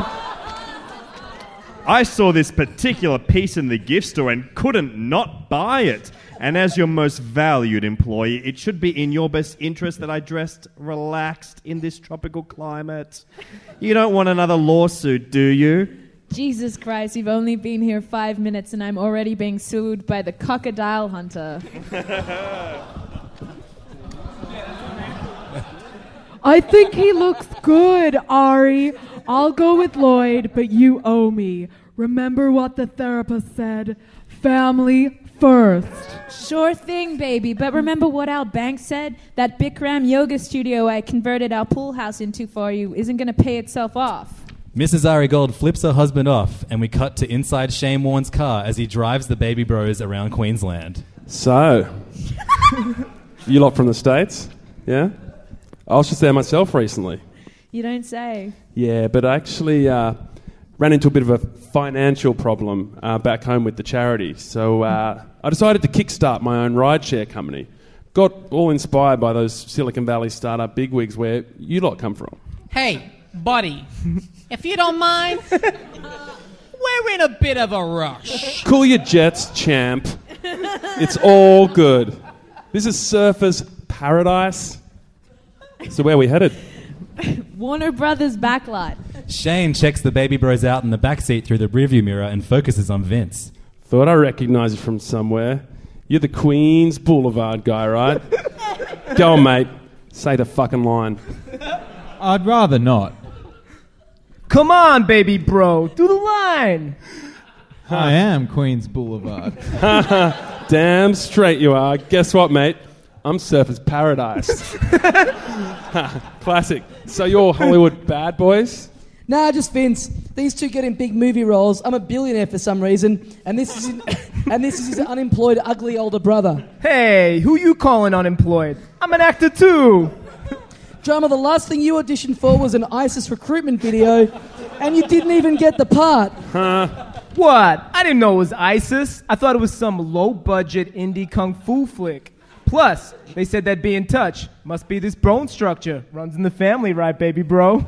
I saw this particular piece in the gift store and couldn't not buy it. And as your most valued employee, it should be in your best interest that I dressed relaxed in this tropical climate. You don't want another lawsuit, do you? Jesus Christ, you've only been here five minutes and I'm already being sued by the crocodile hunter. I think he looks good, Ari. I'll go with Lloyd, but you owe me. Remember what the therapist said family first. Sure thing, baby. But remember what Al Banks said? That Bikram yoga studio I converted our pool house into for you isn't going to pay itself off. Mrs. Ari Gold flips her husband off, and we cut to inside Shane Warne's car as he drives the baby bros around Queensland. So, you lot from the States? Yeah? I was just there myself recently. You don't say. Yeah, but I actually uh, ran into a bit of a financial problem uh, back home with the charity. So uh, I decided to kickstart my own rideshare company. Got all inspired by those Silicon Valley startup bigwigs where you lot come from. Hey, buddy, if you don't mind, we're in a bit of a rush. Cool your jets, champ. It's all good. This is surfers paradise. So where are we headed? Warner Brothers backlot. Shane checks the baby bros out in the backseat through the rearview mirror and focuses on Vince. Thought I recognised you from somewhere. You're the Queens Boulevard guy, right? Go on, mate. Say the fucking line. I'd rather not. Come on, baby bro, do the line. I am Queens Boulevard. Damn straight you are. Guess what, mate? I'm Surfers Paradise. Classic. So you're Hollywood bad boys? Nah, just Vince. These two get in big movie roles. I'm a billionaire for some reason, and this is and this is his unemployed, ugly older brother. Hey, who you calling unemployed? I'm an actor too. Drama, the last thing you auditioned for was an ISIS recruitment video, and you didn't even get the part. What? I didn't know it was ISIS. I thought it was some low budget indie kung fu flick. Plus, they said that be in touch. Must be this bone structure. Runs in the family, right, baby bro?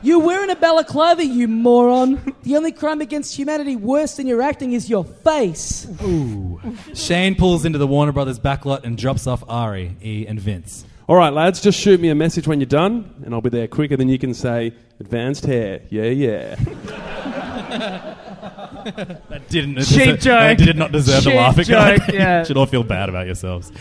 You're wearing a balaclava, you moron. The only crime against humanity worse than your acting is your face. Ooh. Shane pulls into the Warner Brothers backlot and drops off Ari, E, and Vince. All right, lads, just shoot me a message when you're done, and I'll be there quicker than you can say, advanced hair. Yeah, yeah. That didn't Cheap deserve, joke. That did not deserve Cheap the laugh. It kind of- joke, yeah. you should all feel bad about yourselves.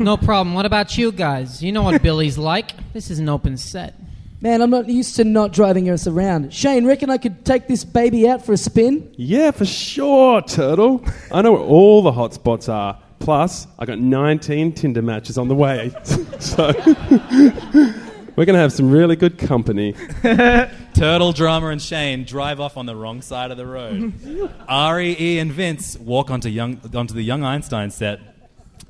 No problem. What about you guys? You know what Billy's like. This is an open set. Man, I'm not used to not driving us around. Shane, reckon I could take this baby out for a spin? Yeah, for sure, turtle. I know where all the hot spots are. Plus, I got 19 Tinder matches on the way. so we're going to have some really good company. Turtle, Drama, and Shane drive off on the wrong side of the road. Ari, E, and Vince walk onto, young, onto the Young Einstein set,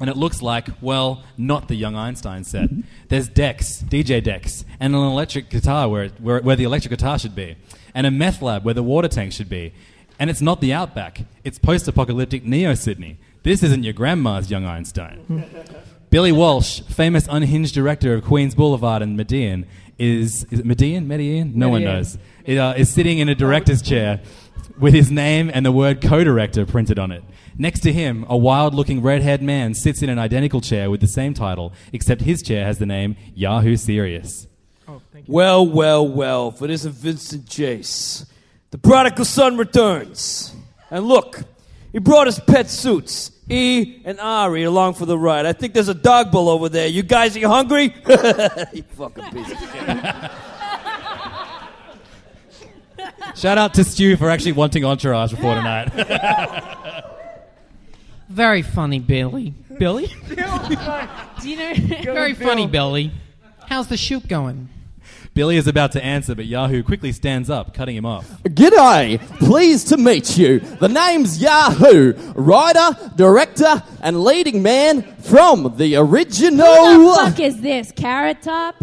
and it looks like, well, not the Young Einstein set. There's Dex, DJ Dex, and an electric guitar where, it, where, where the electric guitar should be, and a meth lab where the water tank should be. And it's not the Outback, it's post apocalyptic Neo Sydney. This isn't your grandma's Young Einstein. Billy Walsh, famous unhinged director of Queens Boulevard and Median, is, is it Median? Median? No one Median. knows. It, uh, is sitting in a director's chair with his name and the word co director printed on it. Next to him, a wild looking red haired man sits in an identical chair with the same title, except his chair has the name Yahoo Serious. Well, well, well, for this Vincent Chase. The prodigal son returns. And look, he brought his pet suits, E and Ari, along for the ride. I think there's a dog bowl over there. You guys, you hungry? you fucking piece of shit. Shout out to Stu for actually wanting Entourage before tonight. Very funny, Billy. Billy? Do you know? Very funny, Billy. How's the shoot going? Billy is about to answer, but Yahoo quickly stands up, cutting him off. G'day, pleased to meet you. The name's Yahoo, writer, director, and leading man from the original. Oh, Who the fuck is this? Carrot Top?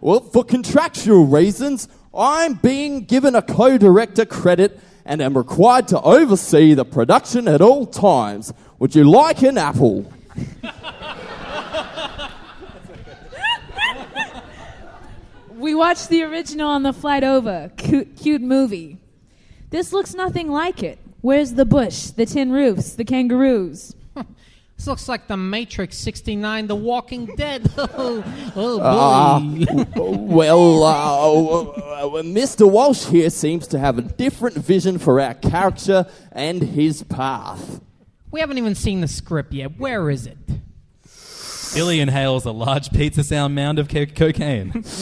Well, for contractual reasons, I'm being given a co director credit and am required to oversee the production at all times. Would you like an apple? We watched the original on the flight over. Cute, cute movie. This looks nothing like it. Where's the bush, the tin roofs, the kangaroos? This looks like The Matrix 69, The Walking Dead. oh, oh, Ah, Billy. w- well, uh, uh, Mr. Walsh here seems to have a different vision for our character and his path. We haven't even seen the script yet. Where is it? Billy inhales a large pizza sound mound of co- cocaine.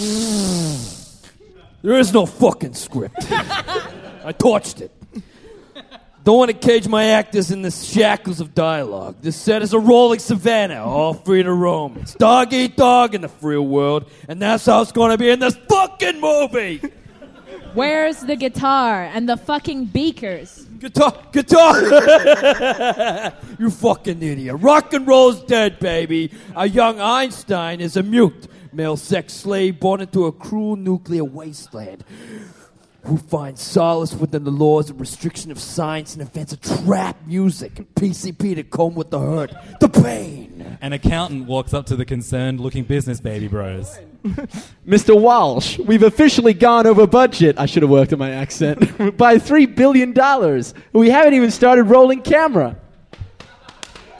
There is no fucking script. I torched it. Don't want to cage my actors in the shackles of dialogue. This set is a rolling savannah, all free to roam. It's dog eat dog in the free world, and that's how it's going to be in this fucking movie. Where's the guitar and the fucking beakers? Guitar, guitar. you fucking idiot. Rock and roll's dead, baby. A young Einstein is a mute, male sex slave born into a cruel nuclear wasteland who finds solace within the laws and restriction of science and invents a trap music and PCP to comb with the hurt, the pain. An accountant walks up to the concerned looking business baby bros. Mr. Walsh, we've officially gone over budget. I should have worked on my accent. By $3 billion. We haven't even started rolling camera.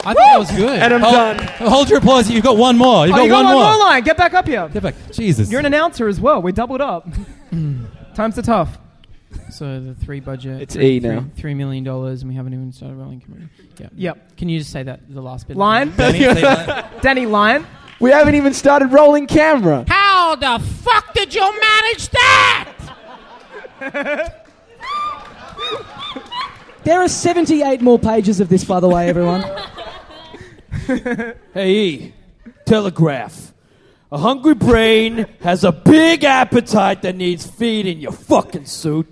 I thought it was good. And I'm Hold- done. Hold your applause. You've got one more. You've oh, got you one, got one more. more line. Get back up here. Get back. Jesus. You're an announcer as well. We doubled up. Times are tough. So the three budget. It's three, E now. three- Three million dollars, and we haven't even started rolling community. Yeah. Yep. Can you just say that the last bit? Line. Danny Lion. We haven't even started rolling camera. How the fuck did you manage that? There are 78 more pages of this, by the way, everyone. Hey, E, telegraph. A hungry brain has a big appetite that needs feeding, you fucking suit.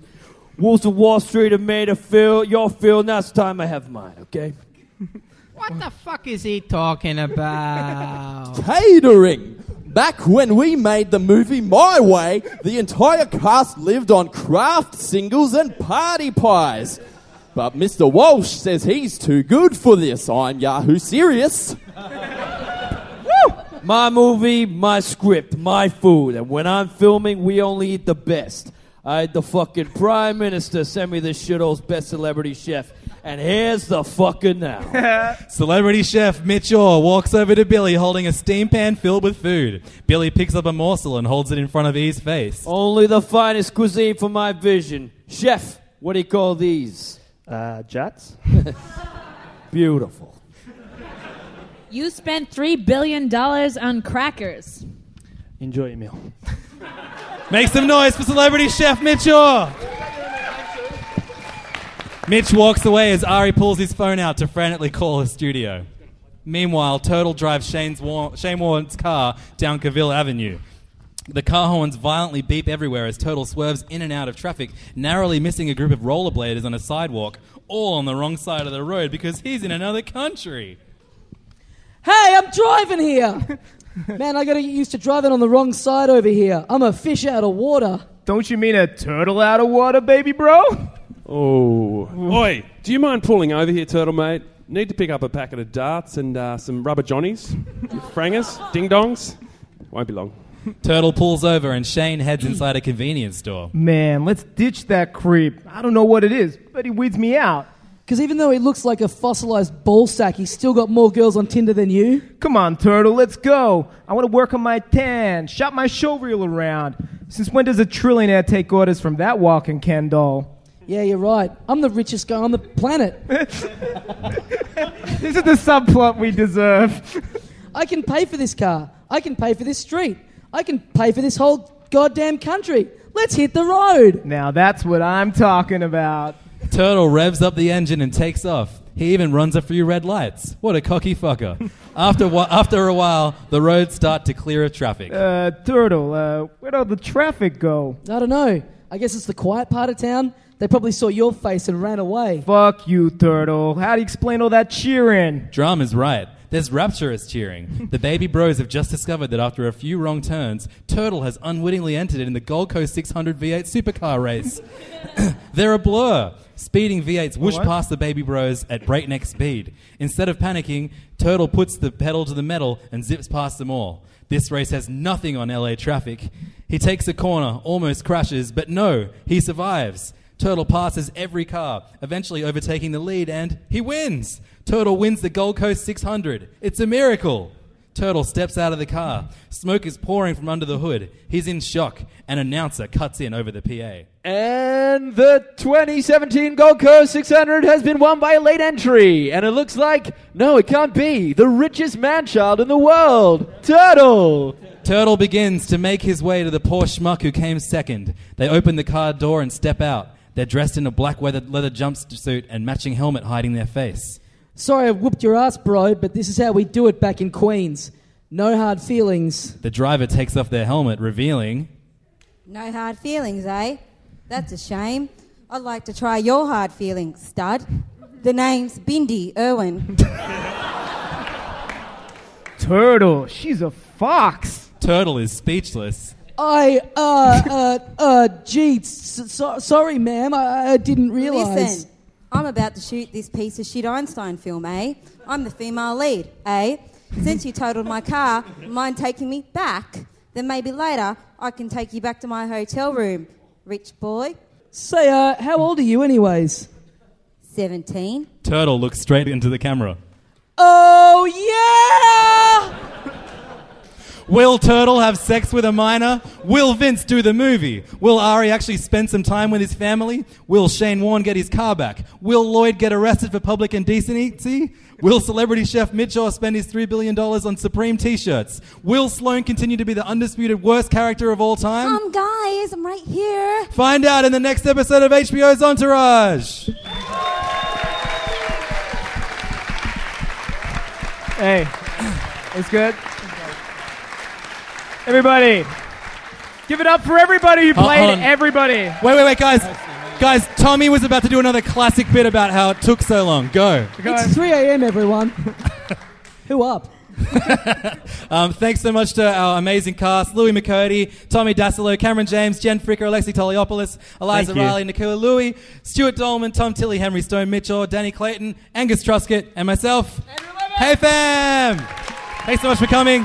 Wolves of Wall Street have made a fill, your fill, now it's time I have mine, okay? What the fuck is he talking about? Catering! Back when we made the movie My Way, the entire cast lived on craft singles and party pies. But Mr. Walsh says he's too good for this. I'm Yahoo Serious. My movie, my script, my food. And when I'm filming, we only eat the best. I had the fucking prime minister send me this shithole's best celebrity chef. And here's the fucking now. Celebrity chef Mitch Orr walks over to Billy holding a steam pan filled with food. Billy picks up a morsel and holds it in front of E's face. only the finest cuisine for my vision. Chef, what do you call these? Uh, jets. Beautiful. You spent $3 billion on crackers. Enjoy your meal. Make some noise for celebrity chef Mitch Orr! Mitch walks away as Ari pulls his phone out to frantically call his studio. Meanwhile, Turtle drives Shane's war- Shane Warren's car down Cavill Avenue. The car horns violently beep everywhere as Turtle swerves in and out of traffic, narrowly missing a group of rollerbladers on a sidewalk, all on the wrong side of the road because he's in another country. Hey, I'm driving here. Man, I gotta get used to driving on the wrong side over here. I'm a fish out of water. Don't you mean a turtle out of water, baby bro? Oh. Oi, do you mind pulling over here, turtle mate? Need to pick up a packet of darts and uh, some rubber johnnies, frangers, ding dongs. Won't be long. Turtle pulls over and Shane heads inside a convenience store. Man, let's ditch that creep. I don't know what it is, but he weeds me out. Because even though he looks like a fossilized ball sack, he's still got more girls on Tinder than you. Come on, Turtle, let's go. I want to work on my tan, shop my showreel around. Since when does a trillionaire take orders from that walking Ken doll? Yeah, you're right. I'm the richest guy on the planet. This is the subplot we deserve. I can pay for this car. I can pay for this street. I can pay for this whole goddamn country. Let's hit the road. Now that's what I'm talking about. Turtle revs up the engine and takes off. He even runs a few red lights. What a cocky fucker. after, wh- after a while, the roads start to clear of traffic. Uh, Turtle, uh, where'd all the traffic go? I don't know. I guess it's the quiet part of town. They probably saw your face and ran away. Fuck you, Turtle. How do you explain all that cheering? Drum is right. There's rapturous cheering. The baby bros have just discovered that after a few wrong turns, Turtle has unwittingly entered in the Gold Coast 600 V8 supercar race. They're a blur. Speeding V8s whoosh What? past the baby bros at breakneck speed. Instead of panicking, Turtle puts the pedal to the metal and zips past them all. This race has nothing on LA traffic. He takes a corner, almost crashes, but no, he survives. Turtle passes every car, eventually overtaking the lead, and he wins. Turtle wins the Gold Coast 600. It's a miracle. Turtle steps out of the car. Smoke is pouring from under the hood. He's in shock. An announcer cuts in over the PA. And the 2017 Gold Coast 600 has been won by a late entry. And it looks like, no, it can't be. The richest man child in the world, Turtle. Turtle begins to make his way to the poor schmuck who came second. They open the car door and step out. They're dressed in a black leather, leather jumpsuit and matching helmet hiding their face. Sorry I whooped your ass, bro, but this is how we do it back in Queens. No hard feelings. The driver takes off their helmet, revealing No hard feelings, eh? That's a shame. I'd like to try your hard feelings, stud. The name's Bindi Irwin. Turtle, she's a fox. Turtle is speechless. I, uh, uh, uh, gee, s- so- sorry, ma'am, I, I didn't realize. Listen, I'm about to shoot this piece of shit Einstein film, eh? I'm the female lead, eh? Since you totaled my car, mind taking me back? Then maybe later I can take you back to my hotel room, rich boy. Say, uh, how old are you, anyways? 17. Turtle looks straight into the camera. Oh, yeah! Will Turtle have sex with a minor? Will Vince do the movie? Will Ari actually spend some time with his family? Will Shane Warne get his car back? Will Lloyd get arrested for public indecency? Will celebrity chef Mitchell spend his $3 billion on Supreme t shirts? Will Sloan continue to be the undisputed worst character of all time? Um, Come, Um, guys, I'm right here. Find out in the next episode of HBO's Entourage. Hey, it's good. Everybody. Give it up for everybody who Hold played on. everybody. Wait, wait, wait, guys. Guys, Tommy was about to do another classic bit about how it took so long. Go. It's 3 a.m., everyone. Who up? Um, thanks so much to our amazing cast Louis McCurdy, Tommy Dasilo, Cameron James, Jen Fricker, Alexi Toliopoulos, Eliza Thank you. Riley, Nicola Louie, Stuart Dolman, Tom Tilley, Henry Stone Mitchell, Danny Clayton, Angus Truscott, and myself. Hey, fam! Thanks so much for coming.